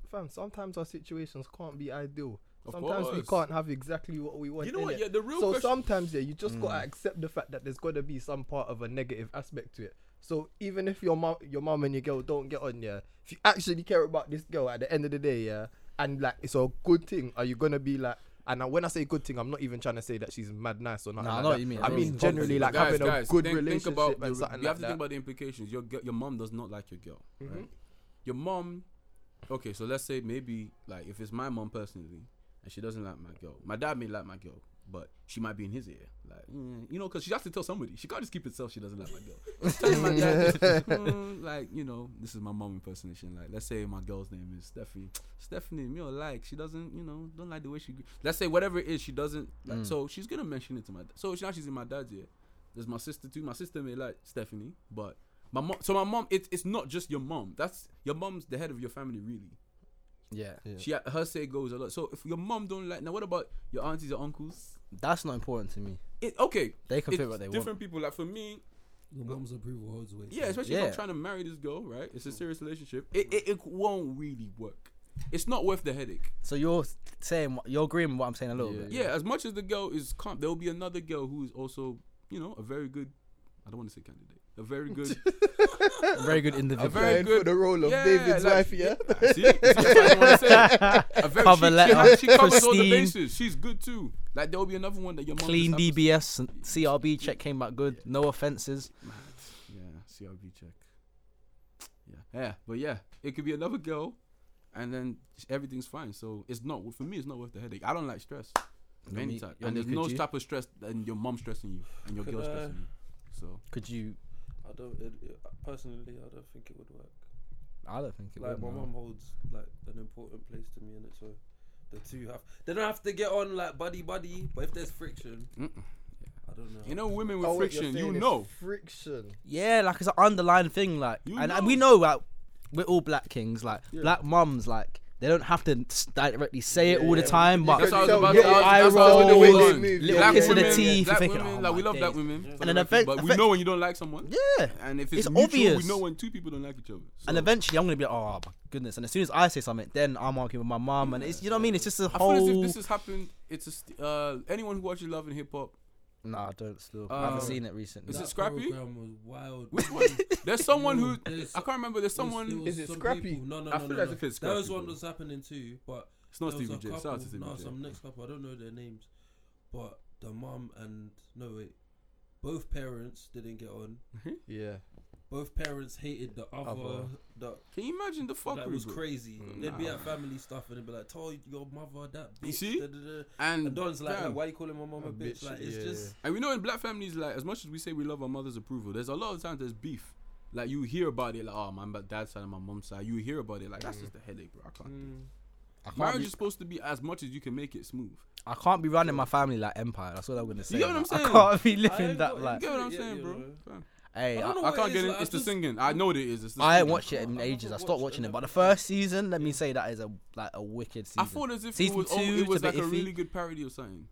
fam, sometimes our situations can't be ideal. Of sometimes we course. can't have exactly what we want. You know what, innit? yeah, the real so question- Mm. sometimes yeah, you just gotta accept the fact that there's gotta be some part of a negative aspect to it. So even if your mom, your mom and your girl don't get on, yeah, if you actually care about this girl at the end of the day, yeah, and like it's a good thing, are you gonna be like? And now when I say good thing, I'm not even trying to say that she's mad nice or not. Nah, I know what you mean. I Bro, mean it's generally like Guys, having guys, a good think- think relationship about the- and something You like have to that. Mm-hmm. think about *laughs* the implications. Your gi- your mom does not like your girl. Right? Your mom. Okay, so let's say maybe like if it's my mom personally, and she doesn't like my girl. My dad may like my girl, but she might be in his ear. Like mm, you know, because she has to tell somebody. She can't just keep it self. She doesn't like *laughs* my girl. She's telling my dad, "Mm, like you know, this is my mom impersonation. Like let's say my girl's name is Stephanie. Stephanie, me or like she doesn't you know don't like the way she. gr- Let's say whatever it is she doesn't. Like, Mm. So she's gonna mention it to my. dad. So now she's in my dad's ear. There's my sister too. My sister may like Stephanie, but my mom. So my mom, it's it's not just your mom. That's your mom's the head of your family, really. Yeah, She her say goes a lot. So if your mom don't like, now what about your aunties or uncles? that's not important to me. It okay. They can it's fit what they want. different people. Like for me, Your mum's approval holds weight. yeah, especially if Yeah. I'm trying to marry this girl, right? It's a serious relationship. It it, it won't really work. It's not worth the headache. So you're s- saying what- you're agreeing with what I'm saying a little bit. Yeah, as much as the girl is calm, there will be another girl who is also, you know, a very good. I don't want to say candidate. A very *laughs* good. Very good a individual. *laughs* very Going for good the role of David's wife, yeah? See, see that's what I want to say. A very, Cover she, letter, she, has- she covers all the pristine. bases. She's good too. Like there will be another one that your mom Clean just happens- DBS, and CRB check came back good. No offenses. Yeah, CRB check. Yeah, yeah, but yeah, it could be another girl, and then everything's fine. So it's not for me. It's not worth the headache. I don't like stress. of Any me- type. you're And me, there's no could you? type of stress than your mom stressing you and your Could girl I- stressing you. So Could you? I don't. It, it, personally, I don't think it would work. I don't think it Like would. my no. mum holds like an important place to me in it, so the two have. They don't have to get on like buddy buddy, but if there's friction, I don't know. you know, women with Oh, what you're friction, you saying is know. friction. Yeah, like it's an underlying thing. Like, You and, know. and we know like we're all black kings. Like black mums. Like They don't have to s- directly say it Yeah, all the yeah. time, but That's what I was So, about yeah, to ask. eye That's what I was roll, gonna little say. move, Black kiss of the women, teeth. You're black thinking, women, oh like we my love black days. women, for And the an record, event- but we event- know when you don't like someone. yeah. And if it's, It's mutual, obvious. we know when two people don't like each other. So And eventually, I'm gonna be like, oh my goodness. And as soon as I say something, then I'm arguing with my mum, and it's you know what I mean. It's just a I feel as if whole. this has happened. It's a st- uh, anyone who watches Love and Hip Hop. Nah, I don't still. I haven't Um, seen it recently. Is That it Scrappy? program was wild. Which *laughs* one? There's someone who There's- I can't remember. There's there was- there someone. was Is it some Scrappy? people- No, no, I no, feel no, as no. if it's That was Scrappy, one bro. that's happening too, but It's not there was Stevie J. a Shout out to couple- Stevie no, J. some next couple. I don't know their names, but the mum and no wait, both parents didn't get on. Yeah. Both parents hated the other. Other. That Can you imagine the fuckery? like, was bro? crazy. They'd be at family stuff and they'd be like, "Tell your mother that." Bitch, You see? Mm, da, da, da." And, And Don's like, fam, "Why you calling my mum a A bitch?" bitch, Like it's yeah, just and we know in black families, like as much as we say we love our mother's approval, there's a lot of times there's beef. Like you hear about it, like oh my dad's side and my mom's side. You hear about it, like that's just a headache, bro. I can't. Mm. I can't Marriage be- is supposed to be as much as you can make it smooth. I can't be running my family like empire. That's what I'm gonna say. get what I'm like, saying? I can't be I living ain't that got- You like. get what I'm Uh, Yeah, saying, yeah, bro? bro. Fam. Hey, I I, don't know I what can't it get is, it. like, it's I the just- singing. I know what it is. It's the I ain't singing. watched it in I ages. I never stopped watched watching it, it, but I the never- first season, let me say that is a like a wicked season. I felt as if Season it was, oh, two it was to a like bit a really iffy. good parody of something.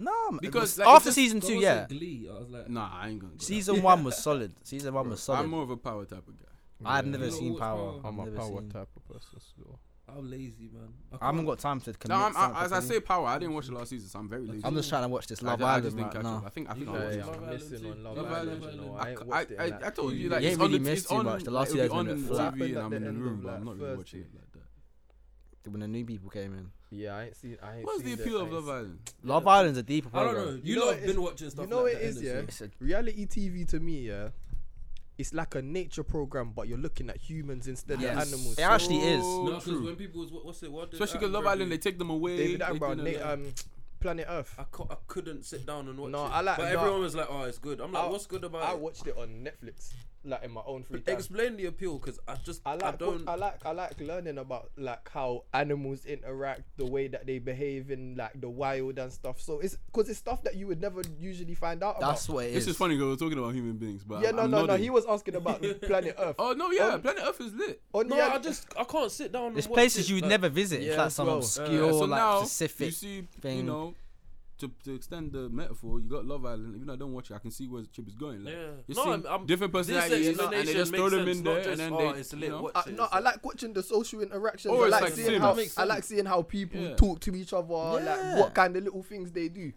no, it Because, was- like, it after just- season What two, was yeah, it, Glee. I was like, Nah, I ain't gonna. Go season that. one was solid. Season one was I'm solid. more of a power type of guy. I've Yeah. never You know seen what's Power. wrong? I've I'm a never power seen- type of person still. I'm lazy, man. I haven't got time to commit. No, I'm, something I, as I to say me. power, I didn't watch the last season, so I'm very lazy. I'm just trying to watch this I, Love ju- I just Island didn't right catch up. I now. think I think You I know, guys watched it. yeah. are Love missing Island on too. Love Love Island, Island, you know. I I I, ain't I, watched it I, in I like told you two like Yeah, years. it's really on, the- missed it's too on, much. The like, last it'll be season on went in the flat. TV and Happened I'm at the in end the of room, but I'm Black not really Thursday. watching it like that. When the new people came in, Yeah, I ain't seen. I ain't What's the seen appeal I of ain't Love seen- Island? Love Island's a deeper I program. don't know. You You know know, it I've been is- watching stuff. you know like it that, is, innit, so- yeah? It's a Reality TV to me, yeah, it's like a nature program, but you're looking at humans instead Yes. of animals. It actually is. So No, because true. when people was what- what's it? What did Especially because Attenborough Love Island, do? they take them away. David they Attenborough, do na- that. um, Planet Earth. I, cou- I couldn't sit down and watch No, it. I like- but no. everyone was like, "Oh, it's good." I'm like, I- "What's good about I it?" watched it on Netflix, like in my own free time. Explain the appeal, because I just I I, like don't. I like I like learning about like how animals interact, the way that they behave in like the wild and stuff. So it's because it's stuff that you would never usually find out about. That's what it This is. is funny because we're talking about human beings, but yeah, I'm- no, I'm no, no. nodding. He was asking about planet Earth. Oh no, yeah, Um, Planet Earth is lit. On no, the- I just I can't sit down. There's and watch places it, you would like- never visit. yeah, it's like some well, uh, obscure, so like now you specific. see, you thing. know, to, to extend the metaphor, you got Love Island. Even though I don't watch it, I can see where the chip is going. Like, Yeah. you No, see I'm- I'm- different this personalities, you know, and they explanation just throw makes them in sense, not there, just, and then "Oh, they, it's you lit, know, watch I, it." no, I like watching the social interactions. Or I it's like like seeing Sims. how That makes I like sense. seeing how people Yeah. talk to each other, like Yeah. what kind of little things they do.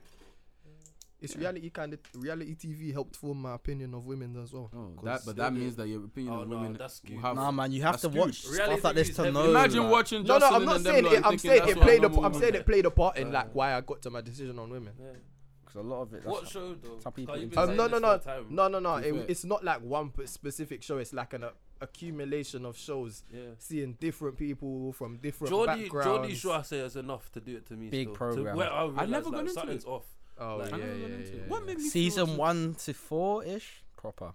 It's reality kind of reality TV helped form my opinion of women as well. Oh, 'Cause that, but they- that means that your opinion Oh, of no, women that's will good. have. Nah, man, you have That's to good. watch Reality stuff like this is to heavy. know. Imagine like, watching. No, no, Justin I'm and not them saying lot it. and I'm thinking saying that's it what played. A, normal I'm women saying do. it played a part in like Yeah. why I got to my decision on women. Yeah. 'cause a lot of it. What that's- show though? some people Like, you've do. been Um, saying no, this for no, a no, time. no, no, no. To be It, fair. it's not like one p- specific show. It's like an a, accumulation of shows, Yeah. seeing different people from different Jordy, backgrounds. Jordy Shaw says enough to do it to me. Big still, to program. where I, realised, never like, got into something's it. off. Oh Like- yeah, I yeah, never yeah, got into yeah, it. What yeah. made me feel so- season one to four ish, proper,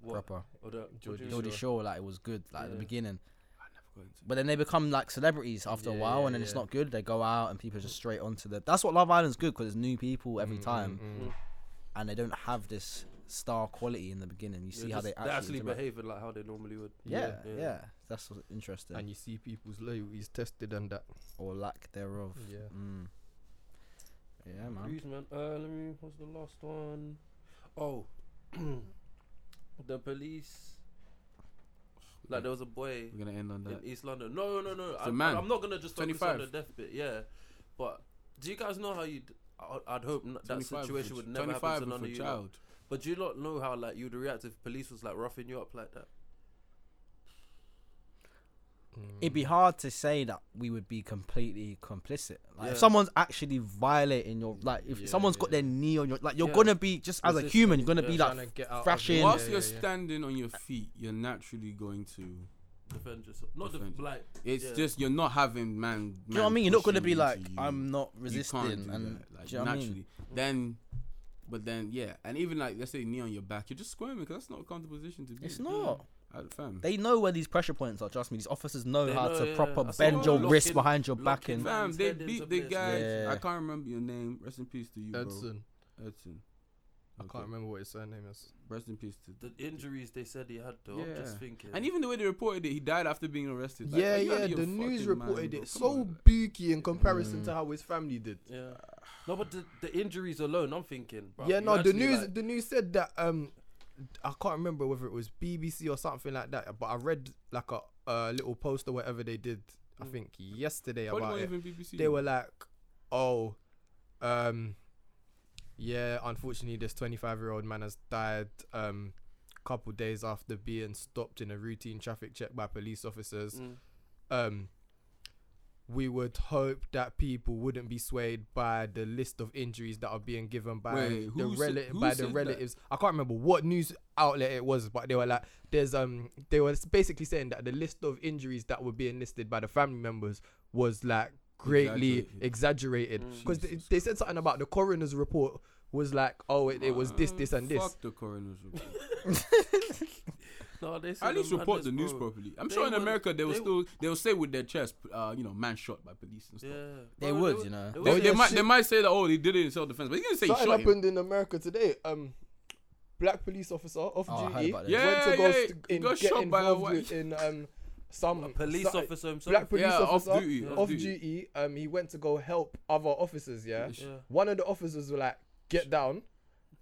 What? proper. Or the- what Jordy do you Jordy mean? Shore, like it was good, like at the Yeah. beginning. I never got into it. But then they become like celebrities after a Yeah, while, yeah, and then it's yeah. not good. They go out, and people are just straight onto the. That's what Love Island's good because there's new people every time, and they don't have this star quality in the beginning. You Yeah, see how just- they they're actually, interact. behave like how they normally would. Yeah, yeah, Yeah. that's what's interesting, And you see people's loyalties tested and that. or lack thereof. Yeah. Mm. Yeah, man. Please, man. Uh, let me. What's the last one? Oh, *clears throat* the police. Like there was a boy We're gonna end on in that. East London. No, no, no. a I'm, man. I'm not gonna just focus on the 25. death bit. Yeah, but do you guys know how you? would I'd hope n- that 25 situation for- would never happen 25 to none for of you. lot. child. But do you not know how like you'd react if police was like roughing you up like that? It'd be hard to say that we would be completely complicit. Like Yeah. if someone's actually violating your, like if Yeah, someone's got yeah. their knee on your, like you're Yeah. gonna be just as a Resisting, human, you're gonna be yeah. like Tryna get out of thrashing. it. Whilst Yeah, you're yeah, yeah. standing on your feet, you're naturally going to. Defend yourself. Not defend. Defend. like It's yeah. just you're not having man. Do you know what I man mean? You're not gonna pushing be like into you. I'm not You can't resisting, do and that, like, do you know what I mean? naturally. Then, but then yeah, and even like let's say knee on your back, you're just squirming because that's not a comfortable position to be. It's in. not. I, fam. They know where these pressure points are. Trust me, these officers know They how know, to yeah. proper I saw bend one your lock wrist in- behind your lock back in and. Fam, Man's they head beat into the place. guy. Yeah. I can't remember your name. Rest in peace to you, bro. Edson. Edson. I Okay. can't remember what his surname is. Rest in peace to. The injuries they said he had, though. I'm Yeah. just thinking. And even the way they reported it, he died after being arrested. Like, yeah, are you out yeah. of your The news fucking mind, reported bro? it Come so on, like- booky in comparison Mm. to how his family did. Yeah. No, but the, the injuries alone, I'm thinking. bruv, yeah, you no. The actually, news, like- the news said that um, I can't remember whether it was BBC or something like that, but I read like a uh, little post or whatever they did. I Mm. think yesterday Probably about not it. even BBC. they were like, "Oh, um, yeah, unfortunately, this 25-year-old man has died um, couple days after being stopped in a routine traffic check by police officers. Mm. Um, we would hope that people wouldn't be swayed by the list of injuries that are being given by Wait, the who said- relative who by the said that? relatives. I can't remember what news outlet it was, but they were like, "There's um, they were basically saying that the list of injuries that were being listed by the family members was like greatly exaggerated because they, Mm. Jesus they said something about the coroner's report was like, oh, it, it was this, this, and this. Uh, Fuck *laughs* the coroner's report. No, they said At least the report madness, the news bro. properly. I'm They sure in would- America they will they still they will say with their chest, uh, you know, man shot by police and stuff. Yeah. They Bro, would, you know. they They, Oh, they yeah, might shit. they might say that oh they did it in self defense, but you didn't say he Something shot him. happened in America today. Um, black police officer off Oh, I heard duty about went this. Yeah, to go yeah, st- he in, got get shot by a involved white- with *laughs* in um some A police so- officer himself. Black police Yeah, off officer duty, off off duty. duty. Um, he went to go help other officers. Yeah, Ish. Yeah. one of the officers were like, "Get down."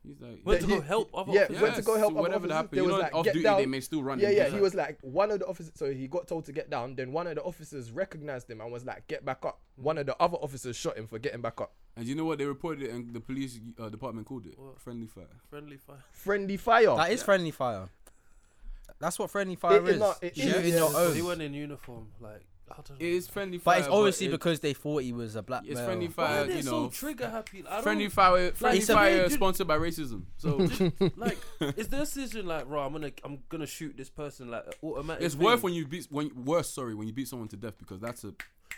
He's like, Went That to go he- help other yeah, officers. went to go Yes, help other whatever officers. that happened. They You was know, like, off "Get duty down." they may still run. Yeah, him yeah. down. He was like one of the officers. So he got told to get down. Then one of the officers recognized him and was like, "Get back up." Mm. One of the other officers shot him for getting back up. And you know what? They reported it, and the police uh, department called it friendly fire. Friendly fire. Friendly fire. That is friendly fire. That's what friendly fire It- it is. not- it Shooting is, your yeah. He own. went in uniform. Like, I don't know. It is friendly fire, But it's obviously it- because they thought he was a black it's male. friendly Why are fire. they You so know, uh, trigger happy? I friendly don't fire. Friendly it's a- fire Yeah, is you- sponsored by racism. *laughs* So like. Is the decision like, right? I'm gonna, I'm gonna shoot this person like automatic. it's thing? worse when you beat when worse. Sorry, when you beat someone to death because that's a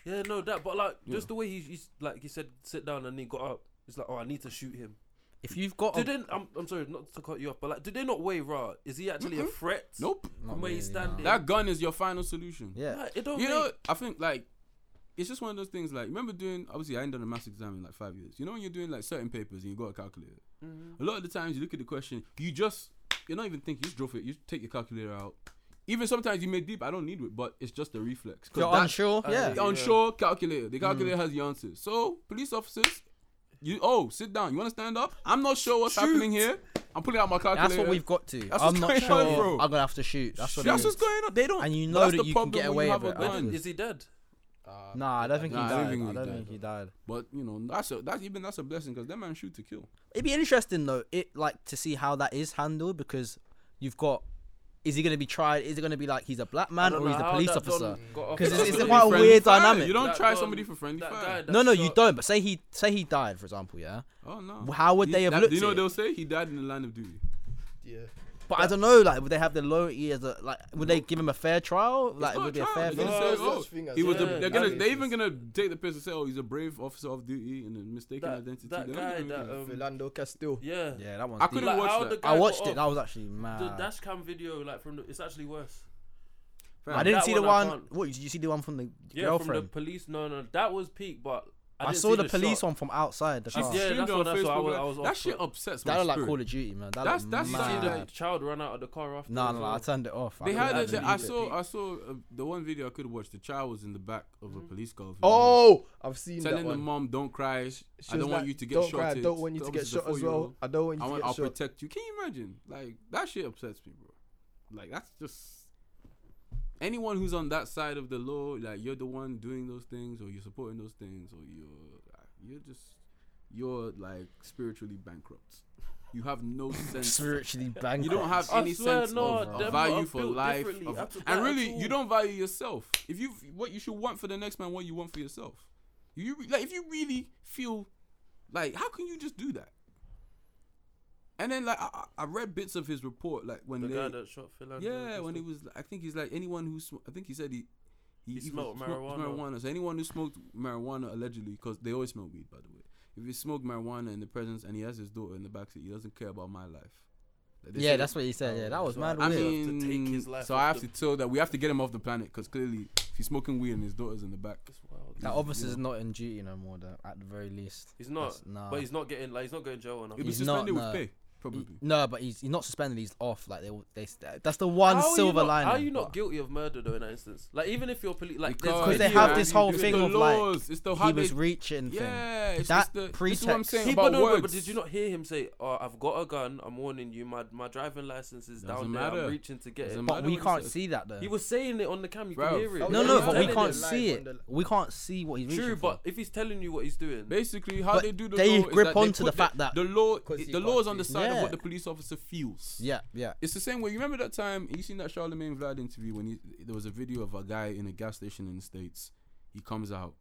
Yeah, no, that. But like, Yeah. just the way he, he's like, he said, sit down, and he got up. It's like, oh, I need to shoot him. If you've Oh. got Do a, they? I'm, I'm sorry, not to cut you off, but like, do they not weigh raw? Is he actually a threat? nope. Not From where he's really, no. standing. That gun is your final solution. yeah, Like, it don't. You make, know, I think like it's just one of those things. Like, remember doing? Obviously, I ain't done a maths exam in like five years. You know, when you're doing like certain papers and you got a calculator, a lot of the times you look at the question, you just you're not even thinking. You just drop it. You take your calculator out. Even sometimes you may deep. I don't need it, but it's just a reflex. 'Cause you're that- unsure. Mm. yeah, the unsure calculator. The calculator has the answers. So police officers, you oh sit down. You want to stand up? I'm not sure what's happening here. I'm pulling out my calculator. that's what we've got to. That's I'm what's not going sure. on, bro. I'm gonna have to shoot. That's what. That's it what's is. going on. They don't. And you but know that's that the you can problem when get away have with a it, I gun. think. Is he dead? Nah, I don't think he Nah, I don't died. think I he don't died, think he died. But you know that's a, that's even that's a blessing because that man shoot to kill. It'd be interesting though, it like to see how that is handled because you've got. Is he gonna be tried? Is it gonna be like he's a black man don't or he's know a how police that done officer? got off. Because it's, it's Friendly quite a fire. weird dynamic. You don't That try gun- somebody for friendly that fire. guy that no, no, you shot- don't. But say he say he died, for example, yeah. Oh no. How would He- they have that- looked do You know at what it? they'll say he died in the line of duty. yeah. But I don't know, like, would they have the loyalty as a like? Would they give him a fair trial? Like, it not would be a trial, fair. it's They Thing. just- say, there's oh, such thing as- He was. Yeah, the, they're gonna. that They're is- even gonna take the piss and say, "Oh, he's a brave officer of duty and a mistaken That- identity." that They're not guy gonna do that, that. um, Philando Castile. Yeah. Yeah, that one's. I deep. couldn't watch how that. the guy I watched got it. That off, was actually mad. the dash cam video, like from the, it's actually worse. I didn't That see the one I one. can't- What did you see the one from the Yeah, from the girlfriend? police. No, no, that was peak, but I, I didn't saw see the police shot. one from outside the She car. yeah, streamed that's it on what- that's what I Facebook was- Live. I was that off shit for it. upsets my That looked like spirit. Call of Duty, man. That That's- looked that's- You see the mad. child run out of the car after. No, as no, well. I turned it off. I They couldn't had. actually A, do I it. saw. I saw uh, the one video I could watch. The child was in the back of a police car. with his mom, Oh, I've seen that telling the one. mom, "Don't cry. She I was don't want like, you to get don't shot. eh, Cry, I don't want you to get shot as well. I don't want you I to want. get I'll shot. protect you. Can you imagine? Like that shit upsets me, bro. Like that's just anyone who's on that side of the law. Like you're the one doing those things, or you're supporting those things, or you're you're just you're like spiritually bankrupt. You have no *laughs* sense. spiritually bankrupt. You don't have I any swear, sense no, of, them of value are for built life, differently. of- That's- and that's really, all. you don't value yourself. If you what you should want for the next man, what you want for yourself. You re- like if you really feel like, how can you just do that? And then like I, I- I read bits of his report, like when The they, guy that shot Phil. yeah, when he was, I think he's like anyone who, sm- I think he said he. He, even smoked smoked marijuana. marijuana. So anyone who smoked marijuana allegedly, because they always smoke weed, by the way. If he smoked marijuana in the presence and he has his daughter in the backseat, he doesn't care about my life. Like, they Yeah, said- that's what he said. Yeah, that was so mad I We weird. have to mean, take his life so I off have the- to tell that we have to get him off the planet because clearly, if he's smoking weed and his daughter's in the back, that obviously is not in duty no more, though, at the very least. He's not, That's- nah. but he's not getting like he's not going jail or nothing. he'd be He's not, suspended with no. Mm. pay. probably. No, but he's, he's not suspended. He's off. Like they, will- they. That's the one How are you silver not- lining. How are you not guilty of murder though in that instance? Like even if you're police, like there's Because Because they video have of this you whole doing thing it. the of like laws, it's the- how he they- was reaching thing. Yeah, it's That just the, this is what I'm pretext- saying He, about but, no, no, words. but did you not hear him say, "Oh, I've got a gun. I'm warning you. My my driving license is Doesn't down there. matter. I'm reaching to get it." Doesn't But matter we what he can't says. see that though. He was saying it on the cam. You Bruv. can hear it. no, Yeah, he no, but said we it can't live see on it. the- We can't see what he's reaching True, for. but if he's telling you what he's doing, Basically, how But they do the they law is grip that onto put the fact that- the law, 'Cause he the law is can't on the see. side of Yeah. what the police officer feels. yeah, yeah. It's the same way. You remember that time you seen that Charlemagne Vlad interview when he, there was a video of a guy in a gas station in the states. He comes out,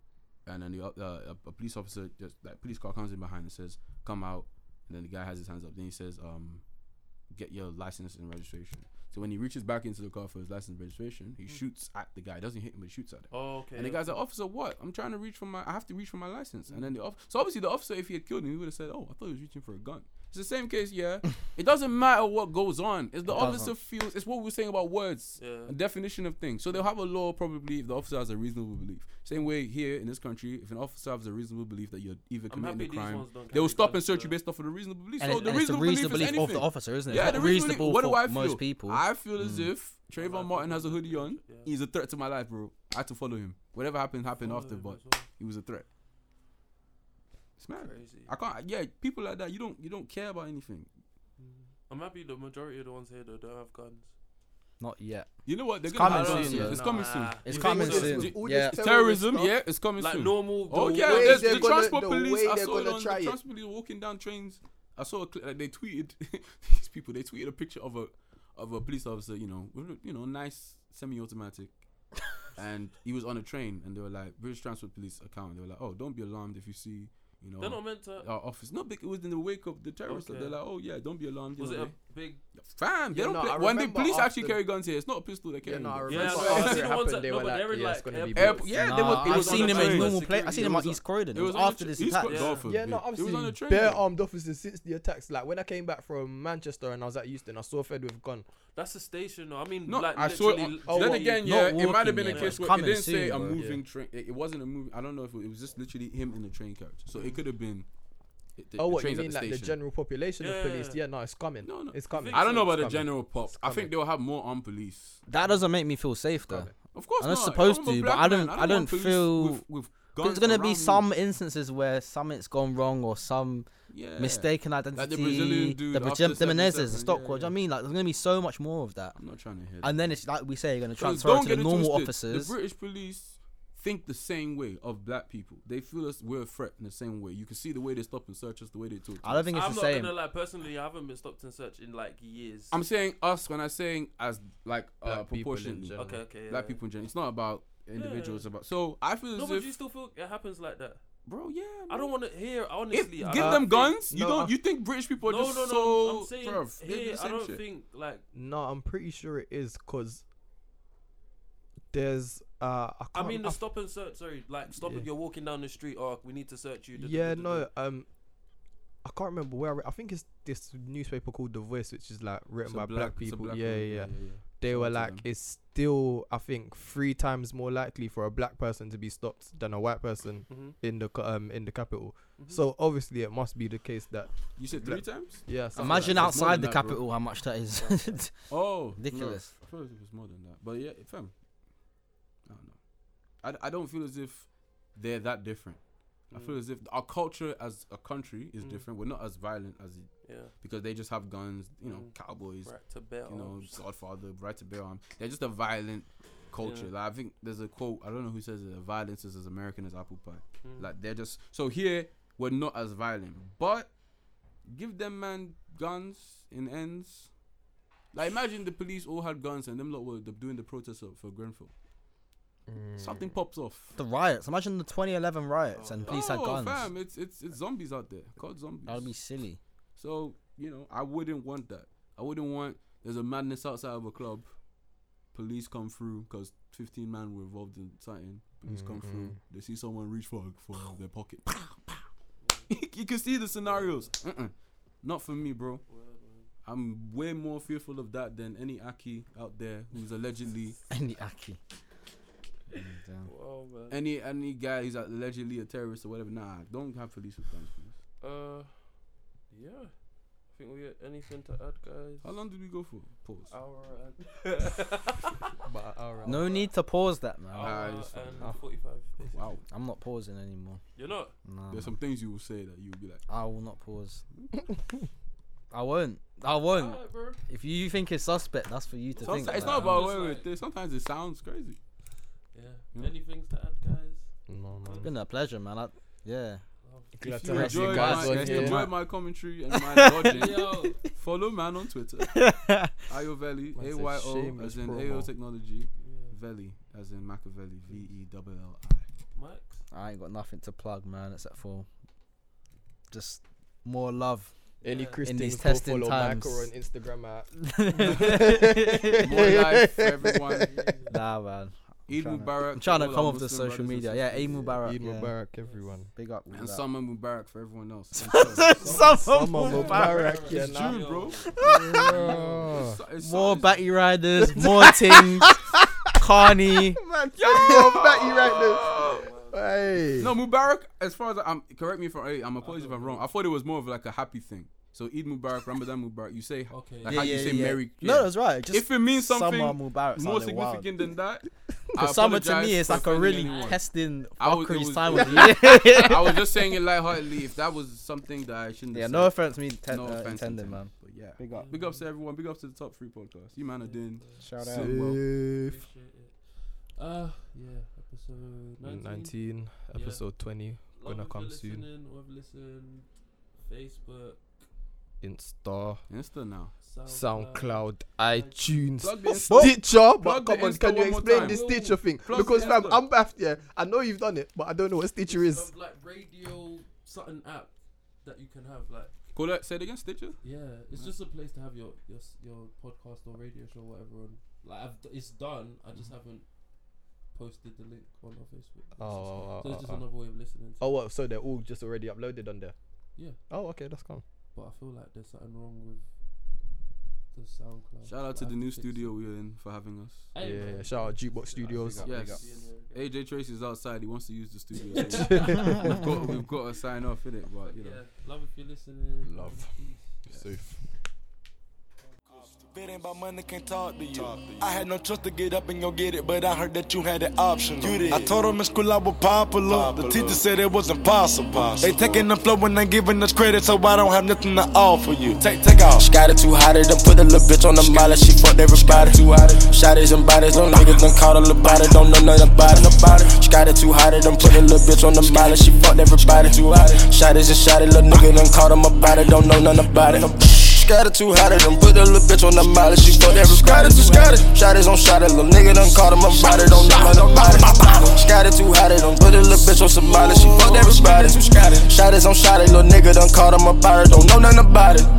and then the, uh, a, a police officer just like police car comes in behind and says, "Come out." And then the guy has his hands up. Then he says, um, "Get your license and registration." So when he reaches back into the car for his license and registration, he shoots at the guy. Doesn't hit him, but he shoots at him. oh, okay. And the guy's like, officer, what? I'm trying to reach for my, I have to reach for my license. And then the officer, so obviously the officer, if he had killed him, he would have said, oh, I thought he was reaching for a gun. It's the same *laughs* case, yeah. it doesn't matter what goes on. It's the officer feels, it's what we were saying about words Yeah. and definition of things. So they'll have a law probably if the officer has a reasonable belief. Same way here in this country, if an officer has a reasonable belief that you're either I'm committing a happy these crime, ones don't they will carry stop and guns, search though. you based off of the reasonable belief. And, so it- the and it's the reasonable belief reasonable is belief of anything. the officer, isn't it? Yeah, It's the not reasonable. reasonable What for do I feel? most people. Mm. I feel as if Trayvon Martin has a hoodie on. Yeah. He's a threat to my life, bro. I had to follow him. Whatever happened happened after, but he was a threat. It's mad. Crazy. I can't. Yeah, people like that. You don't. You don't care about anything. I'm happy the majority of the ones here though don't have guns. Not yet. You know what? They're It's gonna coming have soon, guns. yeah. It's coming Nah. soon. It's You coming think soon. with all this Yeah. Terrorism. stuff, Yeah, it's coming Like soon. normal. Oh the yeah, way- way there's they're the gonna- transport the way police. I they're saw it gonna on the try it. transport police walking down trains. I saw a clip, like they tweeted *laughs* these people. They tweeted a picture of a of a police officer, you know, with a, you know, nice *laughs* semi-automatic, and he was on a train, and they were like British Transport Police account. They were like, oh, don't be alarmed if you see, you know, They're not meant to. our office. No, because it was in the wake of the terrorists. Okay. They're like, oh yeah, don't be alarmed. you Was know, it a they- big? Fam, they Yeah, don't. no, I play. When the remember police after actually the- carry guns here, it's not a pistol they're Yeah, carrying. no, I Yeah, remember no, I've after it seen the ones happened, that- they no, were but they like, were yeah, it's like gonna be airport- bad. Airport- yeah, they were. Nah, it I've was on seen a him at his train. normal place. Security I seen him was at East Croydon. It It was was on after the- this he's attack. got golf for a Yeah, bit. no, I've It was on seen a train, bare though. armed officers since the attacks. Like when I came back from Manchester and I was at Houston, I saw Fed with gun. That's a station. though. I mean, No, like I saw it. literally. on- oh, then well, again, not yeah, it might have walking been a yet, case but where it coming didn't say soon, a bro. moving train. It, it wasn't a moving. I don't know if it, it was just literally him in the train carriage. So it could have been. It, the, Oh, the what you trains at mean, like the station. general population Yeah. of police? Yeah, no, it's coming. No, no. it's coming. I don't know about It's the coming. general pop. I think they'll have more armed police. That doesn't make me feel safe though. Of course, I'm not not. supposed I'm a to, black but I don't- man. I don't want police feel- With, with guns There's gonna around be me. some instances where something's gone wrong or some yeah. mistaken identity. Brazilian dude the after Brazil- the Menezes, the 77, Stockwell. do you know yeah, what I mean, like there's gonna be so much more of that. I'm not trying to hear. that. And then it's like we say, you're gonna Because transfer it don't to the get it normal twisted, officers. The British police think the same way of black people. They feel us we're a threat in the same way. You can see the way they stop and search us, the way they talk. To I don't us. think it's I'm the not same. gonna lie. Personally, I haven't been stopped and searched in like years. I'm saying us when I'm saying as like uh, Black people in proportionally. general. okay, okay. Black yeah. people in general. It's not about individuals. it's About so I feel No, as but if you still feel it happens like that. bro, yeah. I don't want to hear If, honestly. I give don't them think- guns. you no, don't. I- you think British people are No, just no, no. so? I'm saying bruv, they do here, the I same don't shit. think like No, I'm pretty sure it is because there's. Uh, I, I can't- mean, the I- stop and search. Sorry, like stop. Yeah. You're walking down the street. Oh, we need to search you. da- da- yeah, da- da- no, da. um, I can't remember where I, re- I think it's this newspaper called The Voice, which is like written It's a by black, it's a people. black yeah, woman, yeah, yeah. yeah. They Shout were out to like, them. it's still, I think, three times more likely for a black person to be stopped than a white person Mhm. in the co- um in the capital. Mhm. So obviously, it must be the case that You said three Black- times. *laughs* yeah. something like Imagine that. It's more than outside the that, bro. capital how much that is. *laughs* Oh, no, Ridiculous. I thought it was more than that, but yeah, fam. I don't know. I, d- I don't feel as if they're that different. I feel as if our culture as a country is Mm. different. We're not as violent as yeah, because they just have guns, you know, Mm. cowboys, right to bear. you know, arms. Godfather, right to bear arms. They're just a violent culture. Like, I think there's a quote. I don't know who says it. Violence is as American as apple pie. Mm. Like they're just so here we're not as violent, but give them man guns in ends. Like imagine the police all had guns and them lot were doing the protest of- for Grenfell. Something pops off. Mm. the riots. Imagine the 2011 riots and police had Oh, guns. fam, it's it's it's zombies out there called zombies. That would be silly. *laughs* So you know I wouldn't want that. I wouldn't want there's a madness outside of a club. Police come through because 15 men were involved in something. Police come through. They see someone reach for for their pocket. *laughs* you can see the scenarios. Mm-mm. Not for me, bro. Hmm. I'm way more fearful of that than any Aki out there who's allegedly And the Aki. Wow, man. any any guy who's allegedly a terrorist or whatever. Nah, don't have police with guns, please. Uh, yeah. I Think we got anything to add, guys? How long did we go for? Pause. Hour and, *laughs* *laughs* But uh, alright. No need to pause that, man. Oh, hour it's fine. and 45. basically. Wow. I'm not pausing anymore. You're not? Nah, There's some things you will say that you'll be like, I will not pause. *laughs* I won't. I won't. Alright, bro. If you think it's suspect, that's for you to Sometimes- think. it's about. not about I'm just where like- it is. Sometimes it sounds crazy. Yeah. Yeah. Anything to add, guys? No, man. It's been a pleasure, man. I, yeah. Glad If to you have you enjoy guys my, on if you here. enjoy my commentary and my logic, Yo, follow man on Twitter. Ayo Veli, Man A said Y O shameless as in promo. AO Technology, *laughs* Veli as in Machiavelli, V E double L I. Max. I ain't got nothing to plug, man, except for just more love. *laughs* Any Yeah. In Christians these go testing follow times. Mac or on Instagram at *laughs* *laughs* More life for everyone. Nah, man. Eid trying to- Mubarak. I'm trying to all come our off the Muslim social brothers and media. Yeah, sisters. Eid Mubarak. Eid yeah. Mubarak, *laughs* everyone. Big up. with And that. Summer Mubarak for everyone else. Summer Oh, Mubarak. *laughs* Mubarak, yeah, It's true, bro. bro. It's- it's- More it's- batty riders, *laughs* more things. Carney. Hey. No, Mubarak, as far as I'm, correct me if I'm, I'm apologies if I'm wrong. I thought it was more of like a happy thing. So Eid Mubarak, Ramadan Mubarak, you say, Okay. like how you say Merry No, that's right. Just If it means something Summer Mubarak more sounded wild. significant than *laughs* that. I Because summer to me apologize is for like a offending really anyone. testing I was- it fuckery's was- *laughs* time of the year. I was just saying it lightheartedly. If that was something that I shouldn't yeah, have no said, offense, me ten- no uh, offense intended, intended, man. But yeah. Big up. Big ups to everyone. Big ups to the top three podcasts. You man are doing. out. Shout If Appreciate it. Uh, yeah, episode 19. 19, episode 20, Love gonna if come you're soon. listening, We've listened. Facebook, Insta, Insta now. Oh, SoundCloud. SoundCloud, iTunes, Plug the Insta- Stitcher. But plug the come on, Insta can you one more explain time. this Stitcher thing? Plug the Because fam, Insta. I'm baffed. Yeah, I know you've done it, but I don't know what Stitcher It's is. some, like radio something app that you can have like Call that. uh, Say it again. Stitcher. yeah it's Mm-hmm. just a place to have your your s- your podcast or radio show whatever on like I've, d- it's done I Mm-hmm. just haven't posted the link on our Facebook It's just- oh, so it's just another way of listening to uh, Oh, what? So they're all just already uploaded on there. Yeah. Oh, okay, that's calm. but I feel like there's something wrong with the Oh, SoundCloud Shout out to Like, the new it's- studio we're in for having us. Hey, Yeah, man. shout out Jukebox Studios. up, big Seeing you again. AJ Trace is outside. He wants to use the studio. so we've, got, we've got to sign off in it, but you know. yeah love if you're listening Love. Peace. If it ain't about money, can't talk to you. I had no choice to get up and go get it, but I heard that you had an option. I told them in school I was popular. The teacher said it was impossible. They taking the flow and they giving us credit, so I don't have nothing to offer you. Take, take off. Got it too hot, it done put a little bitch on the molly. She fucked everybody. Too hot, shotties and bodies. Them niggas done caught a little body, don't know nothing about it. Nobody. Got it too hot, it done put a little bitch on the molly. She fucked everybody. Too hot, shotties and shotties. Little nigga done caught him about it, don't know nothing about it. Scatter too hot at them, put a little bitch on the molly. She fucked every scatter to scatter. Shot is on shot at them, nigga done caught him up body, don't know nothing about it. Scatter too hot at them, put a little bitch on Somali. She fucked everybody. Shot is on shot at little nigga done caught him up body, don't know nothing about it.